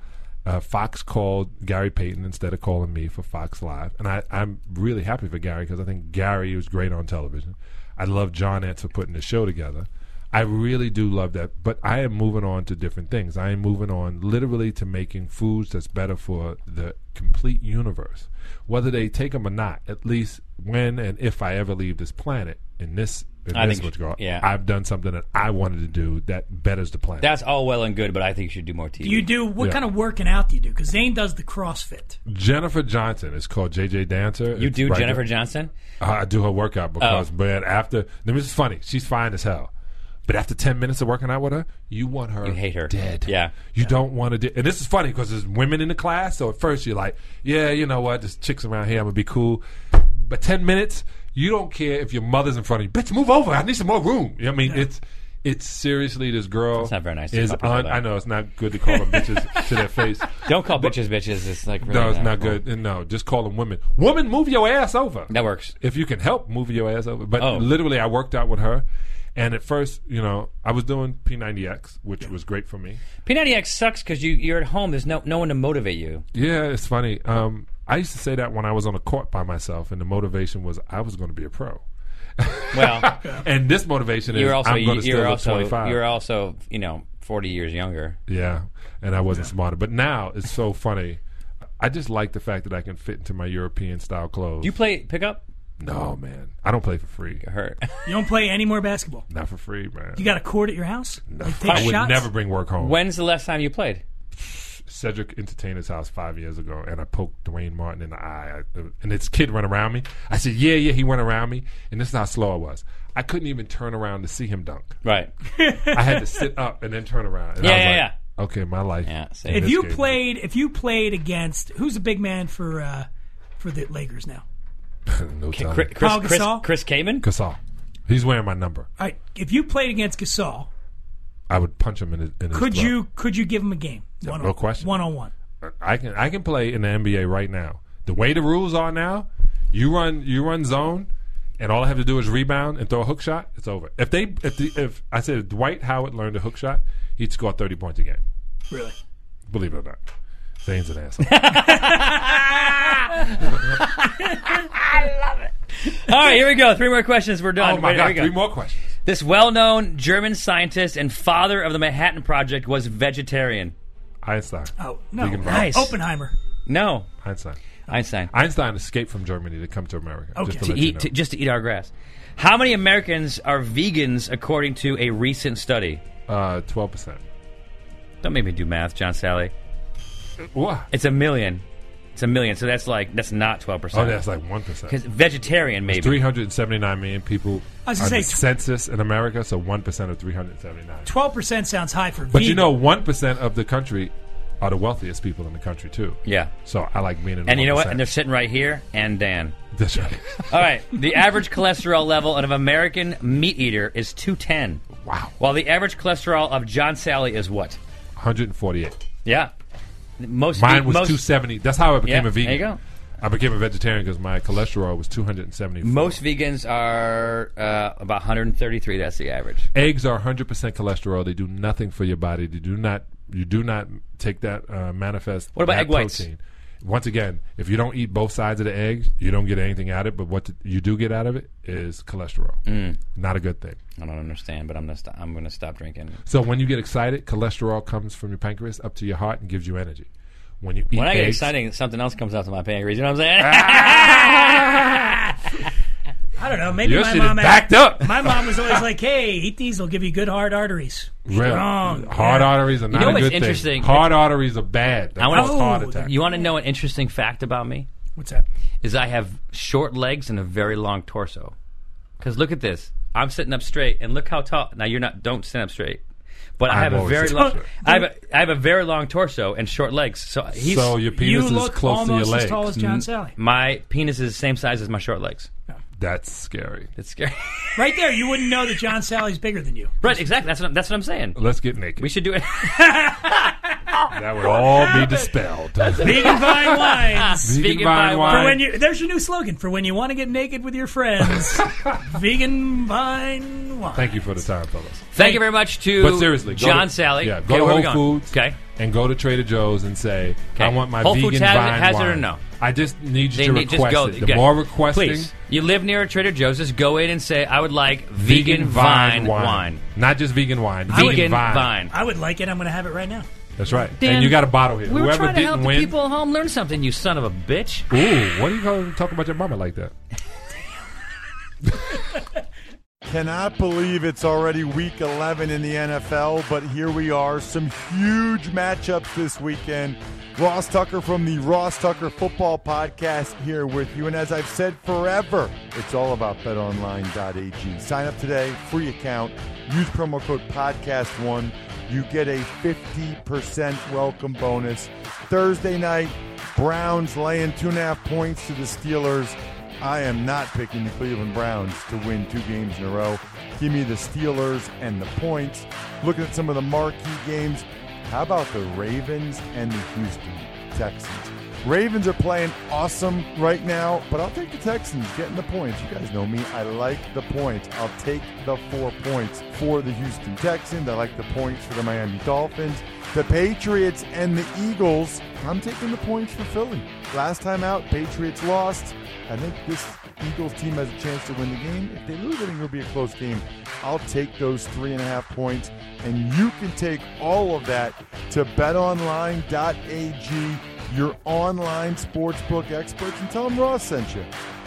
[SPEAKER 6] Uh, Fox called Gary Payton instead of calling me for Fox Live, and I, I'm really happy for Gary because I think Gary was great on television. I love John Ant for putting the show together. I really do love that, but I am moving on to different things. I am moving on literally to making foods that's better for the complete universe. Whether they take them or not, at least when and if I ever leave this planet in this in
[SPEAKER 4] I
[SPEAKER 6] this
[SPEAKER 4] think-
[SPEAKER 6] what's going
[SPEAKER 4] yeah.
[SPEAKER 6] I've done something that I wanted to do that betters the planet.
[SPEAKER 4] That's all well and good, but I think you should do more TV.
[SPEAKER 2] Do you do what
[SPEAKER 6] Yeah.
[SPEAKER 2] kind of working out do you do? Because Zane does the CrossFit.
[SPEAKER 6] Jennifer Johnson is called JJ Dancer.
[SPEAKER 4] You
[SPEAKER 6] It's
[SPEAKER 4] do
[SPEAKER 6] right
[SPEAKER 4] Jennifer
[SPEAKER 6] there.
[SPEAKER 4] Johnson?
[SPEAKER 6] I do her workout
[SPEAKER 4] Oh.
[SPEAKER 6] because, but after, I mean, it's funny. She's fine as hell. But after 10 minutes of working out with her, you want her
[SPEAKER 4] You hate her.
[SPEAKER 6] dead.
[SPEAKER 4] Yeah.
[SPEAKER 6] You don't want to. De- and this is funny because there's women in the class. So at first you're like, yeah, you know what? There's chicks around here. I'm going to be cool. But 10 minutes, you don't care if your mother's in front of you. Bitch, move over. I need some more room. You know what I mean? It's. It's seriously this girl.
[SPEAKER 4] It's not very nice to
[SPEAKER 6] Is
[SPEAKER 4] call people
[SPEAKER 6] un-
[SPEAKER 4] that.
[SPEAKER 6] I know it's not good to call them bitches to their face.
[SPEAKER 4] Don't call bitches bitches. It's like really
[SPEAKER 6] No, it's not
[SPEAKER 4] awful.
[SPEAKER 6] good. And No, just call them women. Woman, move your ass over.
[SPEAKER 4] That works.
[SPEAKER 6] If you can help, move your ass over. But
[SPEAKER 4] Oh.
[SPEAKER 6] literally, I worked out with her. And at first, you know, I was doing P90X, which was great for me.
[SPEAKER 4] P90X sucks because you you're at home. There's no no one to motivate you.
[SPEAKER 6] Yeah, it's funny. Um, I used to say that when I was on a court by myself, and the motivation was I was going to be a pro.
[SPEAKER 4] Well,
[SPEAKER 6] And this motivation is
[SPEAKER 4] you're also
[SPEAKER 6] I'm going to still
[SPEAKER 4] you're
[SPEAKER 6] look
[SPEAKER 4] also
[SPEAKER 6] 25.
[SPEAKER 4] you're also you know 40 years younger.
[SPEAKER 6] Yeah, and I wasn't smarter. But now it's so funny. I just like the fact that I can fit into my European style clothes.
[SPEAKER 4] You play pickup?
[SPEAKER 6] no, man. I don't play for free.
[SPEAKER 4] Hurt.
[SPEAKER 2] You don't play any more basketball.
[SPEAKER 6] Not for free, man.
[SPEAKER 2] You got a court at your house? Like, take
[SPEAKER 6] I would
[SPEAKER 2] shots?
[SPEAKER 6] never bring work home.
[SPEAKER 4] When's the last time you played?
[SPEAKER 6] Cedric Entertainer's house five years ago, and I poked Dwayne Martin in the eye, I, and this kid ran around me. I said, "Yeah, yeah." He went around me, and this is how slow I was. I couldn't even turn around to see him dunk.
[SPEAKER 4] Right.
[SPEAKER 6] I had to sit up and then turn around. And
[SPEAKER 4] Yeah,
[SPEAKER 6] I was
[SPEAKER 4] yeah,
[SPEAKER 6] like, Okay, my life.
[SPEAKER 4] Yeah, same.
[SPEAKER 6] in
[SPEAKER 2] If
[SPEAKER 6] this
[SPEAKER 2] you
[SPEAKER 6] game.
[SPEAKER 2] played, if you played against who's the big man for uh, for the Lakers now?
[SPEAKER 6] no time.
[SPEAKER 4] Chris Chris,
[SPEAKER 2] Paul
[SPEAKER 4] Chris,
[SPEAKER 2] Gasol?
[SPEAKER 4] Chris Kaman?
[SPEAKER 6] Gasol, he's wearing my number.
[SPEAKER 2] All right, if you played against Gasol,
[SPEAKER 6] I would punch him in his. In his
[SPEAKER 2] could
[SPEAKER 6] throat.
[SPEAKER 2] you could you give him a game? One
[SPEAKER 6] no question.
[SPEAKER 2] One on one.
[SPEAKER 6] I can I can play in the NBA right now. The way the rules are now, you run you run zone, and all I have to do is rebound and throw a hook shot. It's over. If they if the, if I said if Dwight Howard learned a hook shot, he'd score thirty points a game.
[SPEAKER 2] Really?
[SPEAKER 6] Believe it or not, Zane's an asshole.
[SPEAKER 4] All right, here we go. Three more questions. We're done.
[SPEAKER 6] oh my
[SPEAKER 4] Wait, here
[SPEAKER 6] god,
[SPEAKER 4] we go.
[SPEAKER 6] three more questions.
[SPEAKER 4] This well-known German scientist and father of the Manhattan Project was vegetarian.
[SPEAKER 6] Einstein,
[SPEAKER 2] Oh no!
[SPEAKER 6] Vegan bar.
[SPEAKER 4] Nice.
[SPEAKER 2] Oppenheimer.
[SPEAKER 4] No,
[SPEAKER 6] Einstein,
[SPEAKER 4] Einstein.
[SPEAKER 6] Einstein escaped from Germany to come to America.
[SPEAKER 2] Okay.
[SPEAKER 6] Just to,
[SPEAKER 2] To
[SPEAKER 6] let
[SPEAKER 4] eat,
[SPEAKER 6] you know.
[SPEAKER 4] to, just to eat our grass. How many Americans are vegans according to a recent study?
[SPEAKER 6] uh, twelve percent.
[SPEAKER 4] Don't make me do math, John Sally.
[SPEAKER 6] What?
[SPEAKER 4] It's a million. It's a million. So that's like that's not twelve
[SPEAKER 6] Oh,
[SPEAKER 4] percent.
[SPEAKER 6] that's like one percent.
[SPEAKER 4] because vegetarian maybe.
[SPEAKER 6] Three hundred and seventy-nine million people
[SPEAKER 2] I was
[SPEAKER 6] are
[SPEAKER 2] gonna
[SPEAKER 6] the
[SPEAKER 2] say tw-
[SPEAKER 6] census in America, so one percent of three hundred seventy-nine.
[SPEAKER 2] Twelve percent sounds high for.
[SPEAKER 6] But you know, one percent of the country are the wealthiest people in the country too.
[SPEAKER 4] Yeah.
[SPEAKER 6] So I like being in.
[SPEAKER 4] And you know what?
[SPEAKER 6] 1%.
[SPEAKER 4] And they're sitting right here and Dan.
[SPEAKER 6] that's right.
[SPEAKER 4] All right. The average cholesterol level of an American meat eater is two ten.
[SPEAKER 6] Wow,
[SPEAKER 4] While the average cholesterol of John Sally is what?
[SPEAKER 6] 148.
[SPEAKER 4] Yeah. Most
[SPEAKER 6] Mine
[SPEAKER 4] ve-
[SPEAKER 6] was
[SPEAKER 4] most,
[SPEAKER 6] 270. That's how I became
[SPEAKER 4] Yeah,
[SPEAKER 6] a vegan.
[SPEAKER 4] there you go.
[SPEAKER 6] I became a vegetarian because my cholesterol was 270.
[SPEAKER 4] Most vegans are uh, about 133. That's the average.
[SPEAKER 6] eggs are 100% cholesterol. They do nothing for your body. They do not. You do not take that uh, manifest.
[SPEAKER 4] What about
[SPEAKER 6] that
[SPEAKER 4] egg whites?
[SPEAKER 6] protein. Once again, if you don't eat both sides of the egg, you don't get anything out of it. But what you do get out of it is cholesterol.
[SPEAKER 4] Mm.
[SPEAKER 6] Not a good thing.
[SPEAKER 4] I don't understand, but I'm gonna st- I'm gonna stop drinking.
[SPEAKER 6] So when you get excited, cholesterol comes from your pancreas up to your heart and gives you energy. When you eat
[SPEAKER 4] When I get
[SPEAKER 6] eggs,
[SPEAKER 4] excited, something else comes out to my pancreas. You know what I'm saying?
[SPEAKER 2] I don't know. Maybe
[SPEAKER 6] your
[SPEAKER 2] my
[SPEAKER 6] shit is
[SPEAKER 2] mom.
[SPEAKER 6] backed up.
[SPEAKER 2] My mom was always like, "Hey, eat these; they'll give you good hard arteries."
[SPEAKER 6] Really?
[SPEAKER 2] Strong.
[SPEAKER 6] Hard
[SPEAKER 2] Yeah.
[SPEAKER 6] arteries are not
[SPEAKER 4] know
[SPEAKER 6] a
[SPEAKER 4] what's
[SPEAKER 6] good
[SPEAKER 4] interesting?
[SPEAKER 6] thing. Hard arteries are bad. That
[SPEAKER 4] I wanna-
[SPEAKER 6] cause heart
[SPEAKER 2] Oh,
[SPEAKER 6] attack.
[SPEAKER 4] you want to know an interesting fact about me?
[SPEAKER 2] What's that?
[SPEAKER 4] Is I have short legs and a very long torso. Because look at this. I'm sitting up straight, and look how tall. Now you're not. Don't stand up straight. But i
[SPEAKER 6] I'm
[SPEAKER 4] have a
[SPEAKER 6] always
[SPEAKER 4] very
[SPEAKER 6] a
[SPEAKER 4] long.
[SPEAKER 6] t-shirt.
[SPEAKER 4] I have a, I have a very long torso and short legs. So he's
[SPEAKER 6] so your
[SPEAKER 2] You
[SPEAKER 6] penis is
[SPEAKER 2] look
[SPEAKER 6] close to your Mm.
[SPEAKER 2] almost
[SPEAKER 6] leg.
[SPEAKER 2] as tall as John Sally.
[SPEAKER 4] my penis is the same size as my short legs.
[SPEAKER 6] That's scary.
[SPEAKER 4] That's scary.
[SPEAKER 2] Right there, you wouldn't know that John Sally's bigger than you.
[SPEAKER 4] right? Exactly. That's what, that's what I'm saying.
[SPEAKER 6] Let's get naked.
[SPEAKER 4] We should do it.
[SPEAKER 6] that would all be dispelled.
[SPEAKER 2] Vegan fine wines.
[SPEAKER 4] Vegan
[SPEAKER 6] vine
[SPEAKER 4] vine
[SPEAKER 2] For
[SPEAKER 6] wine.
[SPEAKER 2] when you, there's your new slogan for when you want to get naked with your friends. vegan vine wine.
[SPEAKER 6] Thank you for the time, fellas.
[SPEAKER 4] Thank you very much to
[SPEAKER 6] But seriously, go
[SPEAKER 4] John
[SPEAKER 6] to-
[SPEAKER 4] Sally.
[SPEAKER 6] Yeah, go
[SPEAKER 4] okay,
[SPEAKER 6] to
[SPEAKER 4] where we
[SPEAKER 6] Whole
[SPEAKER 4] going?
[SPEAKER 6] Foods.
[SPEAKER 4] Okay.
[SPEAKER 6] And go to Trader Joe's and say, I
[SPEAKER 4] Okay.
[SPEAKER 6] want my
[SPEAKER 4] Whole
[SPEAKER 6] vegan
[SPEAKER 4] Foods has it-
[SPEAKER 6] vine
[SPEAKER 4] has it
[SPEAKER 6] wine.
[SPEAKER 4] or no?
[SPEAKER 6] I just need you
[SPEAKER 4] They
[SPEAKER 6] to
[SPEAKER 4] need-
[SPEAKER 6] request it. The
[SPEAKER 4] okay.
[SPEAKER 6] more requesting,
[SPEAKER 4] Please. You live near a Trader Joe's, just go in and say, I would like vegan,
[SPEAKER 6] vegan,
[SPEAKER 4] vine, wine.
[SPEAKER 6] not just vegan wine,
[SPEAKER 4] Vegan vine.
[SPEAKER 2] I would like it. I'm going to have it right now.
[SPEAKER 6] That's right.
[SPEAKER 4] Dan,
[SPEAKER 6] and you got a bottle here.
[SPEAKER 4] We were
[SPEAKER 6] Whoever
[SPEAKER 4] trying to
[SPEAKER 6] didn't
[SPEAKER 4] help
[SPEAKER 6] win.
[SPEAKER 4] the people at home learn something, you son of a bitch.
[SPEAKER 6] Ooh, what are you going to talk about your mama like that?
[SPEAKER 7] Cannot believe it's already week 11 in the NFL, but here we are. Some huge matchups this weekend. Ross Tucker from the Ross Tucker Football Podcast here with you. And as I've said forever, it's all about betonline.ag. Sign up today, free account, use promo code podcast1. You get a 50% welcome bonus. Thursday night, Browns laying two and a half points to the Steelers. I am not picking the Cleveland Browns to win two games in a row. Give me the Steelers and the points. Looking at some of the marquee games, how about the Ravens and the Houston Texans? Ravens are playing awesome right now, but I'll take the Texans getting the points. You guys know me. I like the points. I'll take the four points for the Houston Texans. I like the points for the Miami Dolphins. The Patriots and the Eagles. I'm taking the points for Philly. Last time out, Patriots lost. I think this Eagles team has a chance to win the game. If they lose, I think it'll be a close game. I'll take those three and a half points, and you can take all of that to betonline.ag, your online sportsbook experts, and tell them Ross sent you.